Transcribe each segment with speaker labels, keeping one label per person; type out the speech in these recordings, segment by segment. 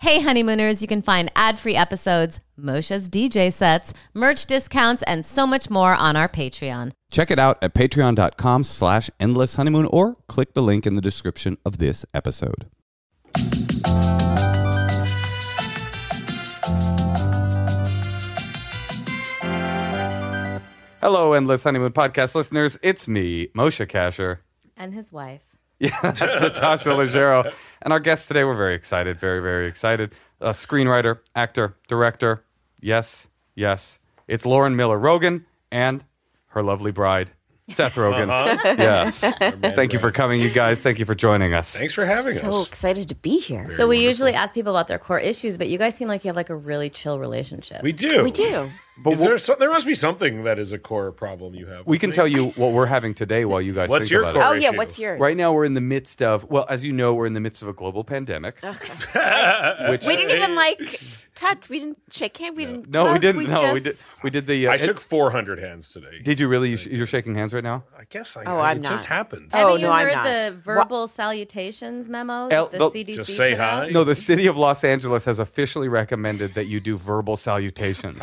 Speaker 1: Hey, honeymooners, you can find ad free episodes, Moshe's DJ sets, merch discounts, and so much more on our Patreon.
Speaker 2: Check it out at patreon.com slash endless honeymoon or click the link in the description of this episode. Hello, Endless Honeymoon Podcast listeners. It's me, Moshe Kasher.
Speaker 1: And his wife.
Speaker 2: Yeah, that's Natasha Leggero. And our guests today, we're very excited, very, very excited. A screenwriter, actor, director. Yes, yes. It's Lauren Miller Rogan and her lovely bride, Seth Rogan.
Speaker 3: Uh-huh.
Speaker 2: Yes. Thank you for coming, you guys. Thank you for joining us.
Speaker 3: Thanks for having
Speaker 4: so
Speaker 3: us.
Speaker 4: excited to be here.
Speaker 1: So we usually ask people about their core issues, but you guys seem like you have like a really chill relationship.
Speaker 3: We do.
Speaker 4: we do.
Speaker 2: But
Speaker 3: Is there, some, there must be something that is a core problem you have.
Speaker 2: we can tell you what we're having today while you guys
Speaker 3: What's
Speaker 2: think
Speaker 3: your
Speaker 2: about
Speaker 3: core
Speaker 4: Oh
Speaker 3: Our
Speaker 4: yeah,
Speaker 3: issue.
Speaker 4: what's yours?
Speaker 2: it. Right now, we're in the midst of, well, as you know, we're in the midst of a global pandemic. which,
Speaker 4: We didn't even like touch. We didn't shake hands. We didn't.
Speaker 2: Uh, no, we
Speaker 4: hug,
Speaker 2: didn't.
Speaker 5: Uh,
Speaker 2: no, we did.
Speaker 4: just-
Speaker 2: We did the. Uh,
Speaker 3: I
Speaker 2: it-
Speaker 3: shook 400 hands today.
Speaker 2: did you really? You sh- you're shaking hands right now.
Speaker 3: I guess I.
Speaker 4: Oh,
Speaker 3: I,
Speaker 4: I'm
Speaker 3: it
Speaker 4: not.
Speaker 3: just happens.
Speaker 4: Oh,
Speaker 1: Have you
Speaker 4: no, I'm
Speaker 1: heard
Speaker 4: not.
Speaker 1: the verbal salutations memo
Speaker 2: El-
Speaker 1: that the,
Speaker 2: the-
Speaker 1: CDC
Speaker 3: Just say
Speaker 1: put out?
Speaker 3: hi.
Speaker 2: No, the city of Los Angeles has officially recommended that you do verbal salutations.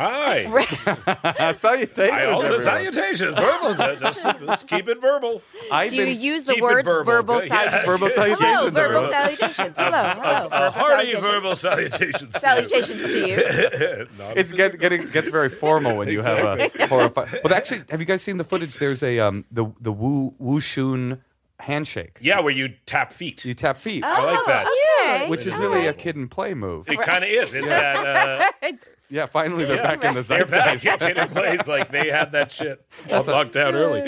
Speaker 3: Hi.
Speaker 2: salutations.
Speaker 3: I also
Speaker 2: everyone.
Speaker 3: salutations. Verbal. uh, Just, let's keep it verbal.
Speaker 2: I've
Speaker 4: Do you
Speaker 2: been-
Speaker 4: use the
Speaker 3: keep it
Speaker 4: words
Speaker 3: verbal.
Speaker 4: verbal
Speaker 3: Good. Yeah.
Speaker 4: salutations?
Speaker 2: verbal salutations.
Speaker 4: Hello, verbal
Speaker 2: everyone.
Speaker 4: salutations. Hello, hello.
Speaker 3: A
Speaker 4: verbal
Speaker 3: hearty
Speaker 4: salutations.
Speaker 3: verbal salutations. to you.
Speaker 4: salutations to you.
Speaker 3: Not
Speaker 2: It's get, getting gets very formal when you have a horrifying. Well, actually, have you guys seen the footage? There's a um the the Wu Wushun handshake.
Speaker 3: yeah, where you tap feet.
Speaker 2: you tap feet,
Speaker 3: I like that.
Speaker 4: Oh, Okay. Oh.
Speaker 2: which is really a kid and play move.
Speaker 3: It kind of is. It's that. Uh,
Speaker 2: Yeah, finally they're back in the
Speaker 3: they're back
Speaker 2: zeitgeist.
Speaker 3: in a place like they had that shit all locked down early.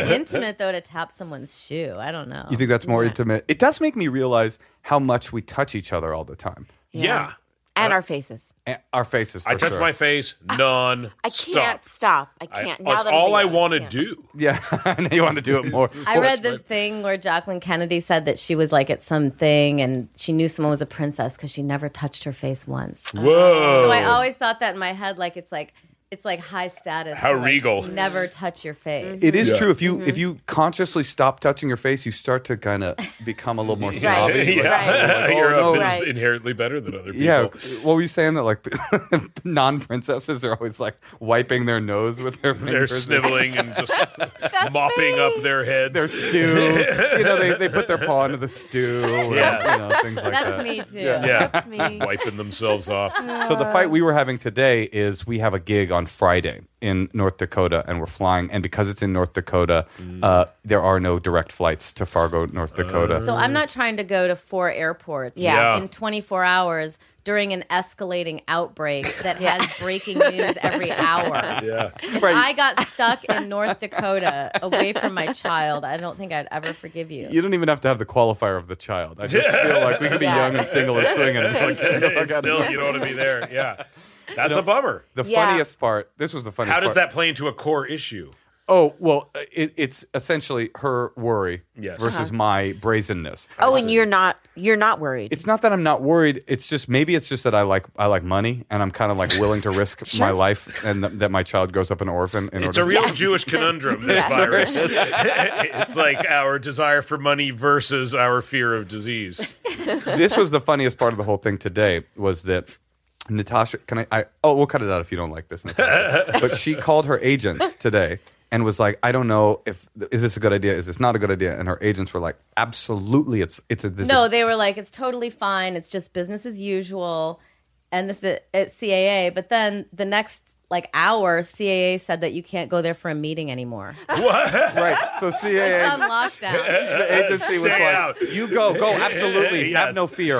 Speaker 1: of intimate though to tap someone's shoe. I don't know.
Speaker 2: You think that's more intimate? It does make me realize how much we touch each other all the time.
Speaker 3: Yeah.
Speaker 4: And our faces.
Speaker 2: And our faces. For
Speaker 3: I touch
Speaker 2: sure.
Speaker 3: my face non.
Speaker 4: I can't stop. I can't. now
Speaker 3: it's
Speaker 4: that I'm
Speaker 3: all I
Speaker 4: thinking
Speaker 3: want to
Speaker 4: about it,
Speaker 3: do.
Speaker 2: Yeah, I know you want to do it more.
Speaker 1: I read this thing where Jacqueline Kennedy said that she was like at something and she knew someone was a princess because she never touched her face once.
Speaker 3: Whoa.
Speaker 1: So I always thought that in my head, like it's like it's like high status.
Speaker 3: How
Speaker 1: to, like,
Speaker 3: regal.
Speaker 1: Never touch your face.
Speaker 2: It is true. If
Speaker 1: Mm-hmm.
Speaker 2: you if you consciously stop touching your face, you start to kind of become a little more snobby. Like,
Speaker 3: yeah,
Speaker 2: Right.
Speaker 3: you're
Speaker 2: Oh,
Speaker 3: a-
Speaker 2: no.
Speaker 4: Right.
Speaker 3: inherently better than other people.
Speaker 2: yeah. What were you saying that like non princesses are always like wiping their nose with their
Speaker 3: They're
Speaker 2: fingers?
Speaker 3: sniveling and just mopping
Speaker 4: me.
Speaker 3: up their heads.
Speaker 2: Their stew. you know, they, they put their paw into the stew. and,
Speaker 3: Yeah.
Speaker 2: You know, things like
Speaker 1: That's
Speaker 2: that.
Speaker 1: me too.
Speaker 3: yeah,
Speaker 4: me.
Speaker 3: wiping themselves off.
Speaker 2: So the fight we were having today is we have a gig on Friday in North Dakota, and we're flying. And because it's in North Dakota,
Speaker 3: Mm.
Speaker 2: uh, there are no direct flights to Fargo, North Dakota.
Speaker 1: So I'm not trying to go to four airports
Speaker 4: Yeah.
Speaker 3: Uh. Yeah.
Speaker 1: in 24 hours during an escalating outbreak that has breaking news every hour.
Speaker 3: Yeah,
Speaker 1: If
Speaker 2: Right.
Speaker 1: I got stuck in North Dakota away from my child, I don't think I'd ever forgive you.
Speaker 2: You don't even have to have the qualifier of the child. I just feel like we could be
Speaker 1: Yeah.
Speaker 2: young and single and swinging. Like, I
Speaker 3: It's
Speaker 2: got
Speaker 3: still
Speaker 2: nothing.
Speaker 3: you don't want to be there. Yeah, that's a bummer.
Speaker 2: the
Speaker 4: Yeah.
Speaker 2: funniest part. This was the funniest.
Speaker 3: How does
Speaker 2: part.
Speaker 3: that play into a core issue?
Speaker 2: Oh well, it, it's essentially her worry
Speaker 3: Yes.
Speaker 2: versus
Speaker 1: Uh-huh.
Speaker 2: my brazenness.
Speaker 4: Oh, and you're not. You're not worried.
Speaker 2: It's not that I'm not worried. It's just maybe it's just that I like I like money and I'm kind of like willing to risk my life and th- that my child grows up an orphan. In
Speaker 3: It's
Speaker 2: order
Speaker 3: a
Speaker 2: to-
Speaker 3: real Jewish conundrum. This virus. it's like our desire for money versus our fear of disease.
Speaker 2: this was the funniest part of the whole thing today was that Natasha can I, I oh we'll cut it out if you don't like this Natasha. but she called her agents today and was like I don't know if is this a good idea is this not a good idea and her agents were like absolutely it's it's a this
Speaker 1: No, they were like, it's totally fine. It's just business as usual. And this is at CAA. But then the next like hour, CAA said that you can't go there for a meeting anymore.
Speaker 2: right so CAA
Speaker 1: On lockdown.
Speaker 2: the agency was
Speaker 3: Stay
Speaker 2: like,
Speaker 3: out.
Speaker 2: "You go, go, absolutely,
Speaker 3: Yes.
Speaker 2: have no fear."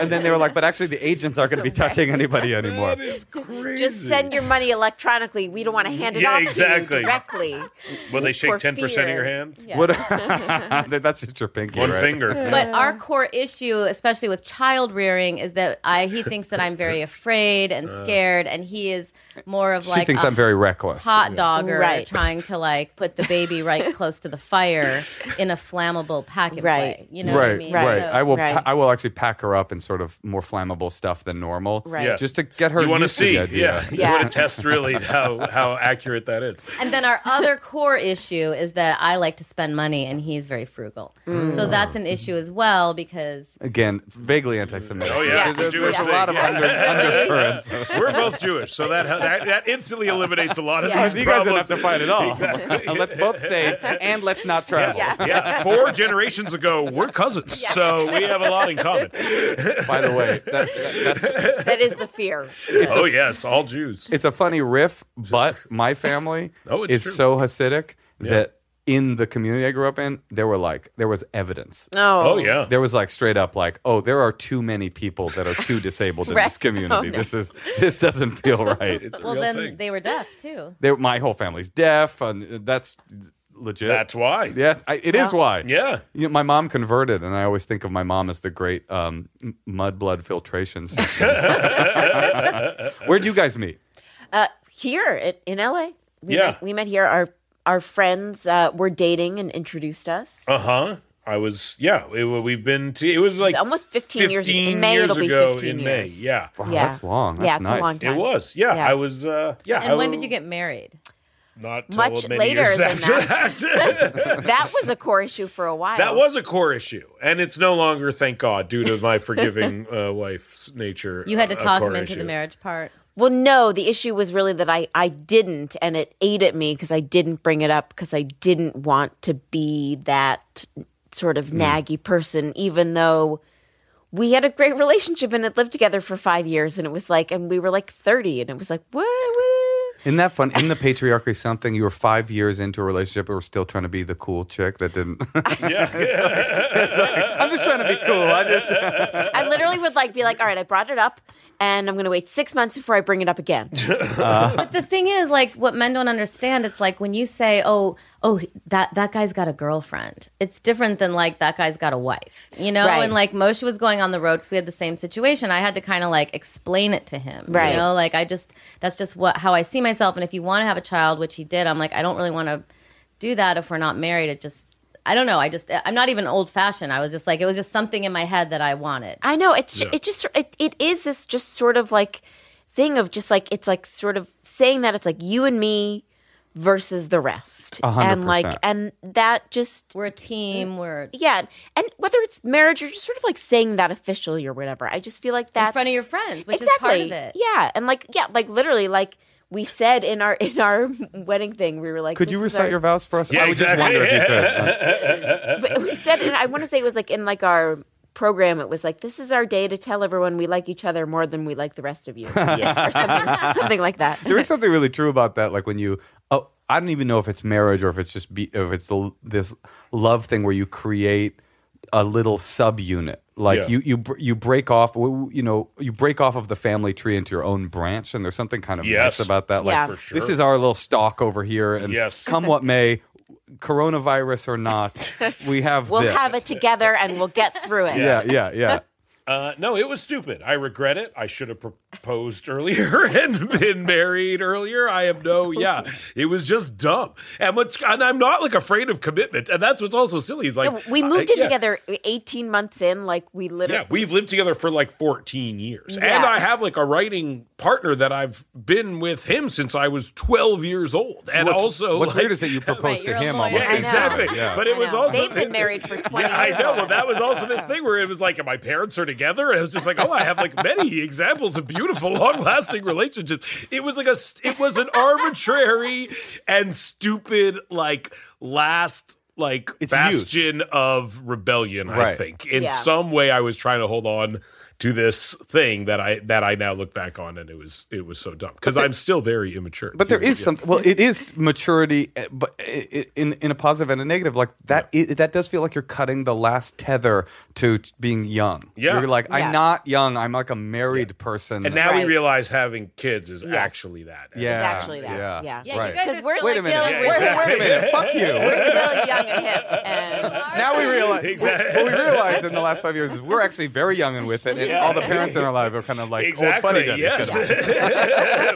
Speaker 2: And then they were like, "But actually, the agents aren't going to be touching anybody anymore."
Speaker 3: crazy.
Speaker 4: Just send your money electronically. We don't want to hand it
Speaker 3: Yeah,
Speaker 4: off to
Speaker 3: exactly.
Speaker 4: you directly.
Speaker 3: Will they
Speaker 4: for
Speaker 3: shake ten percent of
Speaker 4: fear.
Speaker 3: your hand?
Speaker 1: Yeah.
Speaker 2: What? That's just your pinky,
Speaker 3: One
Speaker 2: right?
Speaker 3: finger.
Speaker 1: But our core issue, especially with child rearing, is that I he thinks that I'm very afraid and scared, and he is more of
Speaker 2: Uh. She
Speaker 1: like
Speaker 2: thinks
Speaker 1: a
Speaker 2: I'm very reckless.
Speaker 1: hot dogger
Speaker 4: Right.
Speaker 1: trying to like put the baby right close to the fire in a flammable packet
Speaker 4: Right.
Speaker 1: way. You know
Speaker 2: right,
Speaker 1: what I mean?
Speaker 2: right.
Speaker 1: So-
Speaker 2: I will.
Speaker 4: Right.
Speaker 2: Pa- I will actually pack her up in sort of more flammable stuff than normal,
Speaker 4: Right.
Speaker 5: Yeah.
Speaker 2: Just to get her.
Speaker 5: you want to
Speaker 2: used to the
Speaker 5: see,
Speaker 2: idea.
Speaker 5: yeah, you
Speaker 4: Yeah.
Speaker 5: want to test really how how accurate that is.
Speaker 1: And then our other core issue is that I like to spend money and he's very frugal. So that's an issue as well because
Speaker 2: Again, vaguely anti-Semitic.
Speaker 5: Oh, yeah,
Speaker 2: There's,
Speaker 5: it's a
Speaker 2: there's- there's
Speaker 5: Jewish
Speaker 2: a lot of
Speaker 5: thing, yeah.
Speaker 2: under, undercurrents.
Speaker 5: We're both Jewish, so that that, that instantly eliminates a lot of
Speaker 4: Yeah.
Speaker 5: these
Speaker 2: You guys
Speaker 5: problems.
Speaker 2: don't have to fight at all.
Speaker 5: Exactly.
Speaker 2: let's both save and let's not travel.
Speaker 5: yeah, four generations ago, we're cousins, so we have a lot in common.
Speaker 2: By the way, that, that, that's,
Speaker 4: that is the fear.
Speaker 5: oh yes, all Jews.
Speaker 2: it's a funny riff, but my family
Speaker 5: Oh, it's
Speaker 2: is
Speaker 5: true.
Speaker 2: so Hasidic that in the community I grew up in, there were like there was evidence.
Speaker 4: No.
Speaker 5: Oh yeah,
Speaker 2: There was like straight up like, oh, there are too many people that are too disabled in
Speaker 4: Right.
Speaker 2: this community. This is this doesn't feel right.
Speaker 5: it's a
Speaker 1: well
Speaker 5: real
Speaker 1: then
Speaker 5: thing.
Speaker 1: they were deaf too.
Speaker 2: They- my whole family's deaf, and that's legit.
Speaker 5: That's why.
Speaker 2: yeah, I, it is why.
Speaker 5: Yeah.
Speaker 2: You know, my mom converted, and I always think of my mom as the great um, m- mud blood filtration system. Where'd you guys meet?
Speaker 4: Uh, here in, in LA, we
Speaker 5: Yeah.
Speaker 4: met, we met here. Our our friends uh, were dating and introduced us.
Speaker 5: Uh huh. I was. Yeah. It, we've been. To, it was like
Speaker 4: It's almost 15 years- in
Speaker 5: 15
Speaker 4: May it'll be
Speaker 5: ago
Speaker 4: 15
Speaker 5: in
Speaker 4: years.
Speaker 5: May. Yeah.
Speaker 2: Wow,
Speaker 4: Yeah.
Speaker 2: that's long. That's
Speaker 4: Yeah, it's a
Speaker 2: nice.
Speaker 4: long time.
Speaker 5: It was. Yeah.
Speaker 4: Yeah.
Speaker 5: I was. uh Yeah.
Speaker 1: And
Speaker 5: I
Speaker 1: when
Speaker 5: w-
Speaker 1: did you get married?
Speaker 5: Not till
Speaker 4: Much
Speaker 5: many
Speaker 4: later
Speaker 5: years
Speaker 4: than
Speaker 5: after that.
Speaker 4: That was a core issue for a while.
Speaker 5: That was a core issue, and it's no longer, thank God, due to my forgiving uh, wife's nature. uh,
Speaker 1: You had to
Speaker 5: a- a
Speaker 1: talk him
Speaker 5: core
Speaker 1: into the
Speaker 5: issue.
Speaker 1: marriage part.
Speaker 4: Well, no, the issue was really that I, I didn't, and it ate at me because I didn't bring it up because I didn't want to be that sort
Speaker 5: Hmm.
Speaker 4: of naggy person, even though we had a great relationship and had lived together for five years, and it was like, and we were like 30, and it was like, woo, woo.
Speaker 2: Isn't that fun? In the patriarchy, something you were five years into a relationship, and were still trying to be the cool chick that didn't. I'm just trying to be cool. I just.
Speaker 4: I literally would like be like, all right, I brought it up, and I'm going to wait six months before I bring it up again.
Speaker 2: Uh,
Speaker 1: But the thing is, like, what men don't understand, it's like when you say, "Oh, oh, that that guy's got a girlfriend," it's different than like that guy's got a wife, you know.
Speaker 4: Right.
Speaker 1: And like Moshe was going on the road because we had the same situation. I had to kind of like explain it to him,
Speaker 4: Right.
Speaker 1: You know, like I just that's just what how I see myself. And if you want to have a child, which he did, I'm like, I don't really want to do that if we're not married. It just I don't know. I just I'm not even old fashioned. I was just like it was just something in my head that I wanted.
Speaker 4: I know it's ju- it just it, it is this just sort of like thing of just like it's like sort of saying that it's like you and me versus the rest
Speaker 2: hundred
Speaker 4: and like
Speaker 2: percent.
Speaker 4: and that just Mm,
Speaker 1: We're a team. We're
Speaker 4: yeah and whether it's marriage or just sort of like saying that officially or whatever I just feel like that's
Speaker 1: front of your friends, which is
Speaker 4: exactly
Speaker 1: part of it.
Speaker 4: yeah and like yeah like literally like we said in our in our wedding thing we were like
Speaker 2: Could
Speaker 4: this
Speaker 2: you
Speaker 4: is
Speaker 2: recite
Speaker 4: our-
Speaker 2: your vows for us?
Speaker 5: Yeah,
Speaker 2: I was
Speaker 5: exactly.
Speaker 2: just wondering if you could.
Speaker 4: but we said and I want to say it was like in like our program it was like this is our day to tell everyone we like each other more than we like the rest of you or something, something like that
Speaker 2: there is something really true about that. Like when you, oh, I don't even know if it's marriage or if it's just be, if it's the, this love thing where you create a little subunit. Like
Speaker 5: Yeah.
Speaker 2: you, you, br- you break off, w- w- you know, you break off of the family tree into your own branch, and there's something kind of
Speaker 5: Yes.
Speaker 2: nice about that. Like
Speaker 4: Yeah. For
Speaker 5: sure.
Speaker 2: this is our little stalk over here, and
Speaker 5: Yes.
Speaker 2: come what may, coronavirus or not, we have.
Speaker 4: we'll
Speaker 2: this.
Speaker 4: have it together and we'll get through it
Speaker 2: Yeah, yeah, yeah.
Speaker 5: Uh, no, it was stupid. I regret it. I should have proposed earlier and been married earlier. I have no, yeah, it was just dumb. And what's, and I'm not like afraid of commitment. And that's what's also silly. Is like
Speaker 4: we moved
Speaker 5: I-
Speaker 4: in
Speaker 5: yeah.
Speaker 4: together 18 months in like we
Speaker 5: Yeah,
Speaker 4: literally
Speaker 5: we've lived together for like 14 years. And
Speaker 4: Yeah.
Speaker 5: I have like a writing partner that I've been with him since I was 12 years old. And
Speaker 2: What's-
Speaker 5: also,
Speaker 2: what's
Speaker 5: like,
Speaker 2: weird is that you proposed to
Speaker 1: you're a
Speaker 2: him
Speaker 1: lawyer.
Speaker 2: almost.
Speaker 1: I
Speaker 5: yeah,
Speaker 1: know.
Speaker 5: exactly.
Speaker 2: Yeah.
Speaker 5: But it was
Speaker 4: I know.
Speaker 5: also
Speaker 4: they've been married for 20
Speaker 5: Yeah, I
Speaker 4: years
Speaker 5: know. Well, that was also this thing where it was like, am I parents are together? And it was just like, oh, I have like many examples of beautiful, long-lasting relationships. It was like a, it was an arbitrary and stupid like last like
Speaker 2: It's
Speaker 5: bastion of rebellion. I
Speaker 2: Right.
Speaker 5: think in
Speaker 4: Yeah.
Speaker 5: some way I was trying to hold on to this thing that I that I now look back on and it was it was so dumb because I'm still very immature.
Speaker 2: But there is
Speaker 5: Yeah.
Speaker 2: something. Well, it is maturity, eh, but i- i- in in a positive and a negative. Like that, i- that does feel like you're cutting the last tether to t- being young.
Speaker 5: Yeah.
Speaker 2: you're like I'm
Speaker 4: Yeah.
Speaker 2: not young. I'm like a married person.
Speaker 5: And now we
Speaker 4: Right.
Speaker 5: realize having kids is
Speaker 4: Yes.
Speaker 5: actually that.
Speaker 2: yeah,
Speaker 4: It's actually that.
Speaker 2: yeah,
Speaker 4: Yeah.
Speaker 1: Yeah, you
Speaker 2: right.
Speaker 1: guys
Speaker 4: because we're
Speaker 2: Wait a
Speaker 4: still
Speaker 2: minute.
Speaker 4: we're,
Speaker 5: Yeah,
Speaker 2: Wait
Speaker 5: exactly.
Speaker 2: a minute. Fuck you. We're-
Speaker 4: we're still young and hip and
Speaker 2: now we realize. What we realize in the last five years is we're actually very young and with it, and
Speaker 5: Yeah.
Speaker 2: All the parents in our life are kind of like
Speaker 5: exactly.
Speaker 2: old funny daddies.
Speaker 5: yes,
Speaker 2: Good.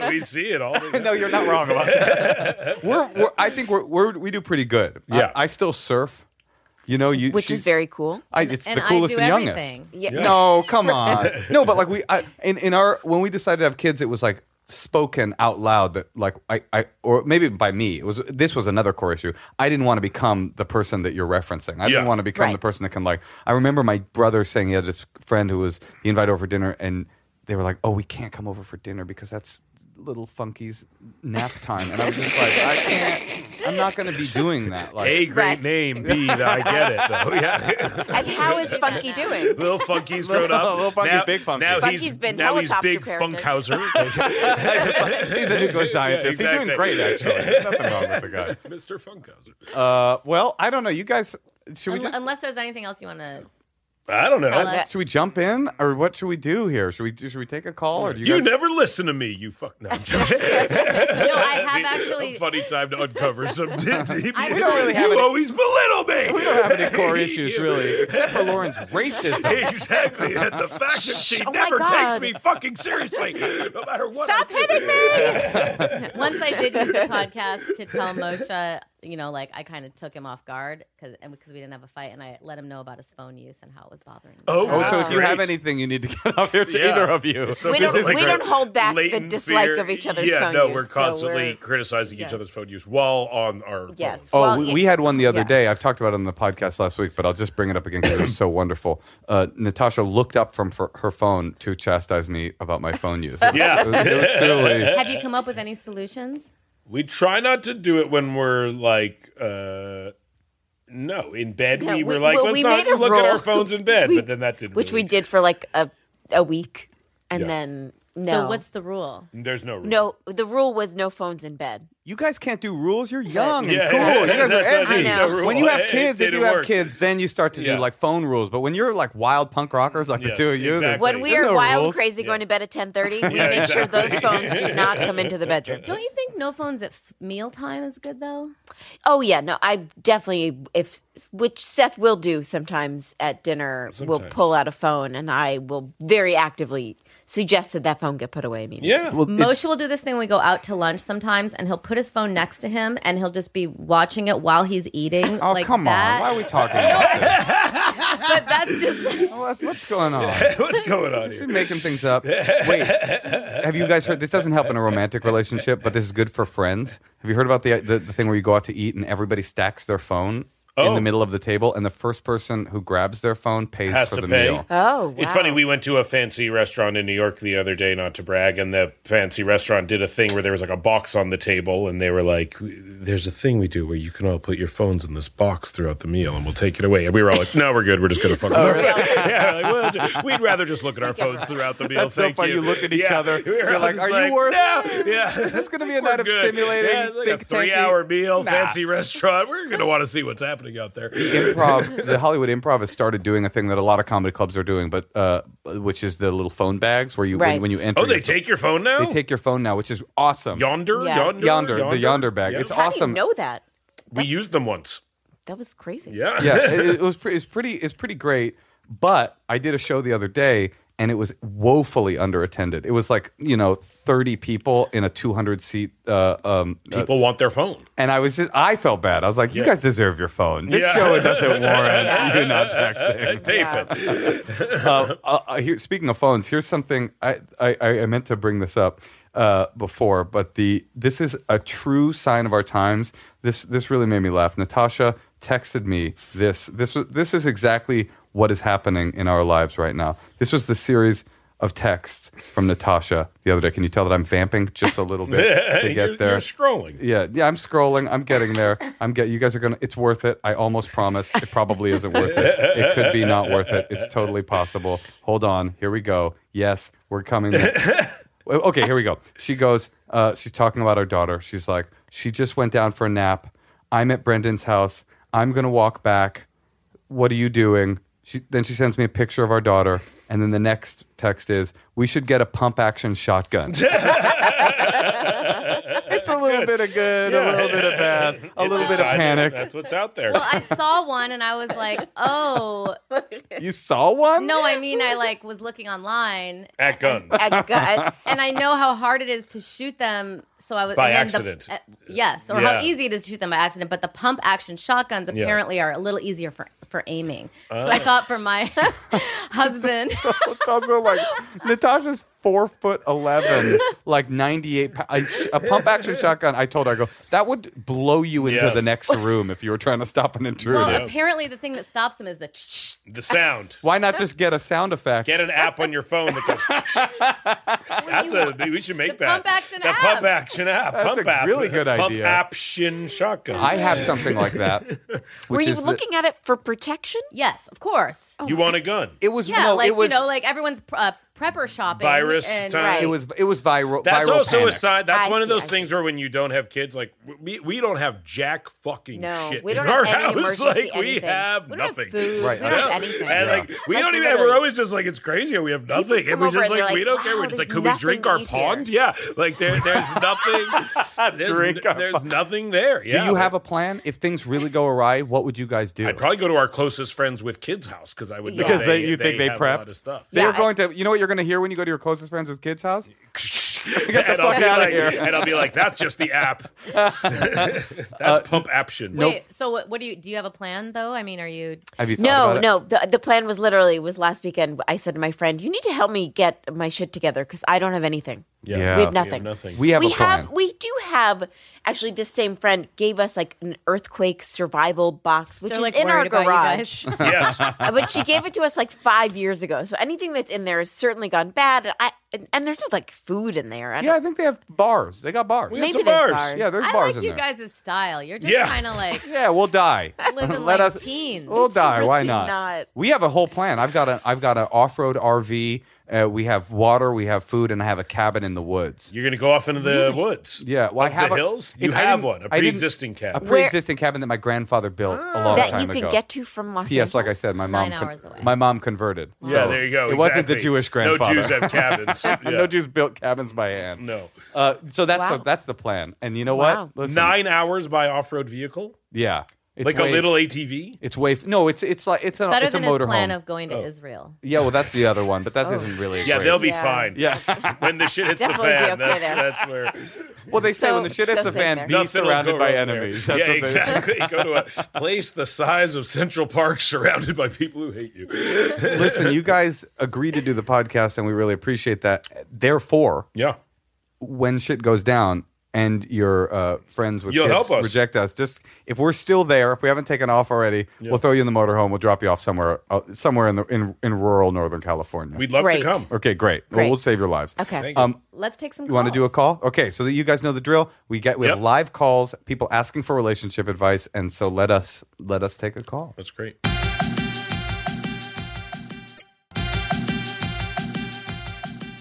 Speaker 5: we see it all. the time.
Speaker 2: no, you're not wrong about that. we're, we're, I think we're, we're, we do pretty good. I-
Speaker 5: Yeah.
Speaker 2: I, still surf. You know, you
Speaker 4: which
Speaker 2: she-
Speaker 4: is very cool.
Speaker 2: I, it's
Speaker 1: and
Speaker 2: the
Speaker 1: I
Speaker 2: coolest
Speaker 1: do
Speaker 2: and youngest.
Speaker 1: everything.
Speaker 4: Yeah.
Speaker 2: No, come on. no, but like we I, in in our when we decided to have kids, it was like spoken out loud that like I, I or maybe by me it was this was another core issue i didn't want to become the person that you're referencing i
Speaker 5: Yeah.
Speaker 2: didn't want to become
Speaker 4: Right.
Speaker 2: the person that can like i remember my brother saying he had this friend who was he invited over for dinner and they were like oh we can't come over for dinner because that's little funky's nap time and i was just like i can't i'm not going to be doing that like
Speaker 5: A great
Speaker 4: Right.
Speaker 5: name. B I get it though. Yeah.
Speaker 4: And how is Funky doing?
Speaker 5: Little Funky's grown up.
Speaker 2: Little Funky's
Speaker 5: now,
Speaker 2: big Funky.
Speaker 5: Now
Speaker 4: Funky's
Speaker 5: he's,
Speaker 4: been
Speaker 5: now he's
Speaker 4: helicopter
Speaker 5: big
Speaker 4: parented.
Speaker 5: Funkhauser.
Speaker 2: he's a nuclear scientist he's
Speaker 5: exactly.
Speaker 2: doing great actually There's nothing wrong with the guy
Speaker 5: Mr. Funkhauser.
Speaker 2: Uh, well, I don't know. You guys, should we
Speaker 1: Un-
Speaker 2: ju-
Speaker 1: unless there's anything else you want to.
Speaker 5: I don't know.
Speaker 1: Tell us.
Speaker 2: should we jump in, or what should we do here? Should we do- should we take a call, or do you,
Speaker 5: You
Speaker 2: guys-
Speaker 5: never listen to me, you fuck. No, I'm joking.
Speaker 1: No, I have actually.
Speaker 5: a funny time to uncover some deep. deep-
Speaker 1: I
Speaker 2: don't really have
Speaker 5: you
Speaker 2: any-
Speaker 5: always belittle me. We
Speaker 2: don't have any core issues really, except for Lauren's racism?
Speaker 5: Exactly. And the fact that she
Speaker 4: Oh my
Speaker 5: never takes
Speaker 4: God.
Speaker 5: me fucking seriously, no matter what.
Speaker 4: Stop
Speaker 5: I do.
Speaker 4: hitting me!
Speaker 1: Once I did use the podcast to tell Moshe, you know, like I kind of took him off guard because and because we didn't have a fight, and I let him know about his phone use and how it was bothering me.
Speaker 5: Oh,
Speaker 2: Oh, so if you
Speaker 5: Great.
Speaker 2: have anything, you need to get up here to
Speaker 5: Yeah.
Speaker 2: either of you.
Speaker 5: So
Speaker 4: We
Speaker 5: this
Speaker 4: don't-
Speaker 5: is like
Speaker 4: we
Speaker 5: a
Speaker 4: don't hold back the
Speaker 5: latent
Speaker 4: dislike
Speaker 5: fear.
Speaker 4: of each other's
Speaker 5: yeah,
Speaker 4: phone
Speaker 5: no,
Speaker 4: use,
Speaker 5: we're
Speaker 4: so
Speaker 5: constantly
Speaker 4: we're-
Speaker 5: criticizing each
Speaker 4: yeah.
Speaker 5: other's phone use while on our
Speaker 4: Yes.
Speaker 2: Oh,
Speaker 4: Well,
Speaker 2: we,
Speaker 4: yeah.
Speaker 2: we had one the other
Speaker 4: yeah.
Speaker 2: day. I've talked about it on the podcast last week, but I'll just bring it up again because it was so wonderful. Uh, Natasha looked up from for, her phone to chastise me about my phone use. It was-
Speaker 5: Yeah.
Speaker 2: it was, it was truly.
Speaker 1: Have you come up with any solutions?
Speaker 5: We try not to do it when we're like, uh, no, in bed.
Speaker 4: Yeah,
Speaker 5: we,
Speaker 4: we-
Speaker 5: were like,
Speaker 4: well,
Speaker 5: let's
Speaker 4: we
Speaker 5: not
Speaker 4: made a
Speaker 5: look at
Speaker 4: rule.
Speaker 5: our phones in bed.
Speaker 4: We-
Speaker 5: but then that didn't.
Speaker 4: Which we
Speaker 5: really-
Speaker 4: did for like a a week, and
Speaker 5: Yeah.
Speaker 4: then no.
Speaker 1: So what's the rule?
Speaker 5: There's no rule.
Speaker 4: no? The rule was no phones in bed.
Speaker 2: You guys can't do rules. You're young
Speaker 5: Yeah,
Speaker 2: and cool.
Speaker 5: yeah,
Speaker 2: you guys are
Speaker 5: that's what I
Speaker 2: edgy.
Speaker 4: mean, no
Speaker 5: rule.
Speaker 2: when you
Speaker 5: It-
Speaker 2: have kids,
Speaker 5: it
Speaker 2: if you
Speaker 5: didn't
Speaker 2: have
Speaker 5: work.
Speaker 2: kids, then you start to
Speaker 5: Yeah.
Speaker 2: do like phone rules. But when you're like wild punk rockers, like
Speaker 5: Yes,
Speaker 2: the two of you,
Speaker 5: exactly.
Speaker 4: When we
Speaker 2: there's
Speaker 4: are
Speaker 2: no
Speaker 4: wild,
Speaker 2: rules.
Speaker 4: crazy, going to bed at ten thirty, we
Speaker 5: Yeah,
Speaker 4: make sure
Speaker 5: exactly.
Speaker 4: those phones do not come into the bedroom.
Speaker 1: Don't you think no phones at f- mealtime is good though?
Speaker 4: Oh yeah, no, I definitely if which Seth will do sometimes at dinner will
Speaker 5: Sometimes.
Speaker 4: pull out a phone, and I will very actively suggest that that phone get put away immediately.
Speaker 5: Yeah.
Speaker 2: Well, it-
Speaker 1: Moshe will do this thing when we go out to lunch sometimes, and he'll put his phone next to him, and he'll just be watching it while he's eating.
Speaker 2: oh
Speaker 1: like
Speaker 2: come on!
Speaker 1: that.
Speaker 2: Why are we talking about this?
Speaker 1: But that's just
Speaker 2: What- What's going on?
Speaker 5: What's going on
Speaker 2: You're
Speaker 5: here?
Speaker 2: making things up. Wait, have you guys heard? This doesn't help in a romantic relationship, but this is good for friends. Have you heard about the the, the thing where you go out to eat and everybody stacks their phone? In
Speaker 5: Oh.
Speaker 2: the middle of the table, and the first person who grabs their phone pays
Speaker 5: Has
Speaker 2: for
Speaker 5: to
Speaker 2: the
Speaker 5: pay.
Speaker 2: meal.
Speaker 4: Oh, wow.
Speaker 5: It's funny. We went to a fancy restaurant in New York the other day, not to brag, and the fancy restaurant did a thing where there was like a box on the table, and they were like, "There's a thing we do where you can all put your phones in this box throughout the meal, and we'll take it away." And we were all like, "No, we're good. We're just gonna fucking."
Speaker 2: Oh,
Speaker 5: yeah, like, well, ju- we'd rather just look at our phones throughout the meal.
Speaker 2: That's so
Speaker 5: Thank
Speaker 2: funny. You look at each other.
Speaker 5: We were
Speaker 2: You're
Speaker 5: all
Speaker 2: like,
Speaker 5: just
Speaker 2: "Are you worth-
Speaker 5: No, yeah.
Speaker 2: Is this going to be a
Speaker 5: We're
Speaker 2: night of
Speaker 5: good.
Speaker 2: stimulating?
Speaker 5: Yeah, it's like a
Speaker 2: think tanky-
Speaker 5: three-hour meal,
Speaker 2: Nah.
Speaker 5: fancy restaurant. We're gonna want to see what's happening out there.
Speaker 2: improv the hollywood improv has started doing a thing that a lot of comedy clubs are doing but uh, which is the little phone bags where you when,
Speaker 4: Right.
Speaker 2: when you enter
Speaker 5: Oh, they
Speaker 2: your-
Speaker 5: take your phone now.
Speaker 2: they take your phone now which is awesome
Speaker 5: yonder,
Speaker 4: Yeah.
Speaker 5: yonder,
Speaker 2: Yonder, the yonder bag. It's
Speaker 4: How
Speaker 2: awesome.
Speaker 4: do you know that?
Speaker 5: We used them once.
Speaker 4: That was crazy.
Speaker 5: Yeah.
Speaker 2: yeah it, it was pre- it's pretty it's pretty great but i did a show the other day and it was woefully underattended it was like you know 30 people in a 200 seat uh, um, uh,
Speaker 5: People want their phone.
Speaker 2: and i was just i felt bad i was like you guys deserve your phone this
Speaker 5: Yeah.
Speaker 2: show doesn't warrant
Speaker 4: Yeah.
Speaker 2: you not texting
Speaker 5: Tape
Speaker 4: Yeah.
Speaker 5: it.
Speaker 2: uh, uh, uh, here, speaking of phones, here's something I, I, I meant to bring this up uh, before, but the this is a true sign of our times. This this really made me laugh. Natasha texted me this. This was this is exactly what is happening in our lives right now. This was the series of texts from Natasha the other day. Can you tell that I'm vamping just a little bit to
Speaker 5: You're-
Speaker 2: get there?
Speaker 5: You're scrolling.
Speaker 2: Yeah, yeah, I'm scrolling. I'm getting there. I'm get. You guys are gonna. It's worth it. I almost promise. It probably isn't worth it. It could be not worth it. It's totally possible. Hold on. Here we go. Yes, we're coming. there. Well, okay, here we go. She goes. Uh, she's talking about her daughter. She's like, she just went down for a nap. I'm at Brendan's house. I'm gonna walk back. What are you doing? She, then she sends me a picture of our daughter. And then the next text is, we should get a pump action shotgun. it's a little bit of good, a little bit of bad, a
Speaker 5: It's
Speaker 2: little bit of
Speaker 5: decided.
Speaker 2: panic.
Speaker 5: That's what's out there.
Speaker 1: Well, I saw one and I was like, oh.
Speaker 2: You saw one?
Speaker 1: No, I mean, I like was looking online
Speaker 5: At guns.
Speaker 4: I got-
Speaker 1: and I know how hard it is to shoot them. So I was
Speaker 5: By
Speaker 1: and then the-
Speaker 5: accident.
Speaker 1: uh, yes, or
Speaker 5: Yeah.
Speaker 1: how easy it is to shoot them by accident. But the pump action shotguns apparently are a little easier for for aiming. So
Speaker 5: Ah.
Speaker 1: I thought for my husband,
Speaker 2: It's also like Natasha's four foot eleven, like ninety eight. A, a pump action shotgun. I told her, I go, that would blow you into
Speaker 5: Yeah.
Speaker 2: the next room if you were trying to stop an intruder.
Speaker 1: well, apparently the thing that stops them is the.
Speaker 5: The sound.
Speaker 2: Why not just get a sound effect?
Speaker 5: Get an app on your phone that goes. That's a. We should make
Speaker 1: The
Speaker 5: that.
Speaker 1: pump action
Speaker 5: the
Speaker 1: app.
Speaker 5: pump action app.
Speaker 2: That's
Speaker 5: pump
Speaker 2: a
Speaker 5: app.
Speaker 2: really good
Speaker 5: pump
Speaker 2: idea.
Speaker 5: action shotgun.
Speaker 2: I have something like that.
Speaker 4: Were
Speaker 2: which
Speaker 4: you
Speaker 2: is the-
Speaker 4: looking at it for protection?
Speaker 1: Yes, of course.
Speaker 5: you want a gun?
Speaker 2: it was
Speaker 1: yeah,
Speaker 2: Oh no,
Speaker 1: like
Speaker 2: it was
Speaker 1: you know, like everyone's uh, prepper shopping.
Speaker 5: Virus
Speaker 1: and,
Speaker 5: time.
Speaker 2: it
Speaker 4: Right.
Speaker 2: was it was viral.
Speaker 5: That's
Speaker 2: viral
Speaker 5: also
Speaker 2: panic.
Speaker 5: a sign. That's
Speaker 4: I
Speaker 5: one of
Speaker 4: see,
Speaker 5: those
Speaker 4: I see.
Speaker 5: things where when you don't have kids, like we, we don't have jack fucking
Speaker 4: No,
Speaker 5: shit
Speaker 4: we don't
Speaker 5: in
Speaker 4: have
Speaker 5: our
Speaker 4: any
Speaker 5: house.
Speaker 4: emergency
Speaker 5: like we
Speaker 4: anything.
Speaker 5: have
Speaker 4: we don't
Speaker 5: nothing.
Speaker 4: Have food.
Speaker 2: Right.
Speaker 4: We don't
Speaker 5: Yeah.
Speaker 4: have anything.
Speaker 5: And like we
Speaker 4: Like,
Speaker 5: don't even have.
Speaker 4: literally-
Speaker 5: We're always just like it's crazy. how We have nothing, and
Speaker 4: come
Speaker 5: we're
Speaker 4: over
Speaker 5: just
Speaker 4: and
Speaker 5: like,
Speaker 4: they're
Speaker 5: we
Speaker 4: like,
Speaker 5: don't care.
Speaker 4: "Wow,
Speaker 5: We're just like,
Speaker 4: there's
Speaker 5: can we
Speaker 4: nothing
Speaker 5: drink
Speaker 4: to
Speaker 5: our
Speaker 4: eat
Speaker 5: pond? Yeah, like there, there's nothing. there's,
Speaker 2: Drink our
Speaker 5: There's
Speaker 2: pond.
Speaker 5: nothing there.
Speaker 2: Do
Speaker 5: Yeah.
Speaker 2: you have a plan? If things really go awry, what would you guys do?
Speaker 5: I'd probably go to our closest friends with kids' house because I would know
Speaker 2: Because
Speaker 5: they,
Speaker 2: they- you think they
Speaker 5: have a lot
Speaker 2: prepped?
Speaker 5: of stuff.
Speaker 2: They
Speaker 4: Yeah,
Speaker 2: were going to. You know what you're going to hear when you go to your closest friends with kids' house?
Speaker 5: and, I'll
Speaker 2: fuck
Speaker 5: be
Speaker 2: outta
Speaker 5: like,
Speaker 2: here.
Speaker 5: and I'll be like, that's just the app. that's
Speaker 2: Uh,
Speaker 5: pump action.
Speaker 1: Wait, so what, what do you do? You have a plan though? I mean, are you?
Speaker 2: Have you thought
Speaker 4: No,
Speaker 2: about it?
Speaker 4: no. The, the plan was literally was last weekend. I said to my friend, "You need to help me get my shit together because I don't have anything.
Speaker 2: Yeah.
Speaker 4: we have nothing.
Speaker 5: nothing.
Speaker 2: We have
Speaker 4: we
Speaker 2: a plan.
Speaker 4: have, we do have. Actually, this same friend gave us like an earthquake survival box, which
Speaker 1: They're
Speaker 4: is
Speaker 1: like
Speaker 4: in our
Speaker 1: worried about you
Speaker 4: garage.
Speaker 1: guys.
Speaker 5: yes.
Speaker 4: Uh, but she gave it to us like five years ago. So anything that's in there has certainly gone bad. And, I, and, and there's no like food in there. I
Speaker 2: yeah, I
Speaker 4: don't-
Speaker 2: think they have bars. They got bars.
Speaker 5: We
Speaker 4: maybe
Speaker 5: some
Speaker 4: there's
Speaker 5: bars.
Speaker 4: bars.
Speaker 2: Yeah, there's
Speaker 1: I
Speaker 2: bars in
Speaker 1: like you
Speaker 2: there.
Speaker 1: guys' style. You're just
Speaker 5: Yeah.
Speaker 1: kind of like
Speaker 2: Yeah, we'll die.
Speaker 1: living
Speaker 2: Let
Speaker 1: like
Speaker 2: us-
Speaker 1: teens.
Speaker 2: We'll die. Why
Speaker 4: really
Speaker 2: not?
Speaker 4: not.
Speaker 2: We have a whole plan. I've got an I've got an off road RV. Uh, we have water. We have food, and I have a cabin in the woods.
Speaker 5: You're gonna go off into the woods.
Speaker 2: Yeah, well,
Speaker 5: Up
Speaker 2: I have
Speaker 5: the
Speaker 2: a-
Speaker 5: hills.
Speaker 2: it-
Speaker 5: You
Speaker 2: I
Speaker 5: have
Speaker 2: didn't-
Speaker 5: one, a
Speaker 2: I didn't-
Speaker 5: pre-existing
Speaker 2: A
Speaker 5: cabin.
Speaker 4: Where-
Speaker 2: pre-existing cabin that my grandfather built a long
Speaker 4: that
Speaker 2: time
Speaker 4: you can
Speaker 2: ago.
Speaker 4: get to from Los
Speaker 2: P.S.
Speaker 4: Angeles.
Speaker 2: Like I said, my mom.
Speaker 1: nine
Speaker 2: con-
Speaker 1: hours away.
Speaker 2: My mom converted.
Speaker 5: yeah,
Speaker 2: so
Speaker 5: there you go.
Speaker 2: It wasn't the
Speaker 5: exactly.
Speaker 2: Jewish grandfather.
Speaker 5: No Jews have cabins. Yeah.
Speaker 2: No Jews built cabins by hand.
Speaker 5: No.
Speaker 2: Uh, so that's
Speaker 4: Wow.
Speaker 2: so that's the plan. And you know
Speaker 4: Wow.
Speaker 2: what? Listen,
Speaker 5: Nine hours by off-road vehicle,
Speaker 2: Yeah. It's
Speaker 5: like
Speaker 2: way-
Speaker 5: a little ATV.
Speaker 2: It's way. F- no, it's it's like it's a
Speaker 1: better
Speaker 2: it's
Speaker 1: than
Speaker 2: a
Speaker 1: his
Speaker 2: motorhome.
Speaker 1: plan of going to Israel.
Speaker 2: yeah, well, that's the other one, but that not really.
Speaker 5: Yeah,
Speaker 2: great.
Speaker 5: they'll be
Speaker 4: Oh. Yeah.
Speaker 5: fine.
Speaker 2: Yeah.
Speaker 5: When the shit hits the
Speaker 4: Definitely be
Speaker 5: fan,
Speaker 4: okay
Speaker 5: that's,
Speaker 4: there.
Speaker 5: that's where.
Speaker 2: Well, they say
Speaker 4: So-
Speaker 2: when the shit
Speaker 4: so
Speaker 2: hits the
Speaker 4: safe
Speaker 2: fan,
Speaker 4: there.
Speaker 2: be
Speaker 5: Nothing will
Speaker 2: surrounded
Speaker 5: go
Speaker 2: by
Speaker 5: wrong there.
Speaker 2: enemies.
Speaker 5: Yeah,
Speaker 2: what they-
Speaker 5: exactly. go to a place the size of Central Park, surrounded by people who hate you.
Speaker 2: Listen, you guys agreed to do the podcast, and we really appreciate that. Therefore,
Speaker 5: Yeah,
Speaker 2: when shit goes down and your uh, friends with
Speaker 5: You'll
Speaker 2: kids
Speaker 5: help us.
Speaker 2: reject us, just if we're still there, if we haven't taken off already, we'll throw you in the motorhome. We'll drop you off somewhere, uh, somewhere in the in, in rural Northern California.
Speaker 5: we'd love
Speaker 4: Great.
Speaker 5: to come.
Speaker 2: okay, great. Well,
Speaker 4: Great.
Speaker 2: we'll save your lives.
Speaker 4: Okay.
Speaker 5: Thank you.
Speaker 2: Um,
Speaker 1: Let's take some.
Speaker 2: You want to do a
Speaker 1: calls.
Speaker 2: call? Okay, so that you guys know the drill. We get we have
Speaker 5: Yep.
Speaker 2: live calls, people asking for relationship advice, and so let us let us take a call.
Speaker 5: That's great.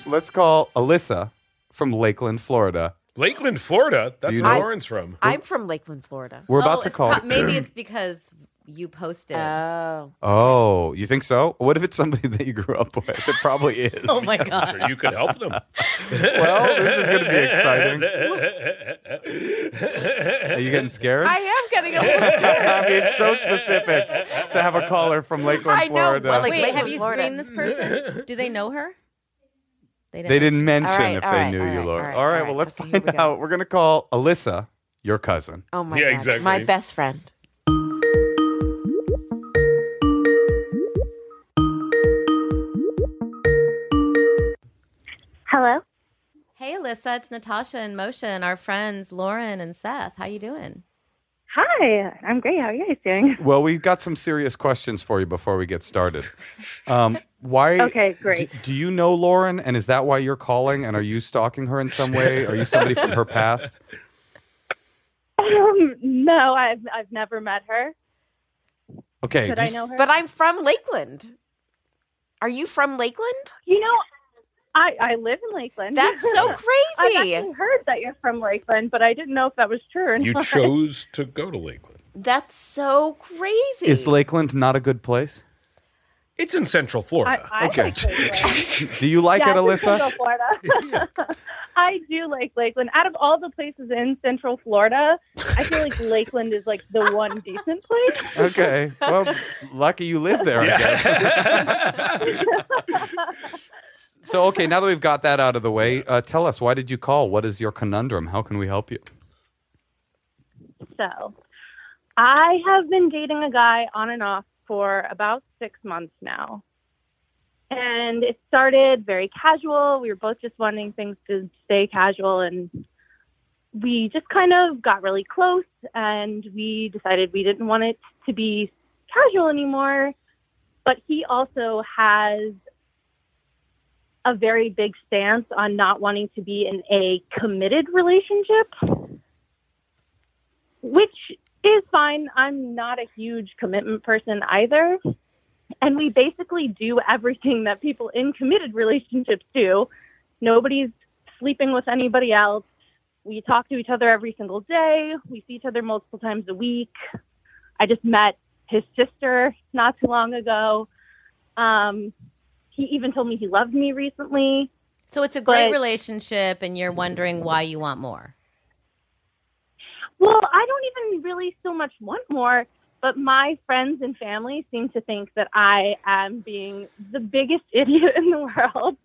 Speaker 2: Let's call Alyssa from Lakeland, Florida.
Speaker 5: Lakeland, Florida. That's
Speaker 2: you
Speaker 5: where
Speaker 2: know-
Speaker 5: Lauren's from.
Speaker 4: I'm from Lakeland, Florida.
Speaker 2: We're
Speaker 1: Oh,
Speaker 2: about to
Speaker 1: it's
Speaker 2: call.
Speaker 1: pro- maybe it's because you posted.
Speaker 4: Oh.
Speaker 2: oh, you think so? What if it's somebody that you grew up with? It probably is.
Speaker 1: oh my god!
Speaker 5: So you could help them.
Speaker 2: well, this is going to be exciting. Are you getting scared?
Speaker 4: I am getting a little
Speaker 2: I mean, it's so specific to have a caller from Lakeland,
Speaker 4: I know, but,
Speaker 2: Florida.
Speaker 4: like,
Speaker 1: Wait,
Speaker 4: Lakeland,
Speaker 1: have you
Speaker 4: Florida.
Speaker 1: screened this person? Do they know her?
Speaker 2: They didn't mention
Speaker 4: All right,
Speaker 2: if
Speaker 4: all
Speaker 2: they
Speaker 4: right,
Speaker 2: knew
Speaker 4: all
Speaker 2: you,
Speaker 4: right,
Speaker 2: Laura.
Speaker 4: all right,
Speaker 2: all right,
Speaker 4: all
Speaker 2: well,
Speaker 4: right.
Speaker 2: let's
Speaker 4: Okay, here
Speaker 2: find
Speaker 4: we go.
Speaker 2: out. We're going to call Alyssa, your cousin.
Speaker 4: Oh my
Speaker 5: Yeah,
Speaker 4: god.
Speaker 5: exactly.
Speaker 4: My best friend.
Speaker 6: Hello.
Speaker 1: Hey, Alyssa, it's Natasha and Motion, our friends Lauren and Seth. How you doing?
Speaker 6: Hi. I'm great. How are you guys doing?
Speaker 2: Well, we've got some serious questions for you before we get started. Um, why?
Speaker 6: Okay, great.
Speaker 2: Do, do you know Lauren, and is that why you're calling? And are you stalking her in some way? Are you somebody from her past?
Speaker 6: Um, no, I've I've never met her,
Speaker 2: Okay,
Speaker 6: but I know her.
Speaker 4: But I'm from Lakeland. Are you from Lakeland?
Speaker 6: you know, I I live in Lakeland.
Speaker 4: That's so
Speaker 6: I've
Speaker 4: crazy.
Speaker 6: actually heard that you're from Lakeland, but I didn't know if that was true or
Speaker 5: You
Speaker 6: not.
Speaker 5: chose to go to Lakeland.
Speaker 4: That's so crazy.
Speaker 2: is Lakeland not a good place?
Speaker 3: It's in Central
Speaker 6: I,
Speaker 3: Florida.
Speaker 6: I
Speaker 3: okay.
Speaker 6: like Lakeland.
Speaker 2: Do you like
Speaker 6: yeah,
Speaker 2: it,
Speaker 6: it's in
Speaker 2: Alyssa?
Speaker 6: Central Florida. I do like Lakeland. Out of all the places in Central Florida, I feel like Lakeland is like the one decent place.
Speaker 2: Okay. Well, lucky you live there, I guess. so, okay, now that we've got that out of the way, uh, tell us why did you call? What is your conundrum? How can we help you?
Speaker 6: So, I have been dating a guy on and off for about six months now. And it started very casual. We were both just wanting things to stay casual. And we just kind of got really close and we decided we didn't want it to be casual anymore. But he also has a very big stance on not wanting to be in a committed relationship which is fine. I'm not a huge commitment person either. And we basically do everything that people in committed relationships do. Nobody's sleeping with anybody else. We talk to each other every single day. We see each other multiple times a week. I just met his sister not too long ago. Um, he even told me he loved me recently.
Speaker 1: So it's a great
Speaker 6: But-
Speaker 1: relationship, and you're wondering why you want more.
Speaker 6: Well, I don't even really so much want more, but my friends and family seem to think that I am being the biggest idiot in the world.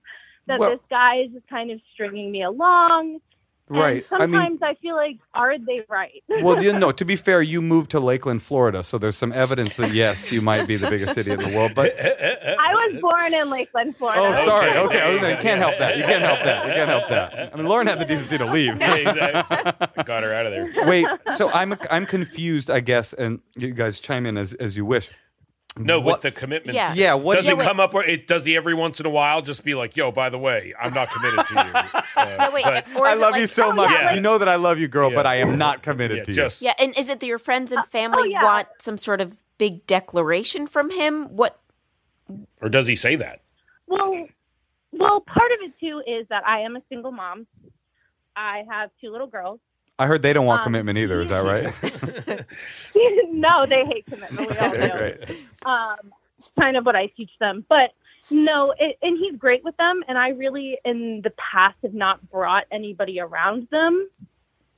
Speaker 6: That
Speaker 2: Well-
Speaker 6: this guy is just kind of stringing me along. And
Speaker 2: Right. I
Speaker 6: Sometimes I,
Speaker 2: mean,
Speaker 6: feel like, are they right?
Speaker 2: well, you know, to be fair, you moved to Lakeland, Florida, so there's some evidence that yes, you might be the biggest city in the world. But
Speaker 6: I was born in Lakeland, Florida.
Speaker 2: oh, sorry.
Speaker 3: Okay.
Speaker 2: Okay, I was gonna- you can't help that. You can't help that. You can't help that. I mean, Lauren had the decency to leave.
Speaker 5: Yeah, exactly. Got her out of there.
Speaker 2: Wait, so I'm I'm confused, I guess, and you guys chime in as as you wish.
Speaker 5: No,
Speaker 2: What-
Speaker 5: with the commitment.
Speaker 4: Yeah.
Speaker 2: Yeah, what
Speaker 5: does
Speaker 2: do
Speaker 5: it
Speaker 2: you-
Speaker 5: come up? Or it does he every once in a while just be like, "Yo, by the way, I'm not committed to you." Uh,
Speaker 4: wait,
Speaker 5: but-
Speaker 4: or
Speaker 2: I
Speaker 4: is it
Speaker 2: love
Speaker 4: like- Oh,
Speaker 2: you so much.
Speaker 5: yeah.
Speaker 2: You know that I love you, girl,
Speaker 5: Yeah.
Speaker 2: but I am not committed
Speaker 5: yeah,
Speaker 2: to you.
Speaker 5: just
Speaker 4: Yeah, and is it that your friends
Speaker 1: Uh, oh,
Speaker 4: and family
Speaker 6: yeah.
Speaker 4: want some sort of big declaration from him? What?
Speaker 5: or does he say that?
Speaker 6: Well, well, part of it too is that I am a single mom. I have two little girls.
Speaker 2: I heard they don't want
Speaker 6: Um,
Speaker 2: commitment either. Is that right?
Speaker 6: no, they hate commitment. We all know. um, kind of what I teach them. But no, it, and he's great with them. And I really, in the past, have not brought anybody around them.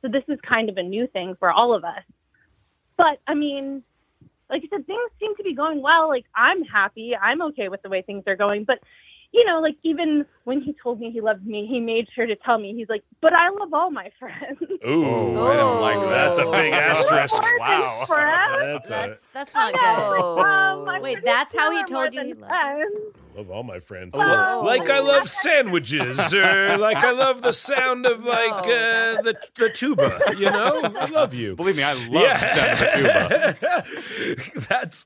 Speaker 6: So this is kind of a new thing for all of us. But I mean, like I said, things seem to be going well. Like I'm happy. I'm okay with the way things are going. But you know, like even when he told me he loved me, he made sure to tell me. He's like, "But I love all my friends."
Speaker 5: Ooh,
Speaker 2: Oh, I don't like that.
Speaker 5: that's a big asterisk.
Speaker 6: More than
Speaker 5: Wow, that's
Speaker 6: friends?
Speaker 5: a,
Speaker 1: That's that's not
Speaker 6: Like,
Speaker 1: good.
Speaker 6: um, I'm
Speaker 1: Oh, Wait,
Speaker 6: pretty
Speaker 1: that's
Speaker 6: sure
Speaker 1: how he
Speaker 6: I'm more
Speaker 1: told you he
Speaker 6: than
Speaker 1: loved you.
Speaker 6: friends.
Speaker 7: Um,
Speaker 5: love all my friends.
Speaker 6: Oh.
Speaker 3: Like I love sandwiches, or like I love the sound of like uh, the the tuba. You know, I love you.
Speaker 2: Believe me, I love
Speaker 3: Yeah.
Speaker 2: the sound of a tuba.
Speaker 3: That's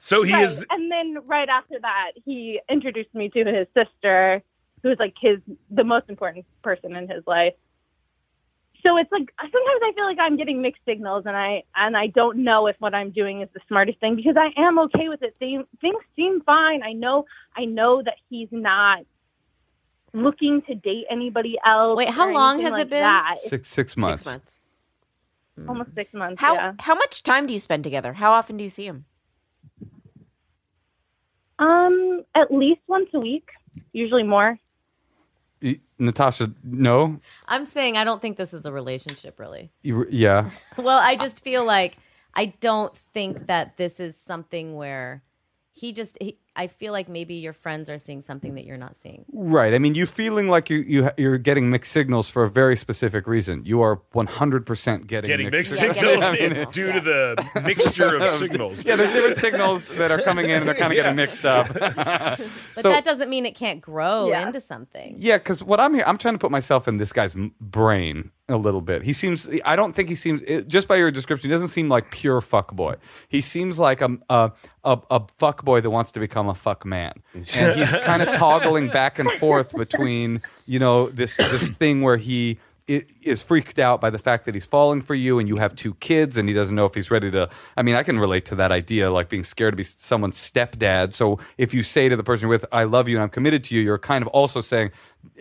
Speaker 3: so he
Speaker 6: Right.
Speaker 3: is.
Speaker 6: And then right after that, he introduced me to his sister, who's like his the most important person in his life. So it's like sometimes I feel like I'm getting mixed signals, and I and I don't know if what I'm doing is the smartest thing because I am okay with it. They, things seem fine. I know I know that he's not looking to date anybody else.
Speaker 1: Wait, how
Speaker 6: or
Speaker 1: long
Speaker 6: anything
Speaker 1: has it
Speaker 6: like
Speaker 1: been?
Speaker 6: That. It's
Speaker 2: Six six months.
Speaker 4: Six months.
Speaker 6: almost six months.
Speaker 4: How
Speaker 6: yeah.
Speaker 4: how much time do you spend together? How often do you see him?
Speaker 6: Um, at least once a week, usually more.
Speaker 2: Y- Natasha, no,
Speaker 1: I'm saying I don't think this is a relationship, really.
Speaker 2: You- yeah,
Speaker 1: Well, I just feel like I don't think that this is something where he just. He, I feel like maybe your friends are seeing something that you're not seeing.
Speaker 2: right. I mean, you feeling like you you you're getting mixed signals for a very specific reason. You are one hundred percent getting
Speaker 5: Getting mixed
Speaker 4: Yeah,
Speaker 5: signals,
Speaker 4: getting mixed
Speaker 5: it's
Speaker 4: signals,
Speaker 5: due
Speaker 4: yeah.
Speaker 5: to the mixture of signals.
Speaker 2: Yeah, there's different signals that are coming in and they're kind of getting mixed up.
Speaker 1: But
Speaker 2: So-
Speaker 1: that doesn't mean it can't grow
Speaker 6: Yeah.
Speaker 1: into something.
Speaker 2: Yeah, because what I'm here, I'm trying to put myself in this guy's m- brain a little bit. He seems, I don't think he seems, it, just by your description, he doesn't seem like pure fuck boy. He seems like a a, a, a fuck boy that wants to become a fuck man, and he's kind of toggling back and forth between you know this this thing where he. i- Is freaked out by the fact that he's falling for you, and you have two kids, and he doesn't know if he's ready to. I mean, I can relate to that idea, like being scared to be someone's stepdad. So if you say to the person you're with, "I love you and I'm committed to you," you're kind of also saying,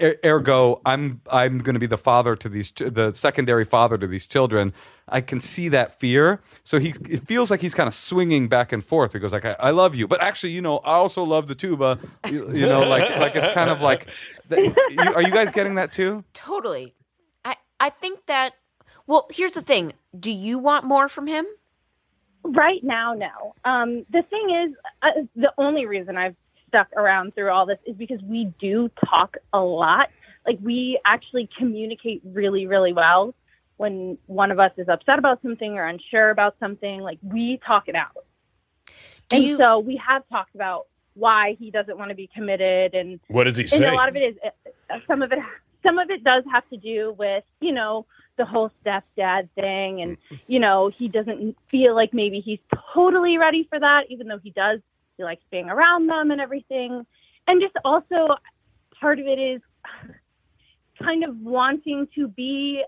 Speaker 2: er- ergo i'm i'm going to be the father to these ch- the secondary father to these children i can see that fear so he it feels like he's kind of swinging back and forth he goes like i, I love you but actually you know i also love the tuba you, you know like like it's kind of like th- you, are you guys getting that too
Speaker 4: Totally. I I think that. Well, here's the thing. Do you want more from him?
Speaker 6: Right now, no. Um, the thing is, uh, the only reason I've stuck around through all this is because we do talk a lot. Like, we actually communicate really, really well when one of us is upset about something or unsure about something. Like, we talk it out.
Speaker 4: Do
Speaker 6: and
Speaker 4: you-
Speaker 6: so we have talked about why he doesn't want to be committed and
Speaker 5: What does he
Speaker 6: and
Speaker 5: say?
Speaker 6: a lot of it is uh, some of it some of it does have to do with you know the whole stepdad thing and you know he doesn't feel like maybe he's totally ready for that even though he does he likes being around them and everything and just also part of it is kind of wanting to be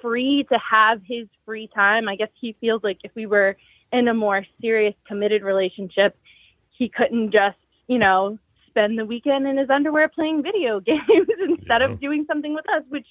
Speaker 6: free to have his free time i guess he feels like if we were in a more serious committed relationship he couldn't just, you know, spend the weekend in his underwear playing video games instead of doing something with us, which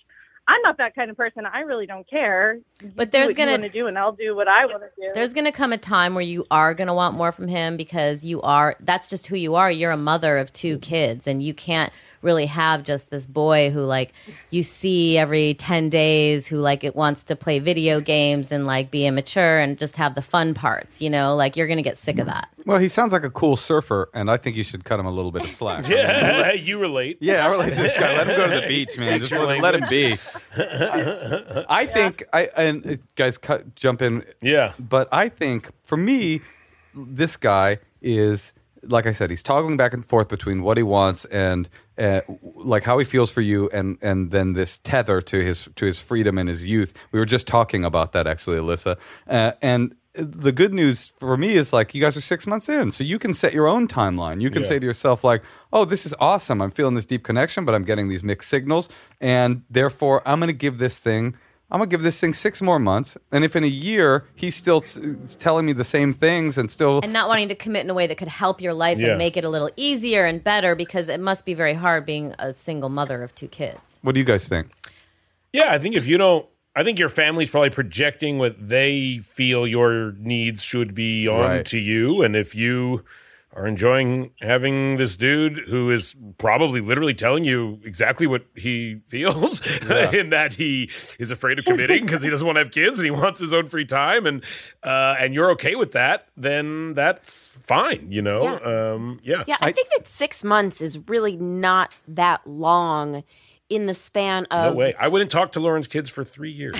Speaker 6: I'm not that kind of person. I really don't care.
Speaker 1: But there's
Speaker 6: what you
Speaker 1: gonna-
Speaker 6: wanna do, and I'll do what I want to do.
Speaker 1: There's going to come a time where you are going to want more from him because you are, that's just who you are. You're a mother of two kids and you can't really have just this boy who, like, you see every 10 days who, like, it wants to play video games and, like, be immature and just have the fun parts, you know? Like, you're going to get sick of that.
Speaker 2: well he sounds like a cool surfer and i think you should cut him a little bit of slack
Speaker 5: yeah, you relate.
Speaker 2: Yeah, I relate to this guy. Let him go to the beach, man. Just let, let him be. I, I think I and uh, guys cut, jump in,
Speaker 5: Yeah.
Speaker 2: but I think for me, this guy is like I said, he's toggling back and forth between what he wants and uh, like how he feels for you, and and then this tether to his to his freedom and his youth. We were just talking about that actually, Alyssa, uh, and. The good news for me is like you guys are six months in, so you can set your own timeline. You can say to yourself like, "Oh, this is awesome! I'm feeling this deep connection, but I'm getting these mixed signals, and therefore I'm going to give this thing I'm gonna give this thing six more months, and if in a year he's still s- telling me the same things and still,
Speaker 1: And not wanting to commit in a way that could help your life
Speaker 5: Yeah.
Speaker 1: and make it a little easier and better because it must be very hard being a single mother of two kids.
Speaker 2: what do you guys think?
Speaker 5: Yeah, I think if you don't, I think your family's probably projecting what they feel your needs should be onto
Speaker 2: Right.
Speaker 5: you. And if you are enjoying having this dude who is probably literally telling you exactly what he feels, in that he is afraid of committing because he doesn't want to have kids and he wants his own free time, and uh, and you're okay with that, then that's fine. You know, yeah. Um, yeah.
Speaker 4: Yeah, I, think that six months is really not that long in the span
Speaker 5: No
Speaker 4: of.
Speaker 5: way. I wouldn't talk to Lauren's kids for three years.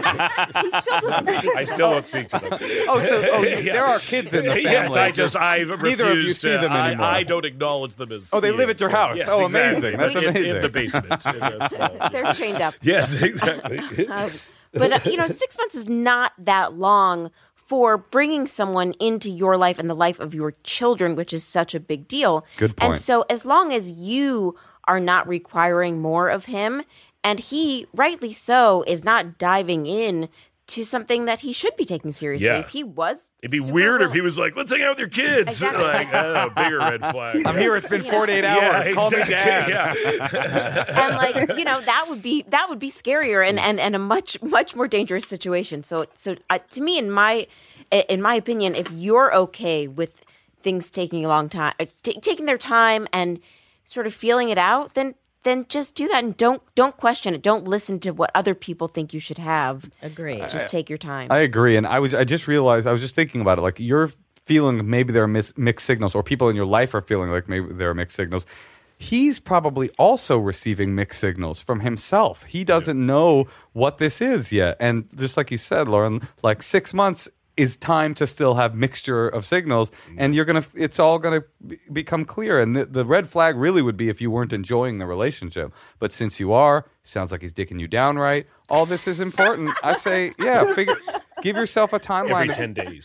Speaker 4: He still doesn't speak.
Speaker 5: I still don't speak to them.
Speaker 2: Oh, so oh, you-
Speaker 5: Yeah.
Speaker 2: there are kids in the family.
Speaker 5: Yes, I just I refuse
Speaker 2: Neither of you see
Speaker 5: to,
Speaker 2: them
Speaker 5: I,
Speaker 2: anymore.
Speaker 5: I don't acknowledge them as.
Speaker 2: Oh, they live
Speaker 5: being-
Speaker 2: at your house.
Speaker 5: Yes,
Speaker 2: Oh,
Speaker 5: exactly.
Speaker 2: amazing. That's
Speaker 5: In- In,
Speaker 2: amazing.
Speaker 5: the basement. In a small-
Speaker 4: They're chained up.
Speaker 5: yes, exactly.
Speaker 4: Um, but uh, you know, six months is not that long for bringing someone into your life and the life of your children, which is such a big deal.
Speaker 2: Good point.
Speaker 4: And so, as long as you are not requiring more of him, and he, rightly so, is not diving in to something that he should be taking seriously.
Speaker 5: Yeah.
Speaker 4: If he was,
Speaker 5: It'd be
Speaker 4: super
Speaker 5: weird if
Speaker 4: willing-
Speaker 5: he was like, "Let's hang out with your kids."
Speaker 4: Exactly.
Speaker 5: Like, I don't know, bigger red flag.
Speaker 2: I'm here. It's been 48 hours.
Speaker 5: Yeah,
Speaker 2: Call me
Speaker 5: exactly,
Speaker 2: dad.
Speaker 5: Yeah.
Speaker 4: and like you know that would be that would be scarier and and, and a much much more dangerous situation so so uh, to me in my in my opinion if you're okay with things taking a long time uh, ta taking their time and sort of feeling it out then then just do that and don't don't question it don't listen to what other people think you should have
Speaker 1: Agree.
Speaker 4: just take your time
Speaker 2: I agree, and I was I just realized I was just thinking about it. Like you're feeling maybe there are mis- mixed signals, or people in your life are feeling like maybe there are mixed signals. He's probably also receiving mixed signals from himself. He doesn't know what this is yet, and just like you said, Lauren, like six months is time to still have mixture of signals and you're gonna it's all gonna be- become clear and the, the red flag really would be if you weren't enjoying the relationship but since you are sounds like he's dicking you down right all this is important i say yeah figure give yourself a timeline
Speaker 5: Every ten days.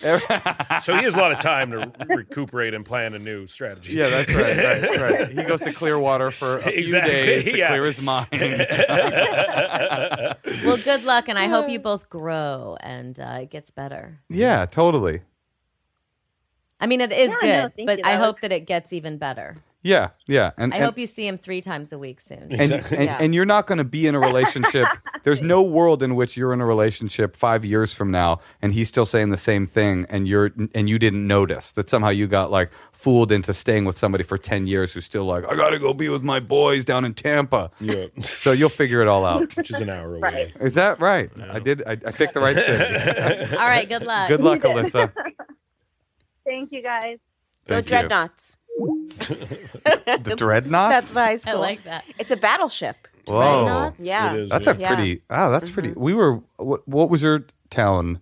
Speaker 5: so he has a lot of time to recuperate and plan a new strategy.
Speaker 2: yeah that's right, right right he goes to clearwater for a few
Speaker 5: Exactly,
Speaker 2: days to
Speaker 5: yeah.
Speaker 2: clear his mind
Speaker 1: well, good luck, and I hope you both grow and uh, it gets better.
Speaker 2: yeah totally
Speaker 1: I mean, it is
Speaker 6: Yeah, no,
Speaker 1: good,
Speaker 6: thank
Speaker 1: but
Speaker 6: you.
Speaker 1: I
Speaker 6: That was-
Speaker 1: hope that it gets even better.
Speaker 2: Yeah, yeah. And
Speaker 1: I
Speaker 2: and,
Speaker 1: hope you see him three times a week soon.
Speaker 2: and, and,
Speaker 4: Yeah.
Speaker 2: and you're not going to be in a relationship. There's no world in which you're in a relationship five years from now, and he's still saying the same thing, and you're and you didn't notice that somehow you got like fooled into staying with somebody for ten years who's still like, I got to go be with my boys down in Tampa.
Speaker 5: Yeah.
Speaker 2: So you'll figure it all out.
Speaker 5: Which is an hour away.
Speaker 6: Right.
Speaker 2: Is that right? I did. I, I picked the right city.
Speaker 1: All right, good luck.
Speaker 2: Good luck, Alyssa.
Speaker 6: Thank you guys.
Speaker 4: Go
Speaker 2: Thank you.
Speaker 4: dreadnoughts.
Speaker 2: The
Speaker 4: That's
Speaker 2: dreadnoughts.
Speaker 4: high
Speaker 1: I
Speaker 4: school.
Speaker 1: like that.
Speaker 4: It's a battleship.
Speaker 2: Whoa.
Speaker 1: Dreadnoughts?
Speaker 4: Yeah.
Speaker 5: It is,
Speaker 2: That's
Speaker 5: yeah.
Speaker 2: a pretty. Wow, that's pretty. We were. What, what was your town?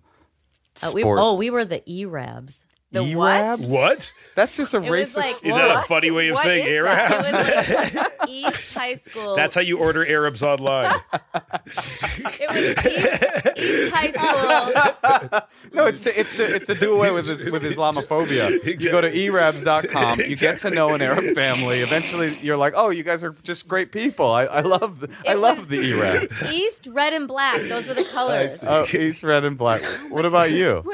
Speaker 1: Uh, we,
Speaker 2: sport?
Speaker 1: oh, we were the Arabs.
Speaker 4: The
Speaker 2: E-Rab?
Speaker 4: what?
Speaker 5: What?
Speaker 2: That's just a
Speaker 1: It
Speaker 2: racist.
Speaker 1: was like
Speaker 5: Is that a
Speaker 4: What?
Speaker 5: funny way of
Speaker 4: What
Speaker 5: saying
Speaker 4: is that?
Speaker 5: Arabs?
Speaker 1: It was like East High School.
Speaker 5: That's how you order Arabs online.
Speaker 1: it was East, East High School.
Speaker 2: no, it's to, it's to, it's to do away with his, with Islamophobia. You go to erabs.com. You get to know an Arab family. Eventually, you're like, oh, you guys are just great people. I, I love the, I
Speaker 1: It
Speaker 2: love
Speaker 1: was-
Speaker 2: the Arab.
Speaker 1: East, red, and black. Those were the colors.
Speaker 2: Oh, he's red and black. What about you?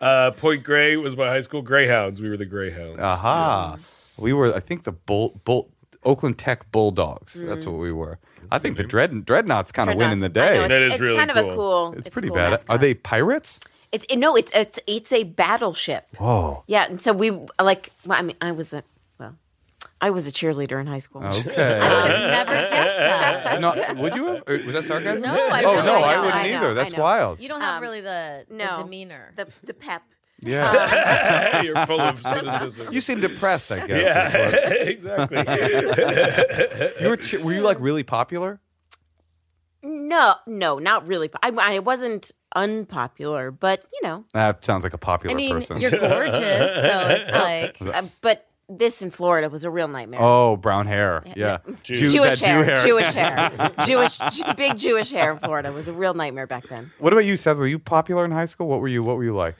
Speaker 5: Uh, Point Grey was my high school. Greyhounds. We were the Greyhounds.
Speaker 2: Aha. We were, I think, the bull bull. Oakland Tech Bulldogs. That's what we were. I think the dread, dreadnoughts kind of win in the
Speaker 4: I know,
Speaker 2: day.
Speaker 5: That
Speaker 4: it's,
Speaker 5: is
Speaker 4: it's
Speaker 5: really
Speaker 4: kind of
Speaker 5: cool.
Speaker 4: a cool.
Speaker 2: It's
Speaker 4: a
Speaker 2: pretty
Speaker 4: cool
Speaker 2: bad. Are
Speaker 4: mascot.
Speaker 2: they pirates?
Speaker 4: It's it, no. It's it's it's a battleship.
Speaker 2: Whoa.
Speaker 4: Yeah, and so we like. Well, I mean, I was a well, I was a cheerleader in high school.
Speaker 2: Okay.
Speaker 1: I would have never guessed that.
Speaker 2: no, would you have? or Was that sarcasm?
Speaker 1: No, I
Speaker 2: Oh
Speaker 1: really
Speaker 2: no,
Speaker 1: don't.
Speaker 2: I
Speaker 1: I
Speaker 2: wouldn't
Speaker 1: know,
Speaker 2: either.
Speaker 4: I
Speaker 2: That's
Speaker 4: know.
Speaker 2: wild.
Speaker 1: You don't have
Speaker 4: Um,
Speaker 1: really the, the
Speaker 4: no.
Speaker 1: demeanor.
Speaker 4: The the pep.
Speaker 2: Yeah.
Speaker 5: You're full of cynicism.
Speaker 2: you seem depressed, I guess.
Speaker 5: yeah,
Speaker 2: is
Speaker 5: exactly.
Speaker 2: what- You were, che- were you like really popular?
Speaker 4: No, no, not really. I I wasn't unpopular, but you know,
Speaker 2: That sounds like a popular
Speaker 1: I mean,
Speaker 2: person.
Speaker 1: you're gorgeous, so it's like
Speaker 4: uh, but this in Florida was a real nightmare.
Speaker 2: oh, brown hair. Yeah.
Speaker 5: Jew.
Speaker 2: Jew-
Speaker 4: Jewish
Speaker 2: that Jew
Speaker 4: hair, Jewish hair, Jewish, big Jewish hair in Florida was a real nightmare back then.
Speaker 2: What about you, Seth? Were you popular in high school? What were you? What were you like?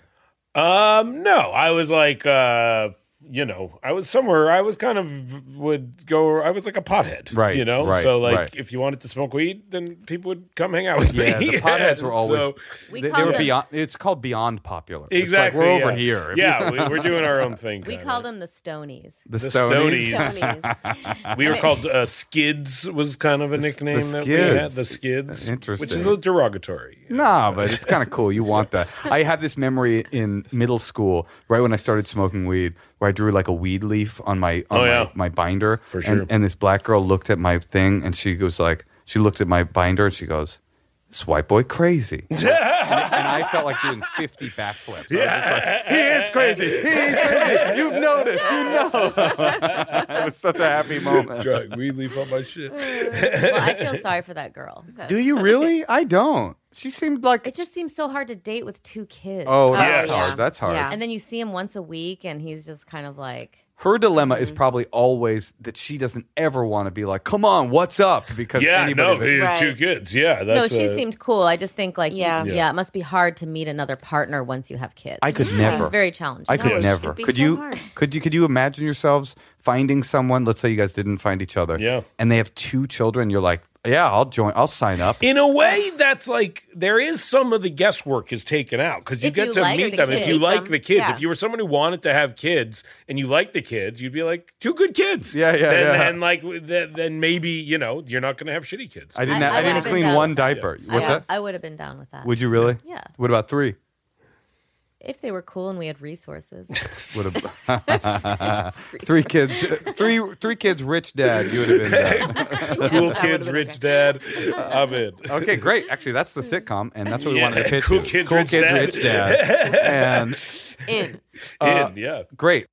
Speaker 5: um, no, I was like, uh, you know, I was somewhere. I was kind of would go. I was like a pothead,
Speaker 2: Right,
Speaker 5: You know,
Speaker 2: right,
Speaker 5: so like,
Speaker 2: right.
Speaker 5: if you wanted to smoke weed, then people would come hang out with
Speaker 2: Yeah,
Speaker 5: me.
Speaker 2: the potheads were
Speaker 5: And
Speaker 2: always.
Speaker 5: so-
Speaker 1: We
Speaker 2: they, they
Speaker 1: called
Speaker 2: were
Speaker 1: them-
Speaker 2: beyond. It's called beyond popular. It's like,
Speaker 5: exactly.
Speaker 2: we're over
Speaker 5: yeah.
Speaker 2: here. If you-
Speaker 5: Yeah, we, we're doing our own thing.
Speaker 1: we
Speaker 5: kinda.
Speaker 1: called them the Stonies.
Speaker 2: The,
Speaker 5: The
Speaker 2: Stonies.
Speaker 5: Stonies.
Speaker 1: Stonies.
Speaker 5: We were called uh, Skids was kind of a nickname that we had.
Speaker 2: Skids.
Speaker 5: The Skids, which is
Speaker 2: Interesting.
Speaker 5: a derogatory.
Speaker 2: No, but it's kind of cool. You want that. I have this memory in middle school, right when I started smoking weed, where I drew like a weed leaf on my on
Speaker 5: Oh,
Speaker 2: my,
Speaker 5: yeah.
Speaker 2: my binder.
Speaker 5: For
Speaker 2: And-
Speaker 5: sure.
Speaker 2: And, this black girl looked at my thing and she goes like, she looked at my binder and she goes, this white boy crazy. and, and I felt like doing 50 backflips. I was just like, he is crazy. He is crazy. You've noticed. You know. it was such a happy moment.
Speaker 5: Drug weed leaf on my shit.
Speaker 1: well, I feel sorry for that girl.
Speaker 2: Do you really? I don't. She seemed like,
Speaker 1: It just seems so hard to date with two kids.
Speaker 2: oh, that's
Speaker 5: Yes.
Speaker 2: hard. That's hard.
Speaker 4: Yeah.
Speaker 1: And then you see him once a week, and he's just kind of like,
Speaker 2: her dilemma
Speaker 1: Mm-hmm.
Speaker 2: is probably always that she doesn't ever want to be like, "Come on, what's up?" Because
Speaker 5: Yeah, no,
Speaker 2: anybody
Speaker 5: he had two
Speaker 4: Right.
Speaker 5: kids. Yeah, that's
Speaker 1: no, she
Speaker 5: uh,
Speaker 1: seemed cool. I just think like,
Speaker 4: Yeah.
Speaker 1: yeah. yeah,
Speaker 4: Yeah.
Speaker 1: it must be hard to meet another partner once you have kids.
Speaker 2: I could
Speaker 1: It
Speaker 2: never.
Speaker 1: was very challenging.
Speaker 2: I could
Speaker 4: No, it-
Speaker 2: never.
Speaker 4: it'd be
Speaker 2: Could
Speaker 4: so
Speaker 2: you?
Speaker 4: hard.
Speaker 2: Could you? Could you imagine yourselves finding someone? Let's say you guys didn't find each other.
Speaker 5: Yeah.
Speaker 2: And they have two children. You're like, yeah, I'll join. I'll sign up.
Speaker 5: In a way, that's like there is some of the guesswork is taken out because you
Speaker 1: If
Speaker 5: get
Speaker 1: you
Speaker 5: to
Speaker 1: like
Speaker 5: meet
Speaker 1: the um,
Speaker 5: them. If
Speaker 1: kid.
Speaker 5: you like
Speaker 4: Them,
Speaker 5: the kids,
Speaker 4: yeah.
Speaker 5: if you were someone who wanted to have kids and you like the kids, you'd be like two good kids.
Speaker 2: Yeah, yeah,
Speaker 5: Then,
Speaker 2: yeah.
Speaker 5: then like then, then maybe you know you're not going to have shitty kids.
Speaker 2: I didn't.
Speaker 1: I-
Speaker 2: I,
Speaker 1: I
Speaker 2: didn't
Speaker 1: would've been
Speaker 2: clean
Speaker 1: down
Speaker 2: one
Speaker 1: with
Speaker 2: diaper. What's
Speaker 1: I,
Speaker 2: that?
Speaker 1: I would have been down with that.
Speaker 2: Would you really?
Speaker 1: Yeah.
Speaker 2: What about three?
Speaker 1: If they were cool and we had resources.
Speaker 2: Would have three kids. Three three kids. Rich dad. You would have been. Down.
Speaker 5: cool kids, rich dad. I'm in.
Speaker 2: Okay, great. Actually, that's the sitcom, and that's what we
Speaker 5: Yeah,
Speaker 2: wanted to pitch.
Speaker 5: Cool
Speaker 2: you.
Speaker 5: Kids,
Speaker 2: cool
Speaker 5: Rich
Speaker 2: kids,
Speaker 5: Dad.
Speaker 2: rich dad, and
Speaker 4: In
Speaker 2: Uh,
Speaker 5: in yeah.
Speaker 2: great.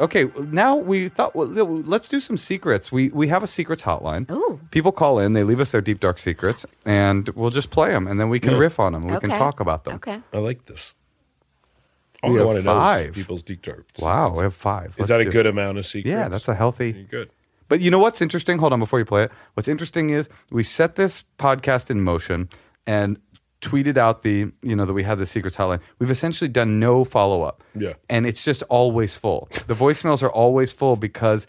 Speaker 2: Okay, now we thought well, let's do some secrets. We we have a secrets hotline.
Speaker 4: Ooh.
Speaker 2: People call in, they leave us their deep dark secrets, and we'll just play them, and then we can riff on them. We can
Speaker 4: Okay.
Speaker 2: talk about them.
Speaker 4: okay,
Speaker 5: I like this.
Speaker 2: We
Speaker 5: All I
Speaker 2: have
Speaker 5: want to know
Speaker 2: five.
Speaker 5: is people's detours.
Speaker 2: Wow, we have five.
Speaker 5: Is
Speaker 2: Let's
Speaker 5: that a
Speaker 2: do it.
Speaker 5: good amount of secrets?
Speaker 2: Yeah, that's a healthy.
Speaker 5: good.
Speaker 2: But you know what's interesting? Hold on before you play it. What's interesting is we set this podcast in motion and tweeted out the, you know, that we had the secrets hotline. We've essentially done no follow up.
Speaker 5: Yeah.
Speaker 2: And it's just always full. The voicemails are always full because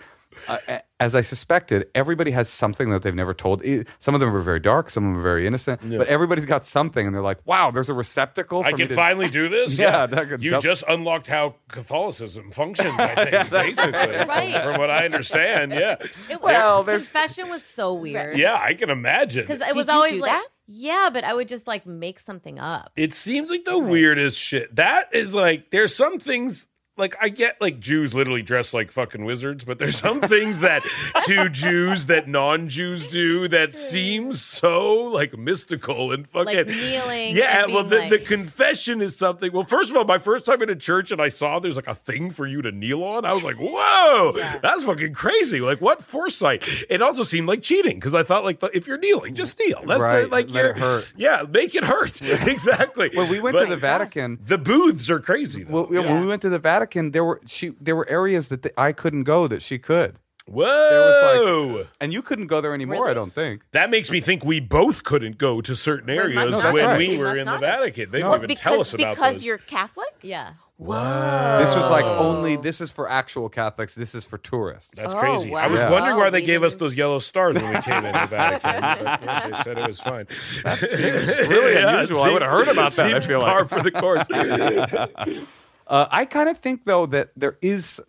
Speaker 2: uh, a- as I suspected, everybody has something that they've never told. E- Some of them were very dark, some of them were very innocent, but everybody's got something, and they're like, "Wow, there's a receptacle."
Speaker 5: I
Speaker 2: for me
Speaker 5: can
Speaker 2: to-
Speaker 5: finally do this.
Speaker 2: Yeah, that could
Speaker 5: you
Speaker 2: double-
Speaker 5: just unlocked how Catholicism functions. I think, basically,
Speaker 1: Right.
Speaker 5: from, from what I understand. Yeah,
Speaker 1: It was,
Speaker 2: Well, there's-
Speaker 1: confession was so weird.
Speaker 5: yeah, I can imagine.
Speaker 1: Because it was
Speaker 4: you
Speaker 1: always
Speaker 4: do
Speaker 1: like,
Speaker 4: that?
Speaker 1: yeah, but I would just like make something up.
Speaker 5: It seems like the weirdest shit. That is like there's some things like I get like Jews literally dress like fucking wizards, but there's some things that to Jews that non-Jews do that seems so like mystical and fucking
Speaker 1: Like kneeling
Speaker 5: Yeah,
Speaker 1: and
Speaker 5: well the,
Speaker 1: being
Speaker 5: the
Speaker 1: like-
Speaker 5: confession is something. Well, first of all, my first time in a church and I saw there's like a thing for you to kneel on. I was like, whoa, that's fucking crazy. Like what foresight? It also seemed like cheating because I thought like if you're kneeling, just kneel. That's the-
Speaker 2: Right,
Speaker 5: like
Speaker 2: let
Speaker 5: you're
Speaker 2: it hurt.
Speaker 5: yeah, make it hurt. exactly.
Speaker 2: Well, we went
Speaker 5: But
Speaker 2: to the Vatican.
Speaker 5: The booths are crazy.
Speaker 2: Well,
Speaker 5: Though.
Speaker 2: yeah, when we went to the Vatican, there were she there were areas that th- I couldn't go that she could,
Speaker 5: Whoa.
Speaker 2: and you couldn't go there anymore. I don't think.
Speaker 5: that makes me think we both couldn't go to certain areas
Speaker 2: not. No, that's
Speaker 5: when
Speaker 2: right.
Speaker 5: we
Speaker 4: We
Speaker 5: were
Speaker 4: must
Speaker 5: in the
Speaker 4: not.
Speaker 5: Vatican. They
Speaker 2: No.
Speaker 5: didn't even
Speaker 4: because
Speaker 5: tell us about
Speaker 4: because
Speaker 5: those.
Speaker 4: you're Catholic.
Speaker 1: Yeah.
Speaker 5: Wow.
Speaker 2: This was like only this is for actual Catholics. This is for tourists.
Speaker 5: That's
Speaker 4: Oh,
Speaker 5: crazy. I
Speaker 4: wow.
Speaker 5: was
Speaker 2: Yeah.
Speaker 5: wondering why
Speaker 4: Oh,
Speaker 5: they
Speaker 4: we
Speaker 5: gave us
Speaker 4: didn't-
Speaker 5: those yellow stars when we came into the Vatican. But yeah, they said it was fine.
Speaker 2: really
Speaker 5: Yeah, it
Speaker 2: unusual. I
Speaker 5: seemed-
Speaker 2: would have heard about that. I
Speaker 5: seemed
Speaker 2: feel like.
Speaker 5: par for the course.
Speaker 2: Uh, I kind of think though that there is,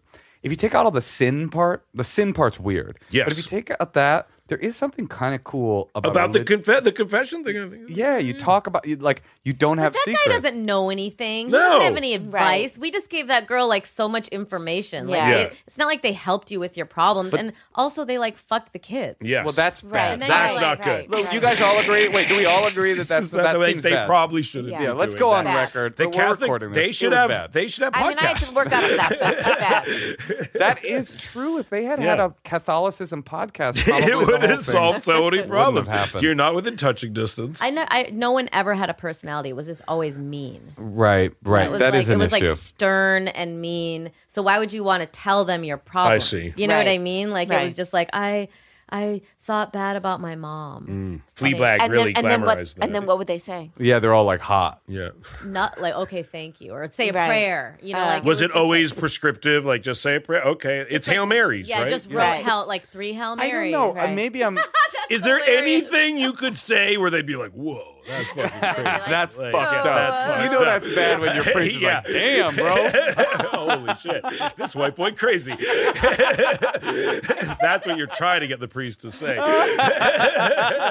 Speaker 2: if you take out all the sin part, the sin part's weird.
Speaker 5: Yes.
Speaker 2: But if you take out that, there is something kind of cool about
Speaker 5: about the
Speaker 2: relig-
Speaker 5: confe- the confession thing. I think.
Speaker 2: yeah, you talk about you, like you don't have
Speaker 1: That
Speaker 2: secrets.
Speaker 1: guy doesn't know anything.
Speaker 5: No.
Speaker 1: He doesn't have any
Speaker 4: Right.
Speaker 1: advice. We just gave that girl like so much information. Like
Speaker 4: Yeah.
Speaker 1: they-
Speaker 5: Yeah.
Speaker 1: it's not like they helped you with your problems. and also they like fucked the kids.
Speaker 5: Yes.
Speaker 2: Well, that's
Speaker 4: Right.
Speaker 2: bad.
Speaker 1: And then
Speaker 2: That's
Speaker 5: That's
Speaker 1: you're
Speaker 5: not
Speaker 1: like,
Speaker 4: right,
Speaker 5: good.
Speaker 4: right.
Speaker 2: Look, you guys all agree. Wait, do we all agree that that's
Speaker 5: That
Speaker 2: that
Speaker 5: they,
Speaker 2: seems
Speaker 5: they
Speaker 2: bad?
Speaker 5: probably shouldn't.
Speaker 4: Yeah.
Speaker 5: be
Speaker 2: yeah, let's
Speaker 5: doing
Speaker 2: go
Speaker 5: that.
Speaker 2: on
Speaker 4: that.
Speaker 2: record.
Speaker 5: The
Speaker 2: We're recording
Speaker 5: Catholic,
Speaker 2: this.
Speaker 5: they
Speaker 2: It
Speaker 5: should
Speaker 2: was
Speaker 5: have.
Speaker 2: bad.
Speaker 5: They should have podcasts.
Speaker 4: I mean, I had to work out of that. That's bad.
Speaker 2: That is true. If they had had
Speaker 5: Yeah.
Speaker 2: a Catholicism podcast, probably
Speaker 5: it would
Speaker 2: the whole
Speaker 5: have
Speaker 2: thing-
Speaker 5: solved so many problems.
Speaker 2: happened.
Speaker 5: You're not within touching distance.
Speaker 1: I know I no one ever had a personality. It was just always mean.
Speaker 2: Right, right.
Speaker 1: It was
Speaker 2: That
Speaker 1: like
Speaker 2: is
Speaker 1: it
Speaker 2: an
Speaker 1: was
Speaker 2: issue.
Speaker 1: like stern and mean. So why would you want to tell them your problems?
Speaker 5: see.
Speaker 1: You know what
Speaker 4: Right.
Speaker 1: I mean? Like it was
Speaker 4: Right.
Speaker 1: just like I I thought bad about my mom.
Speaker 5: Fleabag
Speaker 4: and
Speaker 5: Mm. really
Speaker 4: then, and then what?
Speaker 5: glamorized that.
Speaker 4: And then what would they say?
Speaker 2: yeah, they're all like hot.
Speaker 5: yeah.
Speaker 1: Not like okay, thank you, or say a
Speaker 4: Right.
Speaker 1: prayer. You know,
Speaker 4: Uh,
Speaker 1: like
Speaker 5: Was it
Speaker 1: just like-
Speaker 5: always prescriptive? Like just say a prayer? Okay, it's
Speaker 1: like-
Speaker 5: Hail Marys,
Speaker 1: Yeah,
Speaker 5: right?
Speaker 1: just wrote
Speaker 4: Right.
Speaker 1: hell like three Hail
Speaker 2: I don't
Speaker 1: Marys.
Speaker 2: know.
Speaker 4: right.
Speaker 2: Uh, Maybe I'm.
Speaker 5: Is there
Speaker 1: hilarious.
Speaker 5: anything you could say where they'd be like, "Whoa, that's fucking crazy"?
Speaker 2: That's
Speaker 5: Like,
Speaker 2: fucked
Speaker 5: yeah,
Speaker 2: up.
Speaker 5: that's
Speaker 2: you
Speaker 5: fucked
Speaker 2: know
Speaker 5: up.
Speaker 2: that's bad when your prince is
Speaker 5: Yeah.
Speaker 2: like, damn, bro.
Speaker 5: Holy shit! This white boy crazy. that's what you're trying to get the priest to say at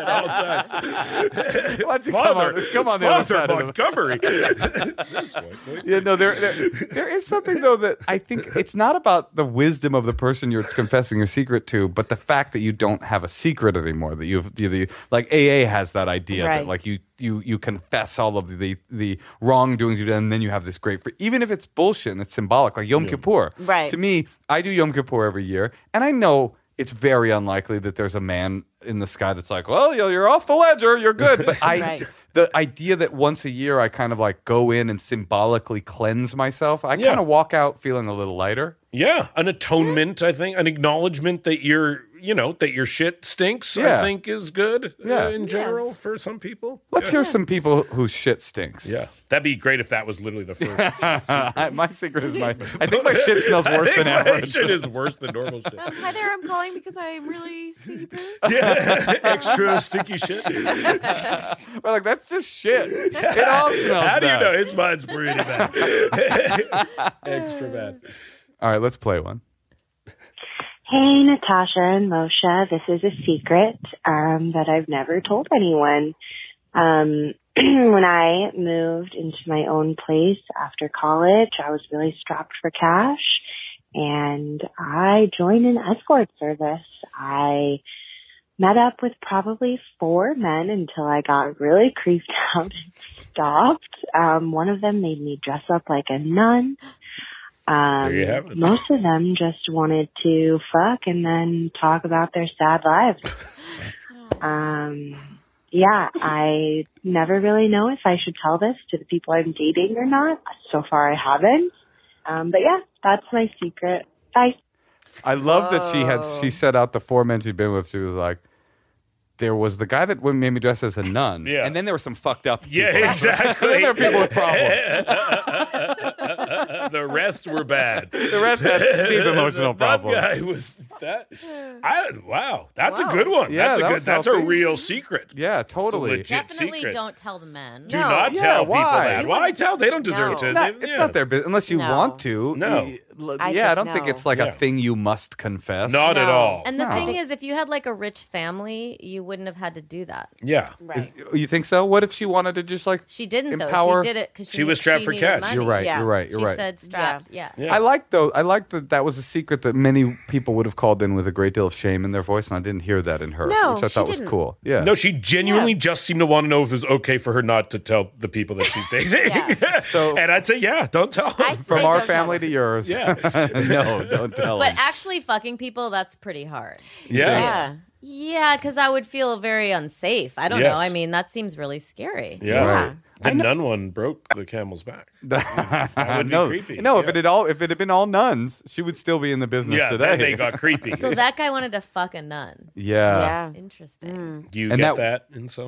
Speaker 5: all times.
Speaker 2: Why don't you come
Speaker 5: Father,
Speaker 2: on, come on the other
Speaker 5: Father
Speaker 2: side of the-
Speaker 5: Montgomery. This white boy.
Speaker 2: Yeah, no, there, there, there is something though that I think it's not about the wisdom of the person you're confessing your secret to, but the fact that you don't have a secret anymore. That you've, you, the, like AA has that idea that
Speaker 4: Right.
Speaker 2: like you, you, you confess all of the the wrongdoings you've done, and then you have this great, free, even if it's bullshit, and it's symbolic, like Yom Kippur.
Speaker 4: Right.
Speaker 2: To me, I do Yom Kippur every year, and I know. It's very unlikely that there's a man in the sky that's like, "Well, you're you're off the ledger, you're good." But I,
Speaker 4: Right.
Speaker 2: the idea that once a year I kind of like go in and symbolically cleanse myself, I
Speaker 5: Yeah.
Speaker 2: kind of walk out feeling a little lighter.
Speaker 5: Yeah, an atonement, I think, an acknowledgement that you're, you know, that your shit stinks, I
Speaker 2: Yeah.
Speaker 5: think is good uh,
Speaker 2: Yeah.
Speaker 5: in general for some people.
Speaker 2: Let's hear some people whose shit stinks.
Speaker 5: Yeah. That'd be great if that was literally the first.
Speaker 2: I, my secret is my. I think my shit smells worse than average.
Speaker 5: shit is worse than normal shit.
Speaker 4: Hi there, I'm calling because I'm really stinky.
Speaker 5: Yeah. Extra sticky shit.
Speaker 2: We're like, that's just shit. It all smells.
Speaker 5: How do you
Speaker 2: bad."
Speaker 5: know? His mind's pretty bad. Extra bad.
Speaker 2: All right, let's play one.
Speaker 7: Hey, Natasha and Moshe, this is a secret um, that I've never told anyone. Um, when I moved into my own place after college, I was really strapped for cash and I joined an escort service. I met up with probably four men until I got really creeped out and stopped. Um, one of them made me dress up like a nun. Um,
Speaker 5: There you have it.
Speaker 7: Most of them just wanted to fuck and then talk about their sad lives. um, yeah, I never really know if I should tell this to the people I'm dating or not. So far, I haven't. Um, but yeah, that's my secret. Bye.
Speaker 2: I love that she had she set out the four men she'd been with. She was like, there was the guy that made me dress as a nun.
Speaker 5: Yeah.
Speaker 2: And then there were some fucked up people.
Speaker 5: Yeah, exactly.
Speaker 2: then there were people with problems.
Speaker 5: the rest were bad.
Speaker 2: The rest had deep emotional
Speaker 5: The bad
Speaker 2: problems.
Speaker 5: Guy was that. I, wow, that's
Speaker 4: Wow.
Speaker 5: a good one.
Speaker 2: Yeah,
Speaker 5: that's a
Speaker 2: that
Speaker 5: good.
Speaker 2: was
Speaker 5: That's a
Speaker 2: healthy.
Speaker 5: real secret.
Speaker 2: Yeah, totally.
Speaker 5: legit-
Speaker 1: Definitely
Speaker 5: secret.
Speaker 1: don't tell the men.
Speaker 5: Do
Speaker 4: No.
Speaker 5: not
Speaker 2: Yeah,
Speaker 5: tell people
Speaker 2: why?
Speaker 5: that.
Speaker 2: You
Speaker 5: Why tell? They don't deserve
Speaker 4: No.
Speaker 5: to.
Speaker 2: Not- it's
Speaker 5: Yeah.
Speaker 2: not their business unless you
Speaker 4: No.
Speaker 2: want to.
Speaker 5: No.
Speaker 2: Y- l-
Speaker 4: I
Speaker 2: yeah, I don't
Speaker 4: think
Speaker 2: think
Speaker 4: no.
Speaker 2: it's like
Speaker 5: Yeah.
Speaker 2: a thing you must confess.
Speaker 5: Not at
Speaker 4: No.
Speaker 5: all.
Speaker 1: And the
Speaker 2: No.
Speaker 1: thing is, if you had like a rich family, you wouldn't have had to do that.
Speaker 5: yeah.
Speaker 4: Right.
Speaker 2: You think so? What if she wanted to just like?
Speaker 1: She didn't
Speaker 2: Empower-
Speaker 1: though. She did it because she,
Speaker 5: She was
Speaker 1: need-
Speaker 5: strapped for
Speaker 1: needed
Speaker 5: cash.
Speaker 1: money.
Speaker 2: You're right.
Speaker 4: Yeah.
Speaker 2: You're right. You're
Speaker 1: she
Speaker 2: right.
Speaker 1: said strapped. Yeah.
Speaker 5: Yeah.
Speaker 2: I like though. I like that. That was a secret that many people would have called in with a great deal of shame in their voice, and I didn't hear that in her,
Speaker 4: No,
Speaker 2: which I
Speaker 4: she
Speaker 2: thought was
Speaker 4: didn't.
Speaker 2: cool. Yeah.
Speaker 5: No, she genuinely just seemed to want to know if it was okay for her not to tell the people that she's dating.
Speaker 4: Yeah.
Speaker 2: So-
Speaker 5: and I'd say, yeah, don't tell.
Speaker 4: I'd
Speaker 5: them.
Speaker 4: say
Speaker 2: From our
Speaker 4: don't tell
Speaker 2: family
Speaker 4: them.
Speaker 2: to yours.
Speaker 5: Yeah.
Speaker 2: no, don't tell.
Speaker 1: But
Speaker 2: him.
Speaker 1: actually, fucking people, that's pretty hard.
Speaker 5: yeah.
Speaker 4: Yeah.
Speaker 1: Yeah, because I would feel very unsafe. I don't
Speaker 5: Yes.
Speaker 1: know. I mean, that seems really scary.
Speaker 5: Yeah.
Speaker 2: Right.
Speaker 5: The nun one broke the camel's back.
Speaker 2: that
Speaker 5: would be
Speaker 2: no,
Speaker 5: creepy.
Speaker 2: No, if
Speaker 5: Yeah.
Speaker 2: it had all if it had been all nuns, she would still be in the business
Speaker 5: yeah,
Speaker 2: today.
Speaker 5: then they got creepy.
Speaker 1: So that guy wanted to fuck a nun.
Speaker 2: yeah.
Speaker 4: Yeah.
Speaker 1: Interesting.
Speaker 5: Do you
Speaker 2: And
Speaker 5: get
Speaker 2: that-
Speaker 5: that, in some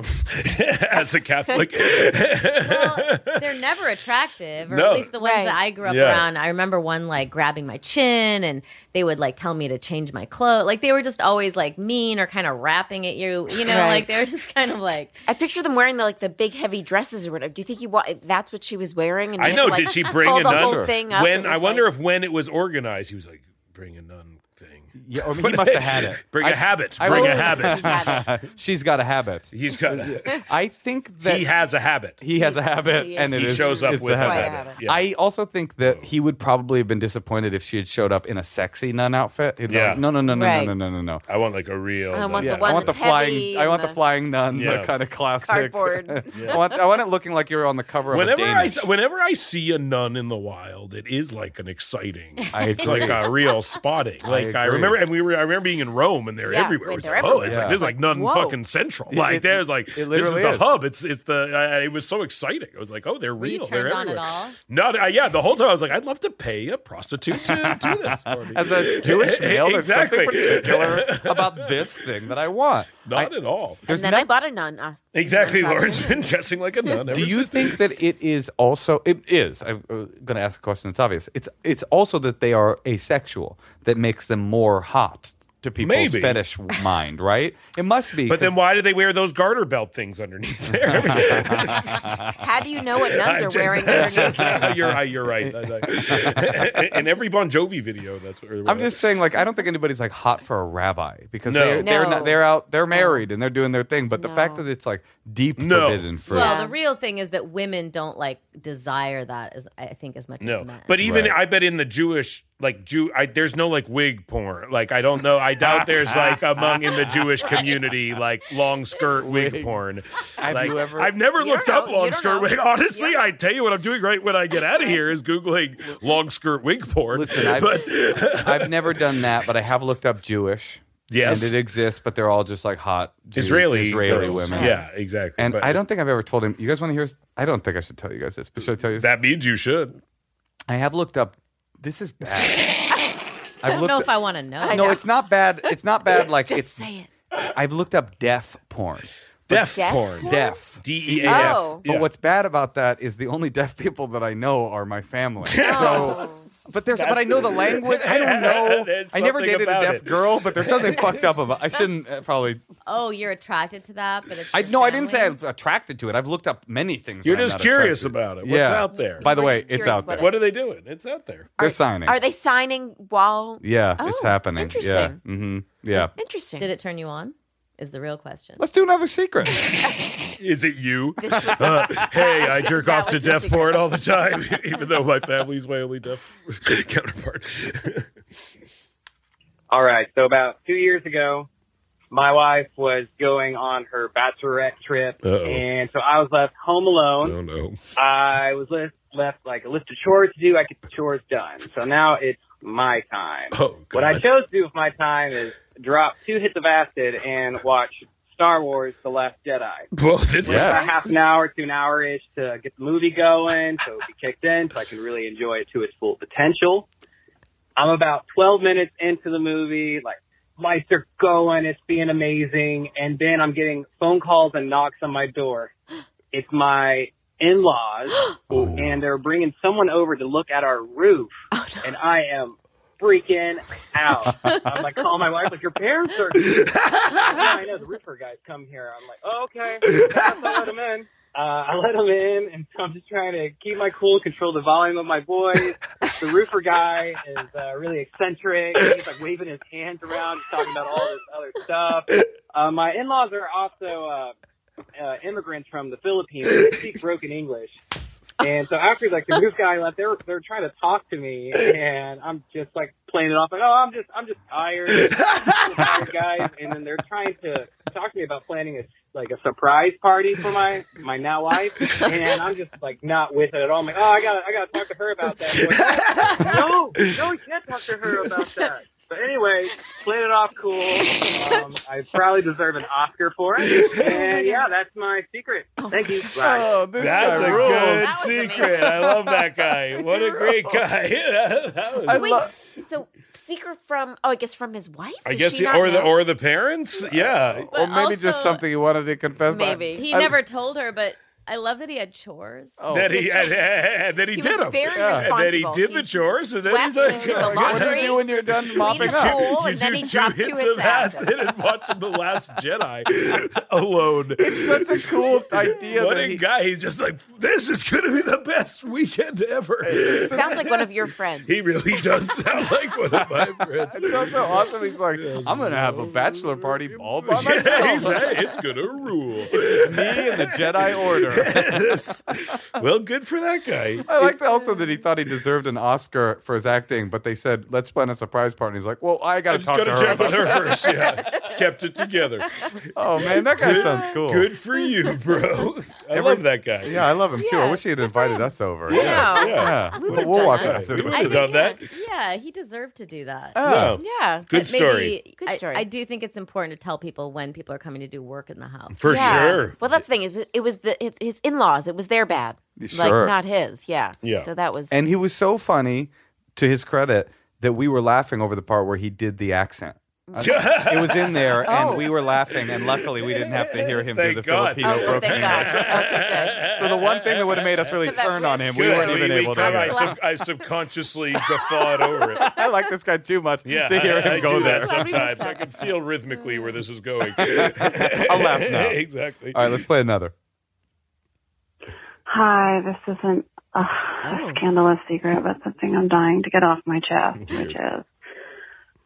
Speaker 5: as a Catholic?
Speaker 1: Well,
Speaker 2: Mm.
Speaker 1: they're never attractive, or
Speaker 5: No.
Speaker 1: at least the ones
Speaker 4: Right.
Speaker 1: that I grew up
Speaker 5: Yeah.
Speaker 1: around. I remember one like grabbing my chin, and they would like tell me to change my clothes. Like they were just always like mean or kind of rapping at you. You know,
Speaker 4: Right.
Speaker 1: like they're just kind of like
Speaker 4: I picture them wearing the like the big heavy dresses or whatever. Do you think he wa- that's what she was wearing? And
Speaker 5: I
Speaker 4: he had
Speaker 5: know.
Speaker 4: to, like,
Speaker 5: Did she bring
Speaker 4: pull
Speaker 5: a
Speaker 4: the
Speaker 5: nun?
Speaker 4: whole
Speaker 2: Sure.
Speaker 4: thing up? It
Speaker 5: when
Speaker 4: was
Speaker 5: I wonder
Speaker 4: like-
Speaker 5: if when it was organized, he was like, "Bring a nun thing.
Speaker 2: Yeah, or he must have had it.
Speaker 5: Bring a habit.
Speaker 2: I
Speaker 5: Bring a
Speaker 2: really-
Speaker 5: habit."
Speaker 2: She's got a habit.
Speaker 5: He's got. A,
Speaker 2: I think that
Speaker 5: he has a habit.
Speaker 2: he has a habit,
Speaker 4: he-
Speaker 2: and it
Speaker 5: He
Speaker 2: is-
Speaker 5: shows up
Speaker 2: it's the
Speaker 5: with a
Speaker 2: habit.
Speaker 5: habit.
Speaker 4: habit.
Speaker 5: Yeah.
Speaker 2: I also think that he would probably have been disappointed if she had showed up in a sexy nun outfit. He'd be
Speaker 5: Yeah.
Speaker 2: like, no, no, no, no,
Speaker 4: Right.
Speaker 2: no, no, no, no, no.
Speaker 5: I want like a real.
Speaker 4: I want
Speaker 5: nun.
Speaker 4: the
Speaker 2: Yeah,
Speaker 4: one
Speaker 2: I want the
Speaker 4: that's
Speaker 2: flying.
Speaker 4: heavy
Speaker 2: I want the,
Speaker 4: and the-
Speaker 2: flying nun,
Speaker 5: Yeah.
Speaker 2: the kind of classic
Speaker 4: Cardboard.
Speaker 2: I want. I want it looking like you're on the cover
Speaker 5: Whenever
Speaker 2: of a
Speaker 5: I
Speaker 2: Danish.
Speaker 5: s- whenever I see a nun in the wild, it is like an exciting.
Speaker 2: I
Speaker 5: it's
Speaker 2: agree.
Speaker 5: like a real spotting. Like I,
Speaker 2: agree.
Speaker 5: remember, and we were. I remember being in Rome, and they're
Speaker 4: Yeah,
Speaker 5: everywhere.
Speaker 4: wait,
Speaker 5: It's
Speaker 4: they're
Speaker 5: like, Oh,
Speaker 4: everywhere.
Speaker 5: it's
Speaker 2: Yeah.
Speaker 5: like this is like nun
Speaker 4: Whoa.
Speaker 5: fucking central. Like
Speaker 2: it-
Speaker 5: there's like this
Speaker 2: literally
Speaker 5: is the
Speaker 2: is.
Speaker 5: hub. It's it's the. I, it was so exciting. I was like, oh, they're
Speaker 1: Were you
Speaker 5: real. They're
Speaker 1: turned on at
Speaker 5: everywhere.
Speaker 1: all?
Speaker 5: Not. I, yeah, the whole time I was like, I'd love to pay a prostitute to do this. for me.
Speaker 2: as a Jewish male, there's
Speaker 5: Exactly.
Speaker 2: something particular about this thing that I want.
Speaker 5: Not at all.
Speaker 4: And then I bought a nun. Uh,
Speaker 5: Exactly. Lauren's been dressing like a nun. ever
Speaker 2: Do you
Speaker 5: since.
Speaker 2: think that it is also? It is. I'm going to ask a question that's obvious. It's it's also that they are asexual that makes them more hot to people's
Speaker 5: Maybe.
Speaker 2: fetish mind, right? It must be.
Speaker 5: But then
Speaker 2: 'cause-
Speaker 5: why do they wear those garter belt things underneath there?
Speaker 4: how do you know what nuns are
Speaker 5: I'm just-
Speaker 4: wearing
Speaker 5: that's-
Speaker 4: underneath?
Speaker 5: that's- you're right. You're right. That's right. In every Bon Jovi video, that's. Or,
Speaker 2: I'm just saying, like, I don't think anybody's like hot for a rabbi because
Speaker 5: No.
Speaker 2: they're they're
Speaker 4: No.
Speaker 2: not they're out they're married and they're doing their thing. But the fact
Speaker 4: No.
Speaker 2: that it's like deep
Speaker 5: No.
Speaker 2: forbidden fruit.
Speaker 1: Well,
Speaker 4: Yeah.
Speaker 1: the real thing is that women don't like desire that as I think as much
Speaker 5: No,
Speaker 1: as men.
Speaker 5: but even
Speaker 2: Right.
Speaker 5: I bet in the Jewish like Jew, I, there's no like wig porn. Like I don't know. I doubt there's like among in the Jewish community like long skirt wig porn.
Speaker 2: Have
Speaker 5: Like,
Speaker 2: you ever-
Speaker 5: I've never
Speaker 4: You
Speaker 5: looked
Speaker 4: don't
Speaker 5: up
Speaker 4: know. You
Speaker 5: long
Speaker 4: don't
Speaker 5: skirt
Speaker 4: know.
Speaker 5: wig. Honestly, I tell you what I'm doing right when I get out of here is googling long skirt wig porn.
Speaker 2: Listen, I've,
Speaker 5: but
Speaker 2: I've never done that, but I have looked up Jewish.
Speaker 5: Yes.
Speaker 2: and it exists, but they're all just like hot Jew-
Speaker 5: Israeli
Speaker 2: Israeli
Speaker 5: girls.
Speaker 2: women.
Speaker 5: Yeah, exactly.
Speaker 2: And
Speaker 5: But
Speaker 2: I don't think I've ever told him. You guys want to hear? s- I don't think I should tell you guys this, but should I tell you?
Speaker 5: That means you should.
Speaker 2: I have looked up. This is bad.
Speaker 1: I don't know if I want to know.
Speaker 2: No, it's not bad. It's not bad. Like
Speaker 4: Just
Speaker 2: it's.
Speaker 4: say it.
Speaker 2: I've looked up deaf porn.
Speaker 5: Deaf
Speaker 4: deaf
Speaker 5: porn.
Speaker 2: Deaf.
Speaker 5: D E A F.
Speaker 4: Oh.
Speaker 2: But what's bad about that is the only deaf people that I know are my family.
Speaker 8: Oh.
Speaker 2: So, but there's, but I know the language. I don't know.
Speaker 5: There's
Speaker 2: I never
Speaker 5: something
Speaker 2: dated a
Speaker 5: about
Speaker 2: deaf
Speaker 5: it.
Speaker 2: girl, but there's something fucked up about. I shouldn't uh, probably.
Speaker 1: Oh, you're attracted to that, but it's
Speaker 2: I
Speaker 1: your
Speaker 2: no, I didn't say
Speaker 1: family?
Speaker 2: I'm attracted to it. I've looked up many things.
Speaker 5: You're
Speaker 2: that I'm
Speaker 5: just
Speaker 2: not
Speaker 5: curious
Speaker 2: attracted to.
Speaker 5: about it. What's
Speaker 2: Yeah.
Speaker 5: out there?
Speaker 2: By the
Speaker 4: You were
Speaker 2: way,
Speaker 4: just
Speaker 2: it's
Speaker 4: curious
Speaker 2: out
Speaker 4: what
Speaker 2: there.
Speaker 4: it-
Speaker 5: what are they doing? It's out there.
Speaker 2: They're signing.
Speaker 4: Are they signing while?
Speaker 2: Yeah,
Speaker 4: Oh,
Speaker 2: it's happening. Yeah.
Speaker 4: interesting.
Speaker 2: hmm Yeah.
Speaker 4: Interesting.
Speaker 1: Did it turn you on? Is the real question.
Speaker 2: Let's do another secret.
Speaker 5: Is it you?
Speaker 4: This was-
Speaker 5: Uh, hey, I jerk
Speaker 4: that
Speaker 5: off to
Speaker 4: was your
Speaker 5: deaf
Speaker 4: secret.
Speaker 5: porn all the time, even though my family's my only deaf counterpart.
Speaker 8: All right. So about two years ago, my wife was going on her bachelorette trip,
Speaker 5: Uh-oh.
Speaker 8: and so I was left home alone.
Speaker 5: no, no.
Speaker 8: I was left, left like a list of chores to do. I get the chores done. So now it's my time.
Speaker 5: Oh, God.
Speaker 8: What I chose to do with my time is drop two hits of acid and watch Star Wars: The Last Jedi.
Speaker 5: Well, this
Speaker 8: Wait about
Speaker 5: is.
Speaker 8: half an hour to an hour ish to get the movie going, so it be kicked in, so I can really enjoy it to its full potential. I'm about 12 minutes into the movie, like lights are going. It's being amazing. And then I'm getting phone calls and knocks on my door. It's my in-laws,
Speaker 5: Oh.
Speaker 8: and they're bringing someone over to look at our roof. And I am freaking out. I'm like, call my wife. Like your parents are. yeah, I know the roofer guys come here. I'm like, oh, okay, I let them in. Uh, I let them in, and so I'm just trying to keep my cool, control the volume of my voice. The roofer guy is uh, really eccentric. He's like waving his hands around, he's talking about all this other stuff. Uh, my in-laws are also uh, uh, immigrants from the Philippines. They speak broken English. And so after like the roof guy left, they were they're trying to talk to me, and I'm just like playing it off like, oh, I'm just I'm just tired, I'm just tired guys. And then they're trying to talk to me about planning a like a surprise party for my my now wife, and I'm just like not with it at all. I'm like, oh, I gotta I gotta talk to her about that. They're Like, no, no, you can't talk to her about that. But anyway, played it off cool. Um, I probably deserve an Oscar for it. And yeah, that's my secret. Thank you. Bye.
Speaker 2: Oh, this
Speaker 5: That's
Speaker 2: guy
Speaker 5: a
Speaker 2: rules.
Speaker 5: good
Speaker 1: That was
Speaker 5: secret. I love that guy. What a great guy. that was,
Speaker 2: I
Speaker 4: Wait,
Speaker 2: lo-
Speaker 4: so secret from oh, I guess from his wife.
Speaker 5: I
Speaker 4: Did
Speaker 5: guess
Speaker 4: she
Speaker 5: the,
Speaker 4: not
Speaker 5: or the
Speaker 4: know?
Speaker 5: or the parents. Yeah.
Speaker 1: But
Speaker 2: or maybe just
Speaker 1: also-
Speaker 2: something he wanted to confess. but-
Speaker 4: Maybe.
Speaker 1: He
Speaker 2: I-
Speaker 1: never told her, but I love that he had chores.
Speaker 2: Oh.
Speaker 5: That he and, and then he,
Speaker 4: He
Speaker 5: did
Speaker 4: was
Speaker 5: them.
Speaker 4: very
Speaker 5: And then he
Speaker 4: responsible.
Speaker 5: did
Speaker 4: He
Speaker 5: the chores, and then
Speaker 4: swept
Speaker 5: he's like,
Speaker 4: and did the
Speaker 5: "Yeah,
Speaker 2: What do
Speaker 4: laundry.
Speaker 2: you do when you're done mopping
Speaker 4: Clean
Speaker 2: up?
Speaker 4: the pool.
Speaker 5: you
Speaker 4: and then
Speaker 5: do
Speaker 4: he
Speaker 5: two
Speaker 4: dropped two
Speaker 5: hits
Speaker 4: hits
Speaker 5: of acid
Speaker 4: after.
Speaker 5: and watching The Last Jedi alone.
Speaker 2: That's a cool idea.
Speaker 5: what
Speaker 2: that
Speaker 5: a
Speaker 2: he-
Speaker 5: guy! He's just like, this is going to be the best weekend ever.
Speaker 4: Sounds like one of your friends.
Speaker 5: he really does sound like one of my friends.
Speaker 2: It's also awesome. He's like, I'm gonna have a bachelor party all by myself.
Speaker 5: Yeah, he's, hey, it's gonna rule.
Speaker 2: Me and the Jedi Order.
Speaker 5: Yes. well, good for that guy.
Speaker 2: I liked also that he thought he deserved an Oscar for his acting, but they said let's plan a surprise party. He's like, well, I gotta
Speaker 5: Just
Speaker 2: talk to
Speaker 5: gotta
Speaker 2: her.
Speaker 5: check with
Speaker 2: about
Speaker 5: her first. Yeah, kept it together.
Speaker 2: that." Oh man, that guy
Speaker 5: Good-
Speaker 2: sounds cool.
Speaker 5: Good for you, bro. I
Speaker 2: Every-
Speaker 5: love that guy.
Speaker 2: Yeah, I love him too. I
Speaker 1: Yeah,
Speaker 2: wish he had invited us over.
Speaker 4: I
Speaker 2: Yeah,
Speaker 4: know.
Speaker 5: yeah.
Speaker 2: yeah.
Speaker 4: We
Speaker 2: We'll,
Speaker 4: would've
Speaker 2: we'll
Speaker 4: done
Speaker 2: watch
Speaker 4: that.
Speaker 2: that.
Speaker 5: We
Speaker 2: cinema.
Speaker 5: would've done that. Oh.
Speaker 1: Yeah, he deserved to do that.
Speaker 2: Yeah.
Speaker 5: No.
Speaker 4: Yeah.
Speaker 5: Good
Speaker 1: But
Speaker 5: story.
Speaker 1: Maybe,
Speaker 4: Good
Speaker 1: I-
Speaker 4: story.
Speaker 1: I, do think it's important to tell people when people are coming to do work in the house.
Speaker 5: For
Speaker 4: Yeah.
Speaker 5: sure.
Speaker 4: Well, that's the thing. It was, it was the his in laws. It was their bad.
Speaker 2: Sure.
Speaker 4: Like not his. Yeah.
Speaker 5: Yeah.
Speaker 4: So that was.
Speaker 2: And he was so funny, to his credit, that we were laughing over the part where he did the accent. It was in there, and
Speaker 4: Mm. Oh.
Speaker 2: we were laughing, and luckily we didn't have to hear him
Speaker 5: Thank
Speaker 2: do the
Speaker 5: God.
Speaker 2: Filipino
Speaker 4: oh, well,
Speaker 2: broken
Speaker 4: thank
Speaker 2: English.
Speaker 4: God. Okay,
Speaker 2: So the one thing that would have made us really
Speaker 4: But that
Speaker 2: turn on him, we
Speaker 5: Good.
Speaker 2: weren't even
Speaker 5: we
Speaker 2: able to hear.
Speaker 5: kinda- I,
Speaker 2: it.
Speaker 5: sub- I subconsciously guffawed over it.
Speaker 2: I like this guy too much
Speaker 5: Yeah,
Speaker 2: to hear
Speaker 5: I,
Speaker 2: him
Speaker 5: I
Speaker 2: go
Speaker 5: do
Speaker 2: there.
Speaker 5: that
Speaker 4: Probably missed
Speaker 5: sometimes. I
Speaker 4: that.
Speaker 5: can feel rhythmically where this is going.
Speaker 2: I'll laugh now.
Speaker 5: exactly.
Speaker 2: All right, let's play another.
Speaker 9: Hi, this isn't uh, a scandalous secret, but something I'm dying to get off my chest, which is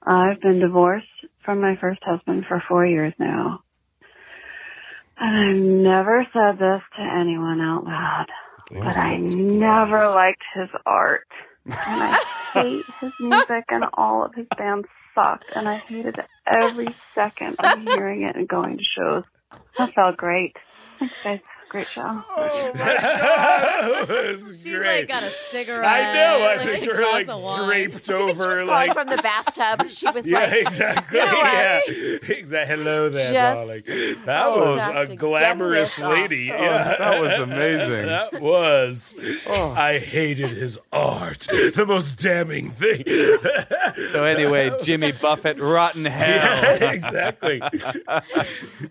Speaker 9: I've been divorced from my first husband for four years now. And I've never said this to anyone out loud, but I never liked his art. And I hate his music, and all of his bands sucked, and I hated every second of hearing it and going to shows. That felt great. Thanks, guys. Great show.
Speaker 4: Oh
Speaker 5: That was
Speaker 1: She's
Speaker 5: great.
Speaker 1: like got a cigarette.
Speaker 5: I know. I
Speaker 1: like, a
Speaker 5: picture her
Speaker 1: glass
Speaker 5: like
Speaker 1: of wine.
Speaker 5: draped
Speaker 4: I think she was
Speaker 5: over,
Speaker 4: calling
Speaker 5: like
Speaker 4: from the bathtub. She was
Speaker 5: yeah,
Speaker 4: like,
Speaker 5: exactly.
Speaker 4: You know what?
Speaker 5: yeah, exactly. Hello there,
Speaker 4: Just
Speaker 5: darling. That was
Speaker 4: have
Speaker 5: a
Speaker 4: to
Speaker 5: glamorous
Speaker 4: get this off.
Speaker 5: lady.
Speaker 2: Oh,
Speaker 5: yeah.
Speaker 2: that was Oh. amazing.
Speaker 5: That was. I hated his art. The most damning thing.
Speaker 2: So anyway, Jimmy Buffett, rotten hell.
Speaker 5: yeah, exactly.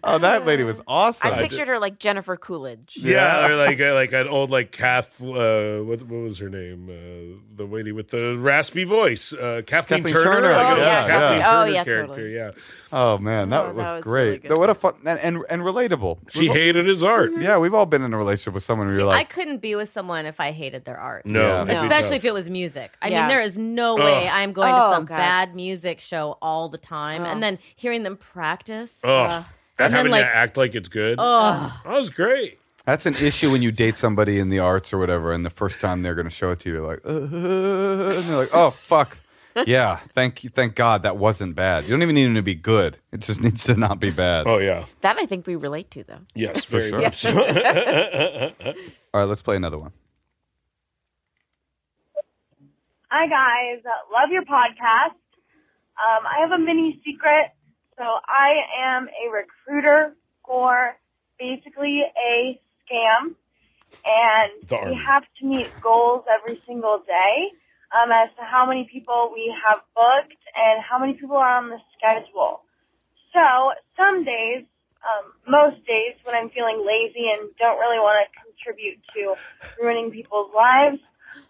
Speaker 2: Oh, that lady was awesome.
Speaker 4: I pictured her like Jennifer Coolidge.
Speaker 5: Yeah, or like uh, like an old like Kath. Uh, what what was her name? Uh, the lady with the raspy voice, uh,
Speaker 2: Kathleen
Speaker 5: Kathleen, Turner.
Speaker 2: Turner,
Speaker 5: like a
Speaker 2: yeah,
Speaker 5: Kathleen
Speaker 4: yeah.
Speaker 5: Turner
Speaker 4: Oh, yeah,
Speaker 5: character.
Speaker 4: totally.
Speaker 5: Yeah,
Speaker 2: Oh man, that,
Speaker 4: Oh, that
Speaker 2: was,
Speaker 4: was
Speaker 2: great.
Speaker 4: really good.
Speaker 2: what a fun and and, and relatable.
Speaker 5: she hated his art.
Speaker 2: yeah, we've all been in a relationship with someone where
Speaker 1: See,
Speaker 2: you're
Speaker 1: I
Speaker 2: like,
Speaker 1: couldn't be with someone if I hated their art.
Speaker 5: No,
Speaker 2: Yeah.
Speaker 5: it'd be
Speaker 1: Especially
Speaker 5: tough.
Speaker 1: if it was music. I
Speaker 4: Yeah.
Speaker 1: mean, there is no way
Speaker 5: Ugh.
Speaker 1: I'm going
Speaker 4: Oh,
Speaker 1: to some
Speaker 4: God.
Speaker 1: bad music show all the time, and then hearing them practice.
Speaker 5: Ugh. and
Speaker 1: Uh, and then
Speaker 5: having
Speaker 1: like,
Speaker 5: to act like it's good.
Speaker 1: ugh.
Speaker 5: that was great.
Speaker 2: That's an issue when you date somebody in the arts or whatever, and the first time they're going to show it to you, you're like, uh, and they're like, oh fuck, yeah, thank you, thank God that wasn't bad. You don't even need him to be good; it just needs to not be bad.
Speaker 5: Oh yeah,
Speaker 4: That I think we relate to though.
Speaker 5: yes, very
Speaker 2: sure.
Speaker 5: much. so.
Speaker 2: All right, let's play another one.
Speaker 9: Hi, guys.
Speaker 10: Uh,
Speaker 9: Love your podcast. Um, I have a mini secret. So I am a recruiter for basically a scam, and
Speaker 5: The
Speaker 9: we
Speaker 5: Army.
Speaker 9: have to meet goals every single day.
Speaker 10: um, as to how many people we have booked and how many people are on the schedule. So some days, um, most days, when I'm feeling lazy and don't really want to contribute to ruining people's lives,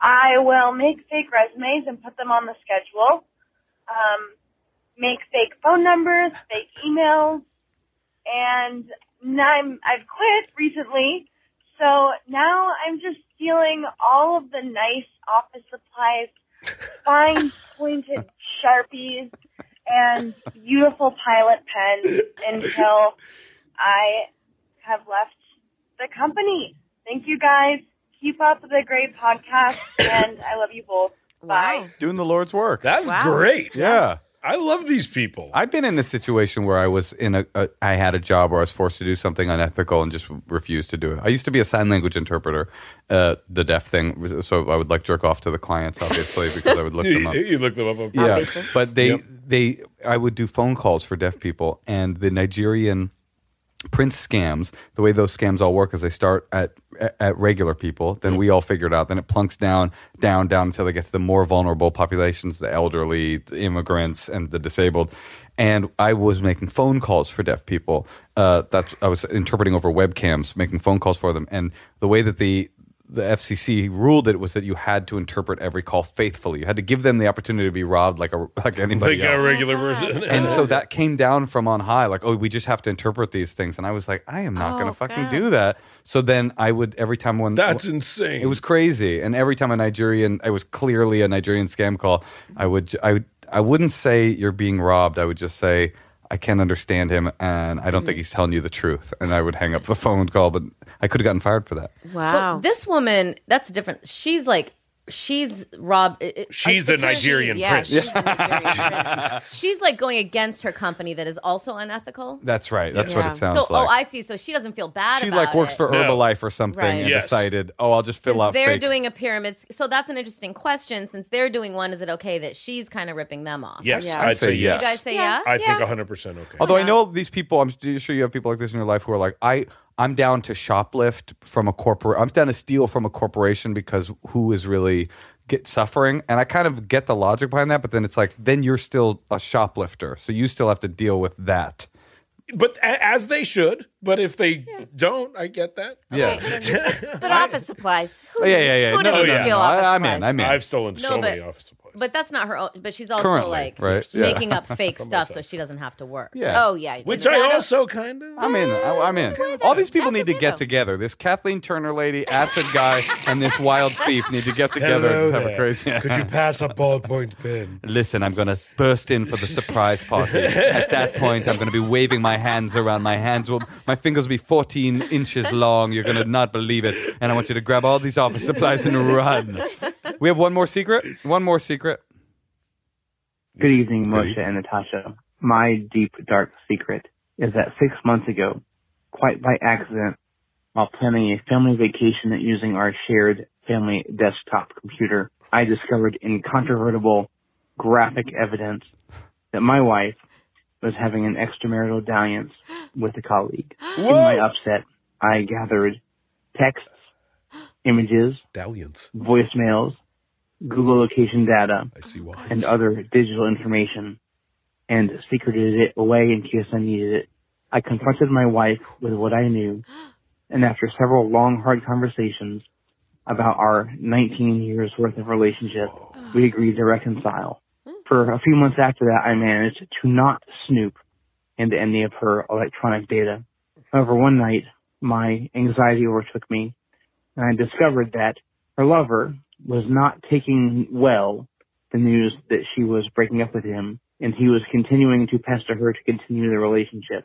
Speaker 10: I will make fake resumes and put them on the schedule. Um, make fake phone numbers, fake emails, and now I'm, I've quit recently. So now I'm just stealing all of the nice office supplies, fine pointed sharpies, and beautiful pilot pens until I have left the company. Thank you guys. Keep up the great podcast, and I love you both. Bye.
Speaker 2: Doing the Lord's work.
Speaker 5: That's
Speaker 4: Wow.
Speaker 5: great.
Speaker 2: yeah.
Speaker 5: I love these people.
Speaker 2: I've been in a situation where I was in a, a I had a job where I was forced to do something unethical and just refused to do it. I used to be a sign language interpreter, uh, the deaf thing. So I would like jerk off to the clients, obviously, because I would look them
Speaker 5: you,
Speaker 2: up.
Speaker 5: you look them up. on-
Speaker 2: Yeah,
Speaker 4: Obviously.
Speaker 2: but they
Speaker 5: Yep.
Speaker 2: they I would do phone calls for deaf people, and the Nigerian prince scams. The way those scams all work is they start at at- at regular people, then we all figure it out, then it plunks down, down, down until they get to the more vulnerable populations, the elderly, the immigrants, and the disabled. And I was making phone calls for deaf people. Uh, that's I was interpreting over webcams, making phone calls for them, and the way that the the FCC ruled it was that you had to interpret every call faithfully. You had to give them the opportunity to be robbed like a like anybody
Speaker 5: Like
Speaker 2: else.
Speaker 5: a regular person.
Speaker 2: And so that came down from on high, like, oh, we just have to interpret these things. And I was like, I am not
Speaker 1: Oh,
Speaker 2: going to fucking do that. So then I would, every time one.
Speaker 5: That's insane.
Speaker 2: It was crazy. And every time a Nigerian, it was clearly a Nigerian scam call, I would, j- I, would, I wouldn't say you're being robbed. I would just say, I can't understand him and I don't think he's telling you the truth. And I would hang up the phone call, but I could have gotten fired for that.
Speaker 4: Wow.
Speaker 1: This woman, that's different. She's like, she's Rob. it- it-
Speaker 5: She's
Speaker 1: it's
Speaker 5: the
Speaker 1: her-
Speaker 5: Nigerian
Speaker 4: yeah,
Speaker 5: prince.
Speaker 4: she's the Nigerian prince.
Speaker 1: She's like going against her company that is also unethical.
Speaker 2: That's right. That's
Speaker 4: Yeah.
Speaker 2: what it sounds
Speaker 1: So,
Speaker 2: like.
Speaker 1: oh, I see. So she doesn't feel bad.
Speaker 2: she
Speaker 1: about
Speaker 2: like works
Speaker 1: it.
Speaker 2: for Herbalife or something
Speaker 1: Right.
Speaker 2: and
Speaker 5: Yes.
Speaker 2: decided, oh, I'll just fill
Speaker 1: Since
Speaker 2: out.
Speaker 1: they're
Speaker 2: fake-
Speaker 1: doing a pyramid, s- so that's an interesting question. Since they're doing one, is it okay that she's kind of ripping them off?
Speaker 5: Yes,
Speaker 4: Yeah.
Speaker 5: I'd say
Speaker 2: I'd say
Speaker 5: yes.
Speaker 1: You guys say yeah.
Speaker 5: I think 100% okay.
Speaker 2: Although I know these people, I'm sure you have people like this in your life who are like, I, I'm down to shoplift from a corporate. I'm down to steal from a corporation because who is really get suffering? And I kind of get the logic behind that, but then it's like, then you're still a shoplifter, so you still have to deal with that.
Speaker 5: But a- as they should. But if they don't, I get that.
Speaker 2: Yeah.
Speaker 4: But office supplies. Who
Speaker 2: Oh, yeah, yeah,
Speaker 4: does-
Speaker 2: yeah.
Speaker 4: Who doesn't
Speaker 5: no, no,
Speaker 4: steal
Speaker 2: no.
Speaker 4: office
Speaker 2: I- I'm
Speaker 4: supplies?
Speaker 2: in, I'm in.
Speaker 5: I've stolen so
Speaker 1: but-
Speaker 5: many office supplies.
Speaker 1: But that's not her own. But she's also
Speaker 2: Currently,
Speaker 1: like
Speaker 2: right? Yeah.
Speaker 1: making up fake stuff so she doesn't have to work.
Speaker 2: Yeah.
Speaker 4: Oh yeah.
Speaker 5: Which
Speaker 1: that
Speaker 5: I
Speaker 1: a-
Speaker 5: also kind of.
Speaker 2: I'm in. I- I'm in. All these people
Speaker 4: That's
Speaker 2: need to
Speaker 4: okay,
Speaker 2: get
Speaker 4: though.
Speaker 2: together. This Kathleen Turner lady, acid guy, and this wild thief need to get together and just have a crazy.
Speaker 5: pass a ballpoint pen?
Speaker 2: Listen, I'm going to burst in for the surprise party. At that point, I'm going to be waving my hands around. My hands will, my fingers will be 14 inches long. You're going to not believe it. And I want you to grab all these office supplies and run. We have one more secret. One more secret.
Speaker 11: Good evening,
Speaker 2: Good
Speaker 11: Moshe and Natasha. My deep, dark secret is that six months ago, quite by accident, while planning a family vacation using our shared family desktop computer, I discovered incontrovertible graphic evidence that my wife was having an extramarital dalliance with a colleague. In my upset, I gathered texts, images,
Speaker 5: Dalliance.
Speaker 11: voicemails, Google location data,
Speaker 5: I see why.
Speaker 11: and other digital information and secreted it away in case I needed it. I confronted my wife with what I knew, and after several long, hard conversations about our 19 years worth of relationship, we agreed to reconcile. For a few months after that, I managed to not snoop into any of her electronic data. However, one night, my anxiety overtook me, and I discovered that her lover was not taking well the news that she was breaking up with him, and he was continuing to pester her to continue the relationship.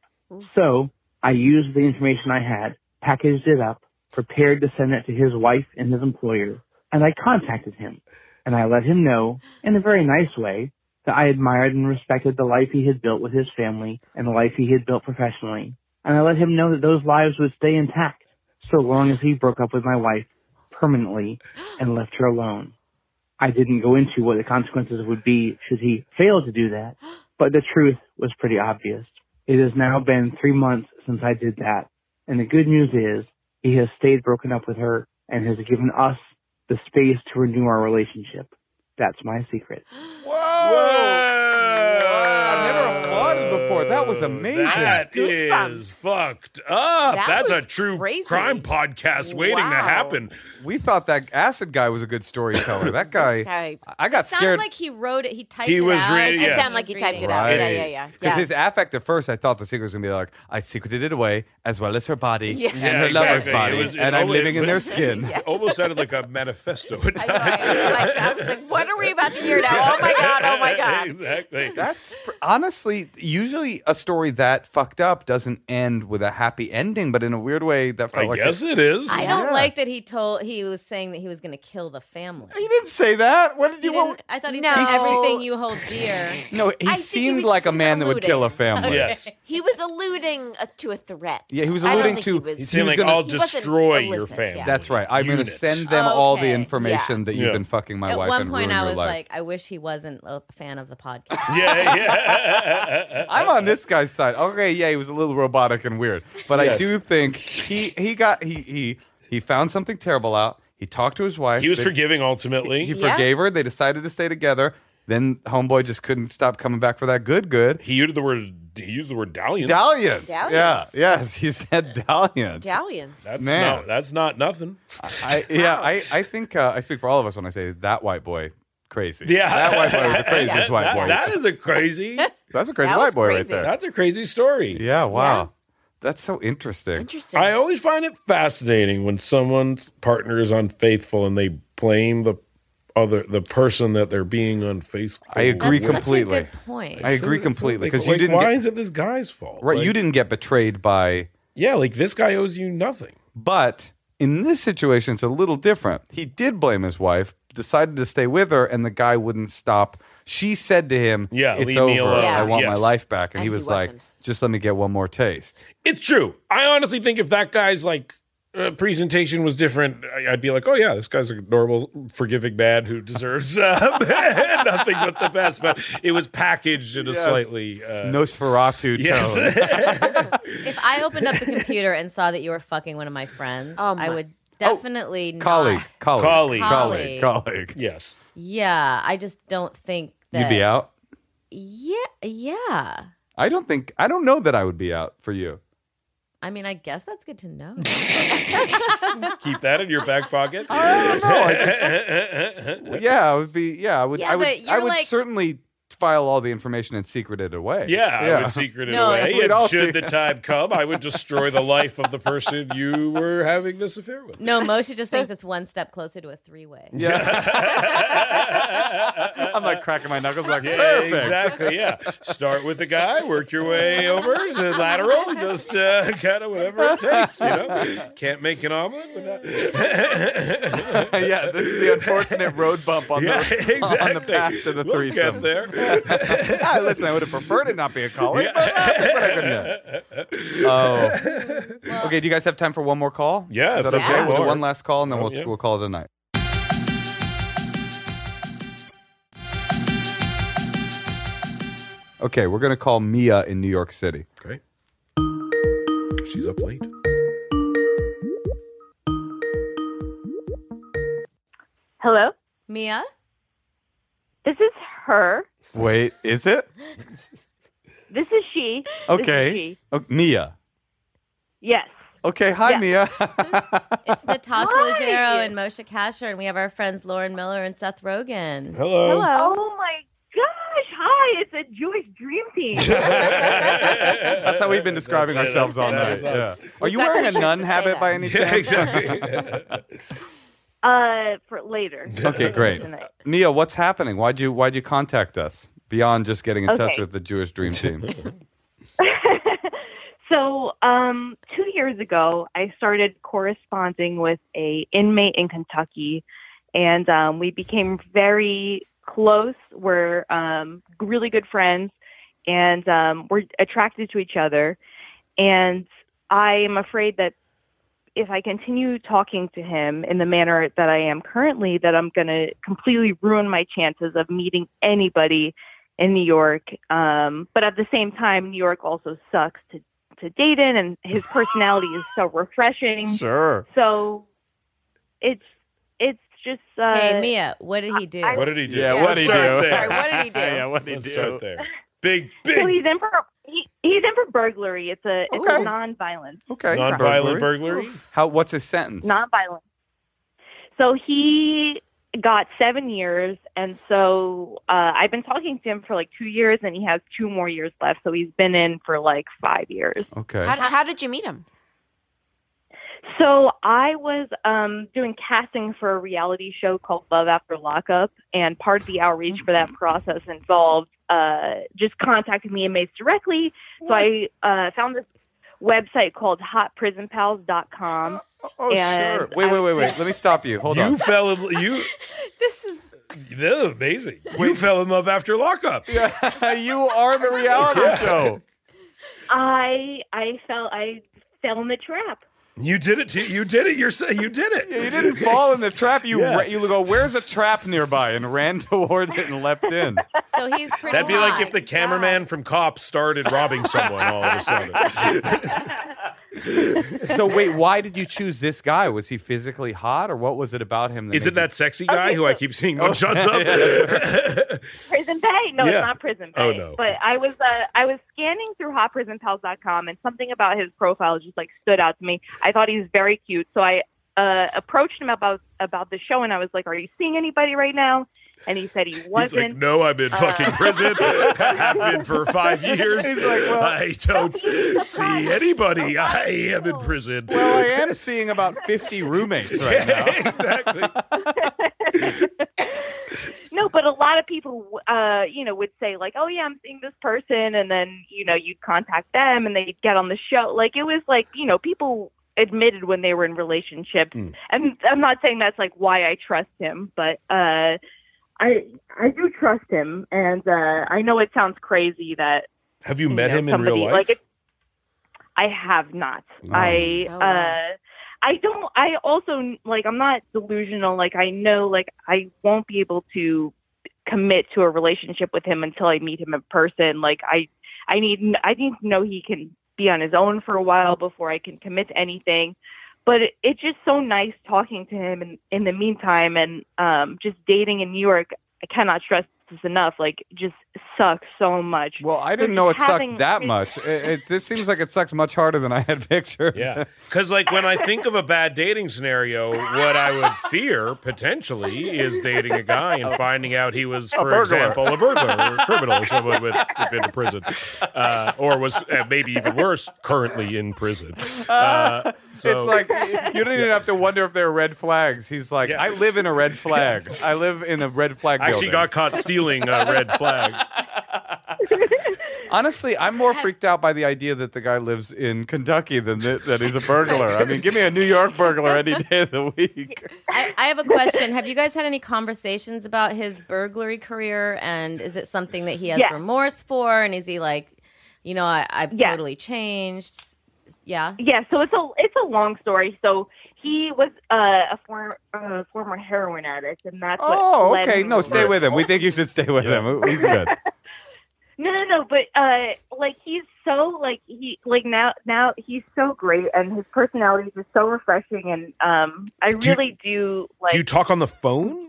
Speaker 11: So I used the information I had, packaged it up, prepared to send it to his wife and his employer, and I contacted him. And I let him know, in a very nice way, that I admired and respected the life he had built with his family and the life he had built professionally. And I let him know that those lives would stay intact so long as he broke up with my wife permanently and left her alone. I didn't go into what the consequences would be should he fail to do that, but the truth was pretty obvious. It has now been three months since I did that, and the good news is he has stayed broken up with her and has given us the space to renew our relationship. That's my secret.
Speaker 2: Whoa! I've never applauded before. That was amazing.
Speaker 5: That
Speaker 4: Goosebumps.
Speaker 5: is fucked up.
Speaker 4: That was
Speaker 5: That's a true
Speaker 4: crazy.
Speaker 5: crime podcast waiting to
Speaker 4: Wow.
Speaker 5: happen.
Speaker 2: We thought that acid guy was a good storyteller. That guy,
Speaker 4: guy-
Speaker 2: I- I got
Speaker 1: Sounded
Speaker 2: scared
Speaker 1: like he wrote it. He typed
Speaker 5: He
Speaker 1: it
Speaker 5: was
Speaker 1: out.
Speaker 5: reading-
Speaker 4: It
Speaker 5: Yes.
Speaker 4: sounded like you typed it out.
Speaker 2: Right.
Speaker 4: Yeah, yeah, yeah.
Speaker 2: because
Speaker 4: yeah.
Speaker 2: his affect at first, I thought the secret was gonna be like I secreted it away as well as her body
Speaker 4: Yeah.
Speaker 2: and
Speaker 5: Yeah,
Speaker 2: her lover's
Speaker 5: exactly.
Speaker 2: body,
Speaker 5: It was- it
Speaker 2: and I'm
Speaker 5: always-
Speaker 2: living in their skin.
Speaker 5: It Almost sounded like a manifesto. at
Speaker 4: I, know, I
Speaker 5: times.
Speaker 4: was like, I was like, what are we about to hear now? Oh my god! Oh my god!
Speaker 5: exactly.
Speaker 2: That's pr- honestly usually a story that fucked up doesn't end with a happy ending, but in a weird way, that felt
Speaker 5: I
Speaker 2: like
Speaker 5: guess it is.
Speaker 1: I don't
Speaker 2: Yeah.
Speaker 1: like that he told. He was saying that he was going to kill the family.
Speaker 2: he didn't say that. What did
Speaker 1: He
Speaker 2: you?
Speaker 1: didn't, I thought he
Speaker 4: No.
Speaker 1: said everything you hold dear.
Speaker 2: no, he
Speaker 4: I think he
Speaker 2: seemed
Speaker 4: was-
Speaker 2: like
Speaker 4: he
Speaker 2: a
Speaker 4: was
Speaker 2: man that would kill a
Speaker 4: alluding.
Speaker 2: family.
Speaker 5: Yes.
Speaker 4: He was alluding uh, to a threat.
Speaker 2: Yeah, he was
Speaker 4: I don't
Speaker 2: alluding
Speaker 4: think
Speaker 2: to-
Speaker 4: He was,
Speaker 5: He's
Speaker 2: He was
Speaker 5: saying, like,
Speaker 2: gonna-
Speaker 5: I'll
Speaker 4: He wasn't
Speaker 5: destroy your
Speaker 4: illicit,
Speaker 5: family.
Speaker 4: yeah.
Speaker 2: That's right. I'm going to
Speaker 5: Unit.
Speaker 2: send them all the
Speaker 1: Oh, Okay.
Speaker 2: information that you've
Speaker 5: Yeah.
Speaker 2: been fucking my
Speaker 1: At
Speaker 2: wife
Speaker 1: one
Speaker 2: and
Speaker 1: point,
Speaker 2: ruin
Speaker 1: I
Speaker 2: your
Speaker 1: was
Speaker 2: life.
Speaker 1: like, I wish he wasn't a fan of the podcast.
Speaker 5: Yeah, yeah.
Speaker 2: I'm on this guy's side. Okay, yeah, he was a little robotic and weird, but I
Speaker 5: Yes.
Speaker 2: do think he he got he he he found something terrible out. He talked to his wife.
Speaker 5: He was
Speaker 2: They-
Speaker 5: forgiving ultimately.
Speaker 2: He
Speaker 5: He,
Speaker 4: Yeah.
Speaker 2: forgave her. They decided to stay together. Then homeboy just couldn't stop coming back for that good good.
Speaker 5: used the word. He used the word dalliance.
Speaker 2: Dalliance. Yeah.
Speaker 4: Dalliance.
Speaker 2: Yes. He said dalliance.
Speaker 4: Dalliance.
Speaker 5: That's
Speaker 2: Man.
Speaker 5: no, that's not nothing.
Speaker 2: I, yeah. I, I think uh, I speak for all of us when I say that white boy crazy.
Speaker 5: Yeah.
Speaker 2: That white boy was the craziest
Speaker 5: That-
Speaker 2: white
Speaker 5: that-
Speaker 2: boy.
Speaker 5: that is a crazy.
Speaker 2: That's a crazy
Speaker 4: That
Speaker 2: white
Speaker 4: was
Speaker 2: boy right
Speaker 4: crazy.
Speaker 2: there.
Speaker 5: that's a crazy story.
Speaker 2: yeah. Wow. That's so interesting.
Speaker 4: Interesting.
Speaker 5: I always find it fascinating when someone's partner is unfaithful and they blame the other the person that they're being unfaithful.
Speaker 2: I agree
Speaker 5: with.
Speaker 2: completely.
Speaker 1: Such a good point.
Speaker 2: I agree
Speaker 5: So- so,
Speaker 2: completely
Speaker 5: like-
Speaker 2: because
Speaker 5: like,
Speaker 2: you didn't
Speaker 5: Why
Speaker 2: get,
Speaker 5: is it this guy's fault?
Speaker 2: right. you
Speaker 5: Like,
Speaker 2: didn't get betrayed by,
Speaker 5: Yeah, like this guy owes you nothing.
Speaker 2: but in this situation, it's a little different. He did blame his wife, decided to stay with her, and the guy wouldn't stop. She said to him,
Speaker 5: Yeah,
Speaker 2: it's
Speaker 5: leave me
Speaker 2: over.
Speaker 5: alone."
Speaker 2: I
Speaker 4: Yeah.
Speaker 2: want my
Speaker 5: Yes.
Speaker 2: life back," and,
Speaker 4: And
Speaker 2: he
Speaker 4: he
Speaker 2: was like,
Speaker 4: wasn't.
Speaker 2: "Just let me get one more taste."
Speaker 5: It's true. I honestly think if that guy's like uh, presentation was different, I- I'd be like, oh yeah, this guy's a normal, forgiving man who deserves uh, nothing but the best. But it was packaged in a
Speaker 2: Yes.
Speaker 5: slightly uh,
Speaker 2: Nosferatu
Speaker 5: yes.
Speaker 2: tone.
Speaker 1: If I opened up the computer and saw that you were fucking one of my friends,
Speaker 4: Oh, my-
Speaker 1: I would definitely not.
Speaker 2: colleague, colleague,
Speaker 5: Colleague.
Speaker 2: colleague,
Speaker 1: Colleague.
Speaker 2: colleague.
Speaker 5: yes.
Speaker 1: Yeah, I just don't think that.
Speaker 2: You'd be out.
Speaker 1: Yeah, yeah.
Speaker 2: I don't think. I don't know that I would be out for you.
Speaker 1: I mean, I guess that's good to know.
Speaker 5: Keep that in your back pocket.
Speaker 2: yeah, I would be. Yeah, I would.
Speaker 1: Yeah,
Speaker 2: I would.
Speaker 1: but you're
Speaker 2: I would
Speaker 1: like-
Speaker 2: certainly file all the information and secret it away.
Speaker 5: Yeah, I would secret it
Speaker 1: No,
Speaker 5: away.
Speaker 2: we'd
Speaker 5: And
Speaker 2: all see-
Speaker 5: should the time come, I would destroy the life of the person you were having this affair with.
Speaker 1: No, Moshe just thinks it's one step closer to a three-way.
Speaker 2: Yeah. I'm like cracking my knuckles, like
Speaker 5: Yeah,
Speaker 2: perfect.
Speaker 5: exactly. Yeah, start with the guy, work your way over to lateral, just uh, kind of whatever it takes. You know, can't make an omelet without.
Speaker 2: yeah, this is the unfortunate road bump on
Speaker 5: yeah,
Speaker 2: the
Speaker 5: exactly.
Speaker 2: on the path to the
Speaker 5: We'll
Speaker 2: threesome.
Speaker 5: get there.
Speaker 2: Ah, listen, I would have preferred it not be a colleague, but uh, I think what I could do. Oh. Okay, do you guys have time for one more call?
Speaker 5: Yeah,
Speaker 2: Is that
Speaker 5: for
Speaker 2: okay?
Speaker 5: sure.
Speaker 2: We'll do
Speaker 5: Yeah.
Speaker 2: one last call and then
Speaker 5: Oh,
Speaker 2: we'll,
Speaker 5: yeah.
Speaker 2: we'll call it a night. Okay, we're going to call Mia in New York City.
Speaker 5: Great. She's up late.
Speaker 10: Hello?
Speaker 1: Mia,
Speaker 10: This is her.
Speaker 2: Wait, is it?
Speaker 10: This is she. This is
Speaker 2: Okay.
Speaker 10: she.
Speaker 2: Oh, Mia.
Speaker 10: Yes.
Speaker 2: Okay, hi,
Speaker 10: Yeah.
Speaker 2: Mia.
Speaker 1: it's Natasha
Speaker 10: Hi.
Speaker 1: Leggero and Moshe Kasher, and we have our friends Lauren Miller and Seth Rogen.
Speaker 5: Hello.
Speaker 10: Oh my gosh. Hi, it's a Jewish dream team.
Speaker 2: That's how we've been describing
Speaker 5: That's it.
Speaker 2: ourselves all night.
Speaker 5: That's us.
Speaker 2: Yeah. Are you
Speaker 4: That's
Speaker 2: wearing a
Speaker 4: actually
Speaker 2: nun
Speaker 4: should say
Speaker 2: habit
Speaker 4: that.
Speaker 2: by any
Speaker 5: Yeah,
Speaker 2: chance?
Speaker 5: exactly.
Speaker 10: uh for later.
Speaker 2: Okay, great.
Speaker 10: Tonight.
Speaker 2: Mia, what's happening? Why'd you Why'd you contact us beyond just getting in touch
Speaker 10: Okay.
Speaker 2: with the Jewish Dream Team?
Speaker 10: so um, two years ago, I started corresponding with a inmate in Kentucky, and um, we became very close. We're um, really good friends, and um, we're attracted to each other. And I am afraid that if I continue talking to him in the manner that I am currently, that I'm going to completely ruin my chances of meeting anybody in New York. Um, but at the same time, New York also sucks to, to date in, and his personality is so refreshing.
Speaker 2: sure.
Speaker 10: So it's it's just. Uh,
Speaker 1: hey, Mia, what did he do?
Speaker 5: What did he do?
Speaker 2: Yeah, what'd he
Speaker 5: Let's start
Speaker 2: do?
Speaker 5: there.
Speaker 1: Sorry, what did he do?
Speaker 2: yeah, what did he
Speaker 5: Let's
Speaker 2: do?
Speaker 5: start there. Big,
Speaker 10: Well,
Speaker 5: big
Speaker 10: he's in for he, he's in for burglary. It's a it's
Speaker 2: Okay.
Speaker 10: a non-violent
Speaker 2: Okay.
Speaker 5: nonviolent burglary.
Speaker 2: How? What's his sentence?
Speaker 10: non-violent. So he got seven years, and so uh, I've been talking to him for like two years, and he has two more years left. So he's been in for like five years.
Speaker 2: okay.
Speaker 4: How, how did you meet him?
Speaker 10: So I was um, doing casting for a reality show called Love After Lockup, and part of the outreach for that process involved uh, just contacting the inmates directly. So I uh, found this website called HotPrisonPals.com.
Speaker 2: oh, sure.
Speaker 10: and
Speaker 2: Wait, wait, wait, wait. Let me stop you. Hold
Speaker 5: you
Speaker 2: on.
Speaker 5: fell in you.
Speaker 4: This is
Speaker 5: That was amazing. You fell in love after lockup.
Speaker 2: Yeah, you are the reality show.
Speaker 10: I I fell I fell in the trap.
Speaker 5: You did it. To, you did it. You're you did it.
Speaker 2: You didn't fall in the trap. You
Speaker 5: Yeah.
Speaker 2: ra- you go. Where's a trap nearby? And ran toward it and leapt in.
Speaker 1: So he's pretty.
Speaker 5: That'd be like if the
Speaker 1: high.
Speaker 5: cameraman from Cops started robbing someone all of a sudden.
Speaker 2: So wait, why did you choose this guy? Was he physically hot, or what was it about him? That
Speaker 5: Is
Speaker 2: made
Speaker 5: it that sexy guy who I keep seeing one shots up?
Speaker 10: Prison pay? No,
Speaker 5: Yeah.
Speaker 10: it's not prison pay.
Speaker 5: Oh, no.
Speaker 10: But I was uh, I was scanning through hotprisonpals.com and something about his profile just like stood out to me. I thought he was very cute, so I uh, approached him about about the show and I was like, "Are you seeing anybody right now?" And he said he
Speaker 5: He's like,
Speaker 10: wasn't.
Speaker 5: no, I'm in fucking
Speaker 2: Uh.
Speaker 5: prison. I've been for five years. I don't see anybody. I am in prison.
Speaker 2: you- Well, I am seeing about fifty roommates right now.
Speaker 5: exactly.
Speaker 10: no, but a lot of people, uh, you know, would say like, "Oh yeah, I'm seeing this person," and then you know you'd contact them and they'd get on the show. Like it was like you know people admitted when they were in relationships,
Speaker 5: Mm.
Speaker 10: and I'm not saying that's like why I trust him, but uh, I I do trust him, and uh, I know it sounds crazy that
Speaker 5: Have you
Speaker 10: you
Speaker 5: met
Speaker 10: know,
Speaker 5: him in
Speaker 10: somebody-
Speaker 5: real life?
Speaker 10: Like it, I have not. I
Speaker 4: Oh, wow.
Speaker 10: uh, I don't. I also like. I'm not delusional. Like I know. Like I won't be able to commit to a relationship with him until I meet him in person. Like I I need I need to know he can be on his own for a while before I can commit to anything. But it, it's just so nice talking to him in, in the meantime and um, just dating in New York. I cannot stress this enough. Like, just sucks so much.
Speaker 2: Well, I
Speaker 10: Just
Speaker 2: didn't know it
Speaker 10: having-
Speaker 2: sucked that much. It, it this seems like it sucks much harder than I had pictured.
Speaker 5: Yeah. Because, like, when I think of a bad dating scenario, what I would fear potentially is dating a guy and finding out he was, for
Speaker 2: Oh. burglar.
Speaker 5: example, a burglar or a criminal or someone with who'd been to prison uh, or was uh, maybe even worse, currently in prison. Uh, so,
Speaker 2: It's like you don't even have to wonder if there are red flags. He's like,
Speaker 5: Yeah.
Speaker 2: I live in a red flag. I live in a red flag.
Speaker 5: I actually
Speaker 2: building.
Speaker 5: got caught stealing a red flag.
Speaker 2: Honestly, I'm more freaked out by the idea that the guy lives in Kentucky than th- that he's a burglar. I mean, give me a New York burglar any day of the week.
Speaker 1: I, I have a question. Have you guys had any conversations about his burglary career? And is it something that he has
Speaker 10: Yeah.
Speaker 1: remorse for? And is he like, you know, I, I've
Speaker 10: Yeah.
Speaker 1: totally changed? Yeah.
Speaker 10: Yeah, so it's a it's a long story. So he was uh, a former uh, former heroin addict, and that's what
Speaker 2: Oh,
Speaker 10: led
Speaker 2: okay.
Speaker 10: him-
Speaker 2: No, stay with him. We think you should stay with him. He's good.
Speaker 10: no, no, no. But uh, like he's so like he like now now he's so great, and his personality is just so refreshing, and um, I
Speaker 5: Do you-
Speaker 10: really do like.
Speaker 5: Do you talk on the phone?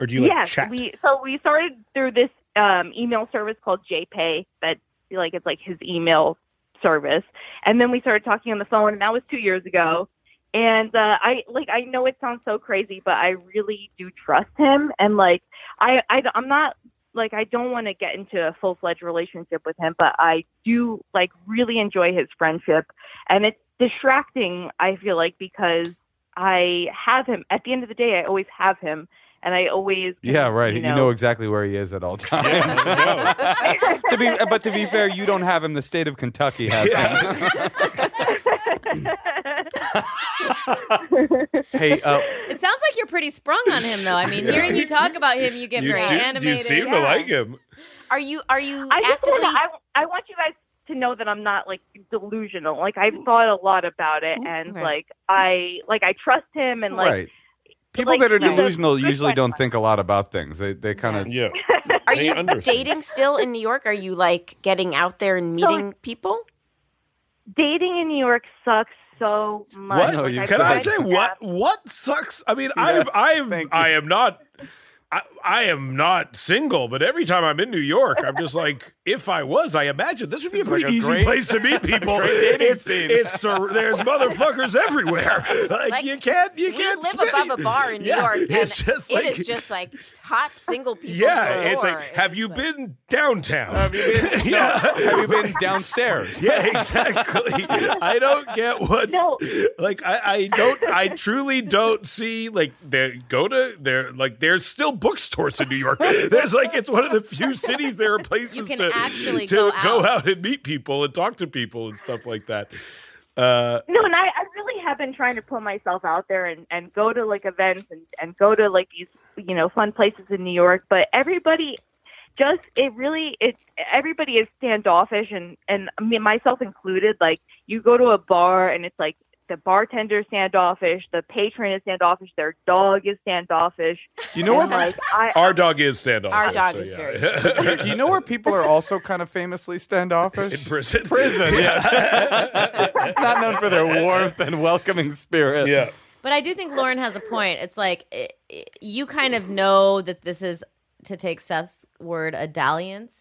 Speaker 5: Or do you like
Speaker 10: yes,
Speaker 5: chat?
Speaker 10: we so we started through this um, email service called JPay that like it's like his email service, and then we started talking on the phone, and that was two years ago. And uh, I like I know it sounds so crazy, but I really do trust him, and like I, I I'm not like I don't want to get into a full fledged relationship with him, but I do like really enjoy his friendship, and it's distracting. I feel like because I have him at the end of the day, I always have him, and I always
Speaker 2: Yeah, right.
Speaker 10: You
Speaker 2: You
Speaker 10: know,
Speaker 2: know exactly where he is at all times. to be, but to be fair, you don't have him. The state of Kentucky has him. hey, uh,
Speaker 1: It sounds like you're pretty sprung on him, though. I mean, hearing you talk about him, you get
Speaker 5: You,
Speaker 1: very
Speaker 5: do- you
Speaker 1: animated.
Speaker 5: seem to like him.
Speaker 4: Are you are you
Speaker 10: I just
Speaker 4: actively?
Speaker 10: wanna, I I want you guys to know that I'm not like delusional. Like I've thought a lot about it, and
Speaker 4: Right.
Speaker 10: like I like I trust him, and like
Speaker 2: right. People
Speaker 10: like,
Speaker 2: that are
Speaker 10: you know,
Speaker 2: delusional
Speaker 10: good
Speaker 2: usually
Speaker 10: friend of
Speaker 2: don't
Speaker 10: mine.
Speaker 2: think a lot about things. They they kind of
Speaker 5: Yeah.
Speaker 4: are
Speaker 5: they
Speaker 4: you
Speaker 5: understand.
Speaker 4: dating still in New York? Are you like getting out there and
Speaker 10: So-
Speaker 4: meeting people?
Speaker 10: dating in New York sucks so much.
Speaker 5: What?
Speaker 10: Like,
Speaker 5: Can I
Speaker 10: tried
Speaker 5: say
Speaker 10: to
Speaker 5: what? What sucks? I mean, I am I am I am not. I, I am not single, but every time I'm in New York, I'm just like, if I was, I imagine this would be a
Speaker 12: Seems like
Speaker 5: pretty
Speaker 12: a
Speaker 5: easy
Speaker 12: great-
Speaker 5: place to meet people.
Speaker 12: great dating
Speaker 5: it's,
Speaker 12: scene.
Speaker 5: it's sur- there's motherfuckers everywhere. Like,
Speaker 4: Like,
Speaker 5: you can't, you
Speaker 4: we
Speaker 5: can't
Speaker 4: live
Speaker 5: spit-
Speaker 4: above a bar in New
Speaker 5: Yeah,
Speaker 4: York, and
Speaker 5: it's just like,
Speaker 4: it is just like hot single people.
Speaker 5: yeah, it's
Speaker 4: galore.
Speaker 5: like, have you been downtown? Have you
Speaker 2: been,
Speaker 5: yeah.
Speaker 2: Have you been downstairs?
Speaker 5: Yeah, exactly. I don't get what like I, I don't I truly don't see like they go to there like there's still bookstores in New York. There's like it's one of the few cities there are places
Speaker 1: can
Speaker 5: to,
Speaker 1: actually
Speaker 5: to
Speaker 1: go
Speaker 5: go,
Speaker 1: out.
Speaker 5: out. and meet people and talk to people and stuff like that. Uh
Speaker 10: No, and I, I really have been trying to put myself out there and, and go to like events and, and go to like these, you know, fun places in New York. But everybody just, it really, it, everybody is standoffish and, and I mean, myself included. Like you go to a bar and it's like the bartender is standoffish, the patron is standoffish, their dog is standoffish.
Speaker 2: You know what?
Speaker 10: And, like, I,
Speaker 5: our dog is standoffish.
Speaker 10: Our dog
Speaker 5: so
Speaker 10: is
Speaker 5: yeah.
Speaker 10: very
Speaker 2: Do you know where people are also kind of famously standoffish?
Speaker 5: in prison.
Speaker 2: Prison, yes. Not known for their warmth and welcoming spirit.
Speaker 5: Yeah.
Speaker 1: But I do think Lauren has a point. It's like i i you kind of know that this is, to take Seth's word, a dalliance.